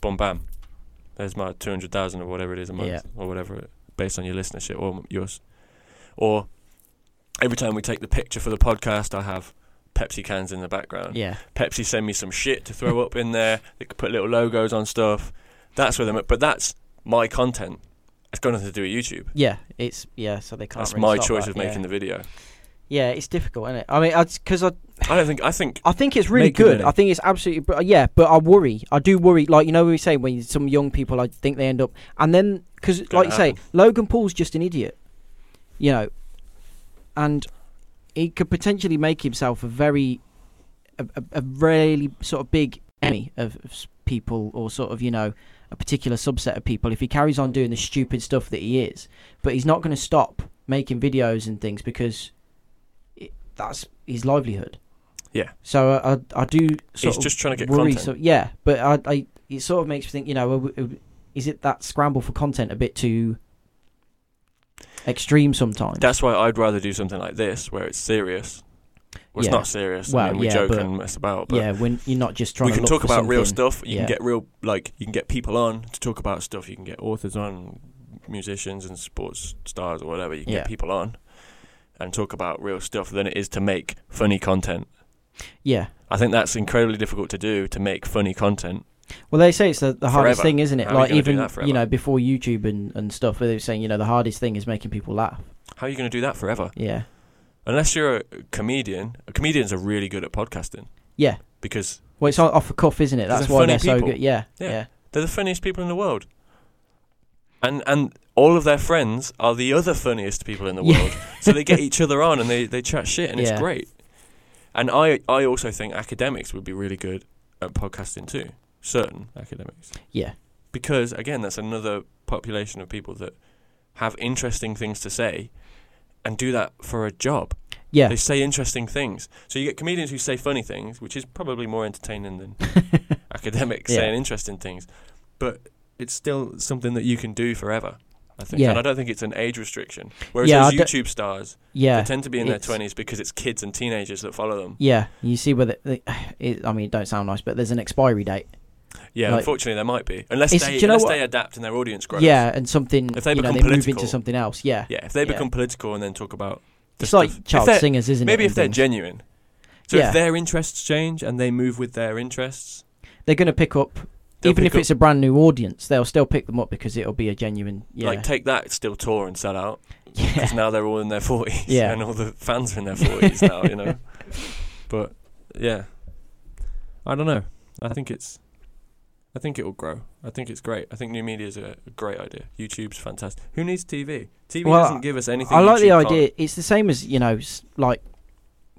A: boom bam, there's my two hundred thousand or whatever it is a month
B: Yeah.
A: or whatever it- based on your listenership or m- yours, or every time we take the picture for the podcast, I have Pepsi cans in the background.
B: yeah
A: Pepsi send me some shit to throw up in there. They could put little logos on stuff. That's where them. But that's my content. It's got nothing to do with YouTube.
B: yeah it's yeah so they can't.
A: that's
B: really
A: my
B: stop
A: choice
B: that,
A: of making
B: yeah.
A: the video.
B: Yeah, it's difficult, isn't it? I mean, because I
A: I don't think. I think.
B: I think it's really
A: Make it
B: good.
A: better.
B: I think it's absolutely, br- yeah. But I worry. I do worry. Like you know, we say when some young people, I think they end up, and then because,
A: Gonna
B: like you say,
A: happen.
B: Logan Paul's just an idiot, you know, and he could potentially make himself a very, a, a, a really sort of big enemy of, of s- people, or sort of you know, a particular subset of people if he carries on doing the stupid stuff that he is. But he's not going to stop making videos and things because it, that's his livelihood.
A: Yeah.
B: So I, I, I do. Sort
A: He's
B: of
A: just trying to get
B: worry
A: content.
B: some- yeah, but I, I, it sort of makes me think. You know, uh, w- w- is it that scramble for content a bit too extreme sometimes?
A: That's why I'd rather do something like this, where it's serious. Well, it's
B: Yeah.
A: not serious. I
B: Well,
A: mean, we
B: yeah,
A: joke
B: but-
A: and mess about. But
B: yeah, when you're not just trying.
A: we
B: to
A: can
B: look
A: talk
B: for
A: about real
B: something.
A: stuff. You
B: yeah.
A: can get real, like you can get people on to talk about stuff. You can get authors on, musicians and sports stars or whatever. You can
B: Yeah.
A: get people on and talk about real stuff than it is to make funny content.
B: Yeah.
A: I think that's incredibly difficult to do to make funny content.
B: Well, they say it's the, the hardest
A: Forever.
B: thing, isn't
A: How
B: it?
A: are you
B: like
A: gonna do
B: even
A: that forever?
B: you know before YouTube and and stuff, where they were saying you know the hardest thing is making people laugh.
A: How are you going to do that forever?
B: Yeah.
A: unless you're a comedian, comedians are really good at podcasting
B: Yeah.
A: because
B: Well, it's off the cuff, isn't it?
A: 'Cause
B: That's
A: they're
B: why
A: funny
B: they're so
A: people.
B: good. Yeah,
A: Yeah.
B: yeah.
A: they're the funniest people in the world. And and all of their friends are the other funniest people in the
B: Yeah.
A: world. so they get each other on and they, they chat shit and it's
B: Yeah.
A: great. And I I also think academics would be really good at podcasting too. Certain academics.
B: Yeah.
A: Because again, that's another population of people that have interesting things to say and do that for a job.
B: Yeah.
A: They say interesting things. So you get comedians who say funny things, which is probably more entertaining than academics
B: Yeah.
A: saying interesting things. But it's still something that you can do forever. I think,
B: Yeah.
A: and I don't think it's an age restriction. Whereas
B: Yeah,
A: those
B: I don't-
A: YouTube stars,
B: yeah.
A: they tend to be in their
B: it's-
A: twenties because it's kids and teenagers that follow them.
B: Yeah, you see whether the, it, I mean, it don't sound nice, but there's an expiry date.
A: Yeah,
B: Like-
A: unfortunately, there might be unless
B: It's-
A: they
B: do you know
A: unless
B: what-
A: they adapt and their audience grows.
B: Yeah, and something
A: If they
B: you know
A: become
B: they move
A: political.
B: into something else. Yeah,
A: yeah. If they
B: Yeah.
A: become political and then talk about the
B: it's like
A: stuff- if
B: child
A: they're-
B: singers, isn't
A: maybe
B: it?
A: if they're
B: and things?
A: genuine. So
B: Yeah.
A: if their interests change and they move with their interests,
B: they're going to pick up,
A: they'll
B: even
A: pick
B: if
A: up-
B: it's a brand new audience, they'll still pick them up because it'll be a genuine. Yeah,
A: like take that still tour and sell out
B: yeah,
A: because now they're all in their forties
B: Yeah.
A: and all the fans are in their forties now, you know. But yeah, I don't know. I think it's, I think it will grow. I think it's great. I think new media is a, a great idea. YouTube's fantastic. Who needs TV? TV
B: Well,
A: doesn't give us anything.
B: I like the
A: YouTube can't.
B: idea. It's the same as you know, s- like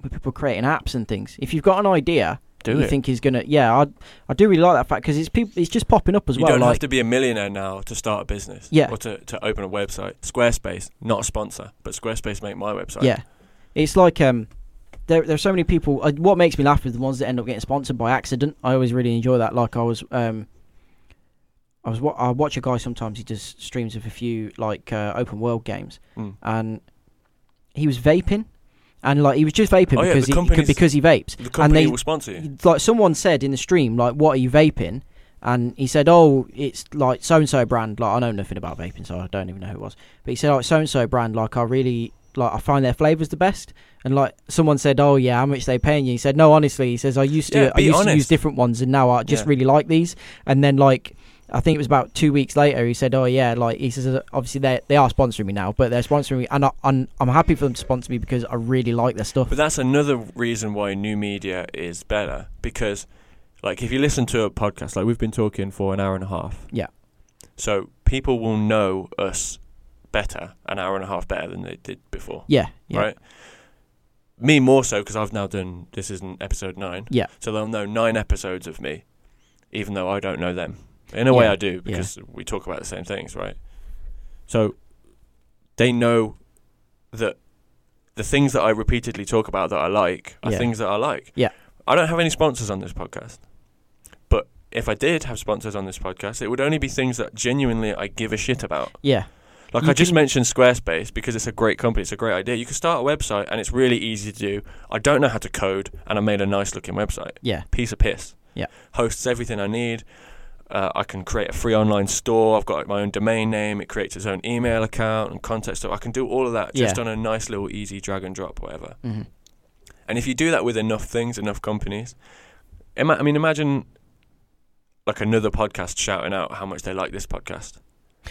B: with people creating apps and things. If you've got an idea,
A: Do
B: you
A: it.
B: think is gonna, yeah, I I do really like that fact because it's people, it's just popping up as
A: you
B: well.
A: don't
B: like,
A: have to be a millionaire now to start a business.
B: Yeah.
A: Or to, to open a website. Squarespace, not a sponsor, but Squarespace make my website.
B: Yeah, it's like um, there there are so many people. Uh, what makes me laugh is the ones that end up getting sponsored by accident. I always really enjoy that. Like I was um, I was wa- I watch a guy sometimes. He does streams of a few like uh, open world games,
A: Mm.
B: and he was vaping, and like he was just vaping
A: Oh, yeah,
B: because
A: the
B: he
A: companies-
B: could, because he vapes,
A: The company
B: and they
A: will sponsor you.
B: like someone said in the stream, like, what are you vaping? And he said, oh, it's like so and so brand. Like, I know nothing about vaping, so I don't even know who it was. But he said, like, so and so brand, like, I really, like, I find their flavors the best. And like, someone said, oh, yeah, how much they paying you? He said, no, honestly, he says, I used to,
A: Yeah,
B: I
A: be
B: used to
A: honest.
B: use different ones, and now I just
A: Yeah.
B: really like these. And then, like, I think it was about two weeks later. He said, "Oh yeah, like he says, uh, obviously they they are sponsoring me now, but they're sponsoring me, and I, I'm I'm happy for them to sponsor me because I really like their stuff."
A: But that's another reason why new media is better because, like, if you listen to a podcast, like we've been talking for an hour and a half.
B: Yeah.
A: So people will know us better an hour and a half better than they did before.
B: Yeah, yeah,
A: Right. Me more so because I've now done this isn't episode nine.
B: Yeah.
A: So they'll know nine episodes of me, even though I don't know them. In a way,
B: Yeah,
A: I do because we talk about the same things, right? So they know that the things that I repeatedly talk about that I like are
B: Yeah.
A: things that I like.
B: Yeah.
A: I don't have any sponsors on this podcast. But if I did have sponsors on this podcast, it would only be things that genuinely I give a shit about.
B: yeah,
A: Like
B: You
A: I just
B: can-
A: mentioned Squarespace because it's a great company, it's a great idea. You can start a website and it's really easy to do. I don't know how to code and I made a nice looking website.
B: yeah,
A: Piece of piss.
B: Yeah.
A: Hosts everything I need. Uh, I can create a free online store. I've got my own domain name. It creates its own email account and contact stuff. I can do all of that just
B: Yeah.
A: on a nice little easy drag and drop, whatever.
B: hmm
A: And if you do that with enough things, enough companies, ima- I mean, imagine like another podcast shouting out how much they like this podcast.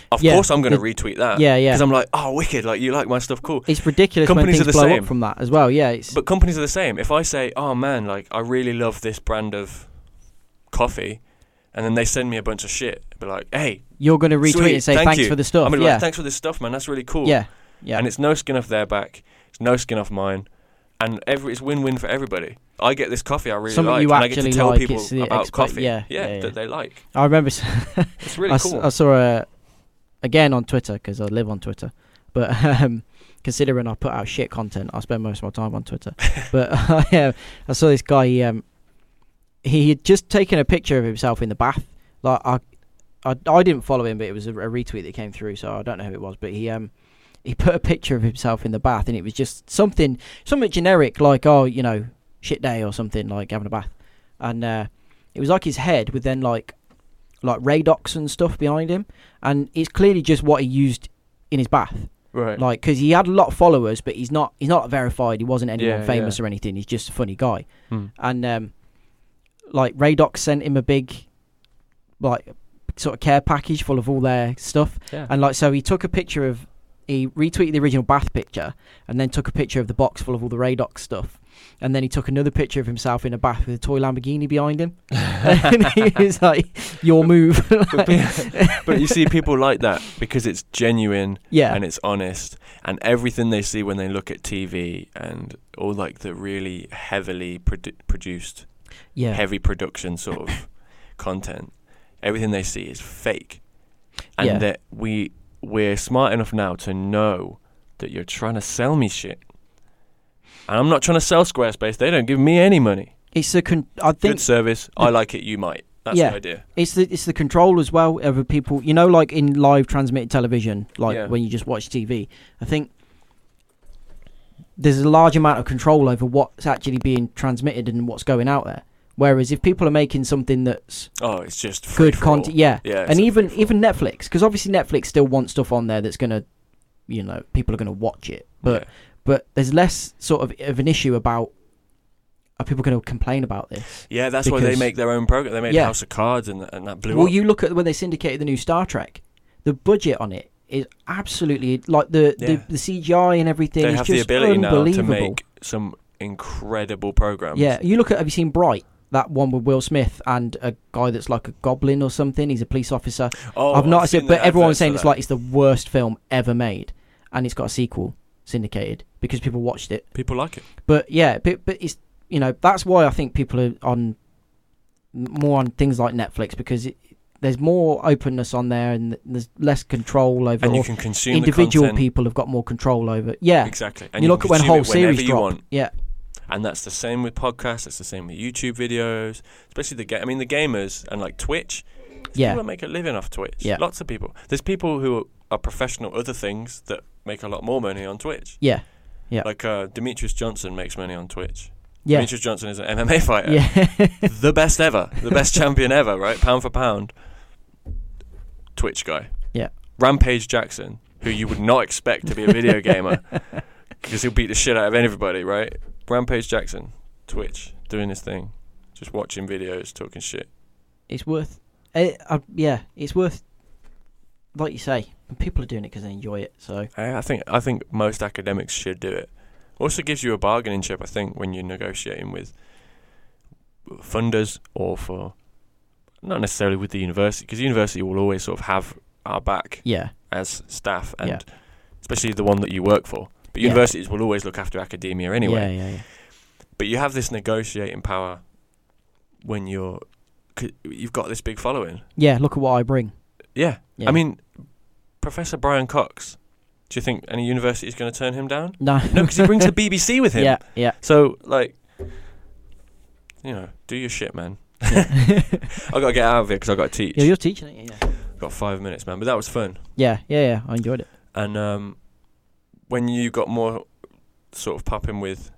A: Of
B: Yeah,
A: course, I'm going to
B: the-
A: retweet that.
B: yeah, yeah.
A: Because Uh, I'm like, oh, wicked! Like you like my stuff, cool.
B: It's ridiculous
A: Companies
B: when
A: are
B: things
A: the
B: blow
A: same.
B: up from that as well. Yeah, it's
A: But companies are the same. If I say, oh man, like I really love this brand of coffee, and then they send me a bunch of shit, I'd be like, hey,
B: you're going to retweet
A: sweet,
B: and say
A: thank
B: thanks
A: you."
B: for the stuff.
A: I'm gonna be
B: yeah,
A: like, thanks for this stuff, man. That's really cool.
B: yeah, yeah,
A: And it's no skin off their back. It's no skin off mine. And every it's win-win for everybody. I get this coffee I really
B: Something
A: like,
B: you
A: and I get to
B: actually
A: tell
B: like,
A: people
B: it's the
A: about
B: expe-
A: coffee.
B: yeah, yeah, yeah.
A: that they like.
B: I remember s-
A: It's really
B: I, s-
A: cool.
B: I saw a again on Twitter because I live on Twitter, but um, considering I put out shit content, I spend most of my time on Twitter. but I, uh, I saw this guy. he, Um, he had just taken a picture of himself in the bath. Like I, I, I didn't follow him, but it was a, a retweet that came through, so I don't know who it was. But he um, he put a picture of himself in the bath, and it was just something, something generic like oh, you know, shit day or something like having a bath, and uh, it was like his head with then like like radox and stuff behind him, and it's clearly just what he used in his bath,
A: right.
B: like because he had a lot of followers, but he's not he's not verified. He wasn't anyone
A: Yeah,
B: famous or anything. He's just a funny guy,
A: Hmm.
B: and um, like radox sent him a big, like sort of care package full of all their stuff,
A: Yeah.
B: and like so he took a picture of he retweeted the original bath picture and then took a picture of the box full of all the Radox stuff. And then he took another picture of himself in a bath with a toy Lamborghini behind him. and he was like, "Your move."
A: But, pe- but you see people like that because it's genuine
B: yeah.
A: and it's honest and everything they see when they look at TV and all like the really heavily produ- produced
B: yeah.
A: heavy production sort of content everything they see is fake and
B: Yeah.
A: that we we're smart enough now to know that you're trying to sell me shit and I'm not trying to sell Squarespace they don't give me any money
B: It's the con- I
A: good
B: think
A: service I like it you might that's
B: Yeah.
A: the idea
B: it's the it's the control as well over people. You know, like in live transmitted television, like
A: Yeah.
B: when you just watch TV. I think there's a large amount of control over what's actually being transmitted and what's going out there. Whereas if people are making something that's
A: oh it's just free
B: good
A: for all.
B: content, yeah,
A: yeah it's
B: and
A: a
B: even
A: free-for-all.
B: even Netflix, because obviously Netflix still wants stuff on there that's gonna, you know, people are gonna watch it, but
A: Yeah.
B: but there's less sort of of an issue about are people gonna complain about this?
A: Yeah, that's why they
B: Because-
A: make their own program. They made
B: Yeah.
A: House of Cards, and, and that blew
B: Well,
A: up.
B: you look at when they syndicated the new Star Trek, the budget on it is absolutely like the
A: Yeah.
B: the, the CGI and everything.
A: they
B: is
A: have the
B: just
A: ability now to
B: unbelievable.
A: make some incredible programs.
B: Yeah, you look at. Have you seen Bright? That one with Will Smith and a guy that's like a goblin or something. He's a police officer.
A: Oh,
B: I've not
A: seen
B: seen, but
A: the adverts
B: everyone's saying
A: for
B: it's
A: that.
B: like it's the worst film ever made, and it's got a sequel syndicated because people watched it.
A: people like it.
B: But yeah, but but it's you know that's why I think people are on more on things like Netflix because it, there's more openness on there and there's less control over.
A: And
B: or
A: you can consume
B: individual
A: the content.
B: people have got more control over. Yeah,
A: Exactly. And
B: and you, look at
A: can
B: when
A: consume
B: whole
A: it whenever
B: series
A: you
B: drop.
A: want.
B: Yeah,
A: And that's the same with podcasts. It's the same with YouTube videos, especially the ga- I mean the gamers and like Twitch. There's
B: Yeah.
A: People that make a living off Twitch.
B: Yeah.
A: Lots of people. There's people who are professional other things that make a lot more money on Twitch.
B: yeah, Yeah.
A: Like uh, Demetrius Johnson makes money on Twitch.
B: yeah,
A: Demetrius Johnson is an MMA fighter.
B: yeah,
A: the best ever, the best champion ever, right? Pound for pound. Twitch guy.
B: Yeah.
A: Rampage Jackson, who you would not expect to be a video gamer because he'll beat the shit out of everybody, right? Rampage Jackson, Twitch, doing his thing, just watching videos, talking shit.
B: it's worth. eh, uh, yeah, it's worth. Like you say, people are doing it because they enjoy it. So
A: Eh, I, I think I think most academics should do it. Also gives you a bargaining chip, I think, when you're negotiating with funders or for not necessarily with the university, because the university will always sort of have our back
B: yeah,
A: as staff and
B: Yeah.
A: especially the one that you work for. But
B: Yeah.
A: universities will always look after academia anyway.
B: yeah, yeah, yeah.
A: But you have this negotiating power when you're you you've got this big following.
B: Yeah, look at what I bring.
A: Yeah.
B: Yeah.
A: I mean Professor Brian Cox, do you think any university is going to turn him down?
B: No,
A: No, because he brings the BBC with him.
B: yeah, yeah,
A: So like you know, do your shit, man.
B: yeah.
A: I gotta get out of here because I gotta teach.
B: yeah, you're teaching it. Yeah,
A: Got five minutes, man. But that was fun.
B: yeah, yeah, yeah. I enjoyed it.
A: And um, when you got more sort of popping with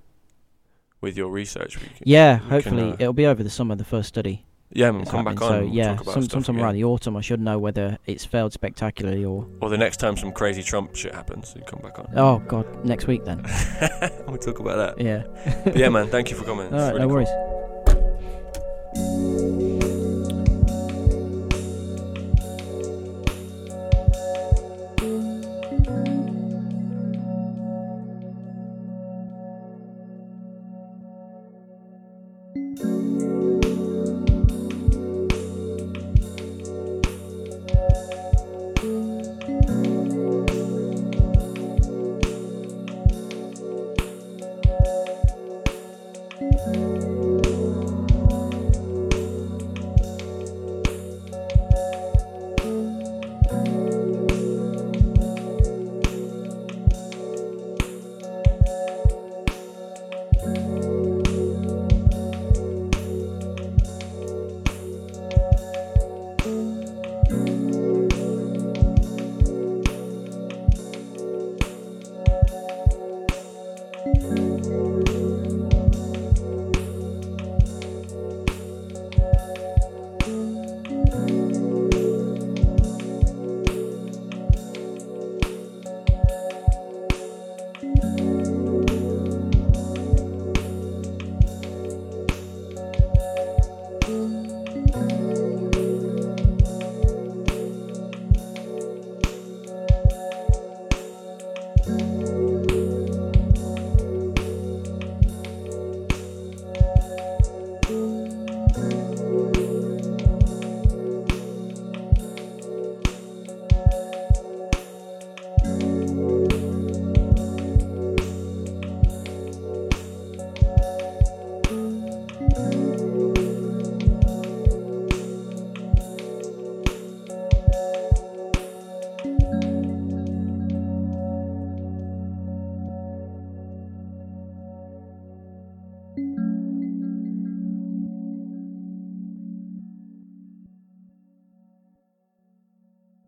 A: with your research, we can,
B: Yeah,
A: can,
B: hopefully
A: uh,
B: it'll be over the summer. The first study.
A: yeah, man,
B: that's
A: come back on.
B: happening, So
A: and we'll
B: yeah,
A: talk about
B: some,
A: stuff
B: sometime
A: again.
B: around the autumn, I should know whether it's failed spectacularly or.
A: Or the next time some crazy Trump shit happens, you come back on.
B: Oh God, next week then.
A: we'll talk about that.
B: Yeah.
A: But yeah, man. Thank you for coming.
B: All
A: It's
B: right,
A: really
B: no
A: cool.
B: worries.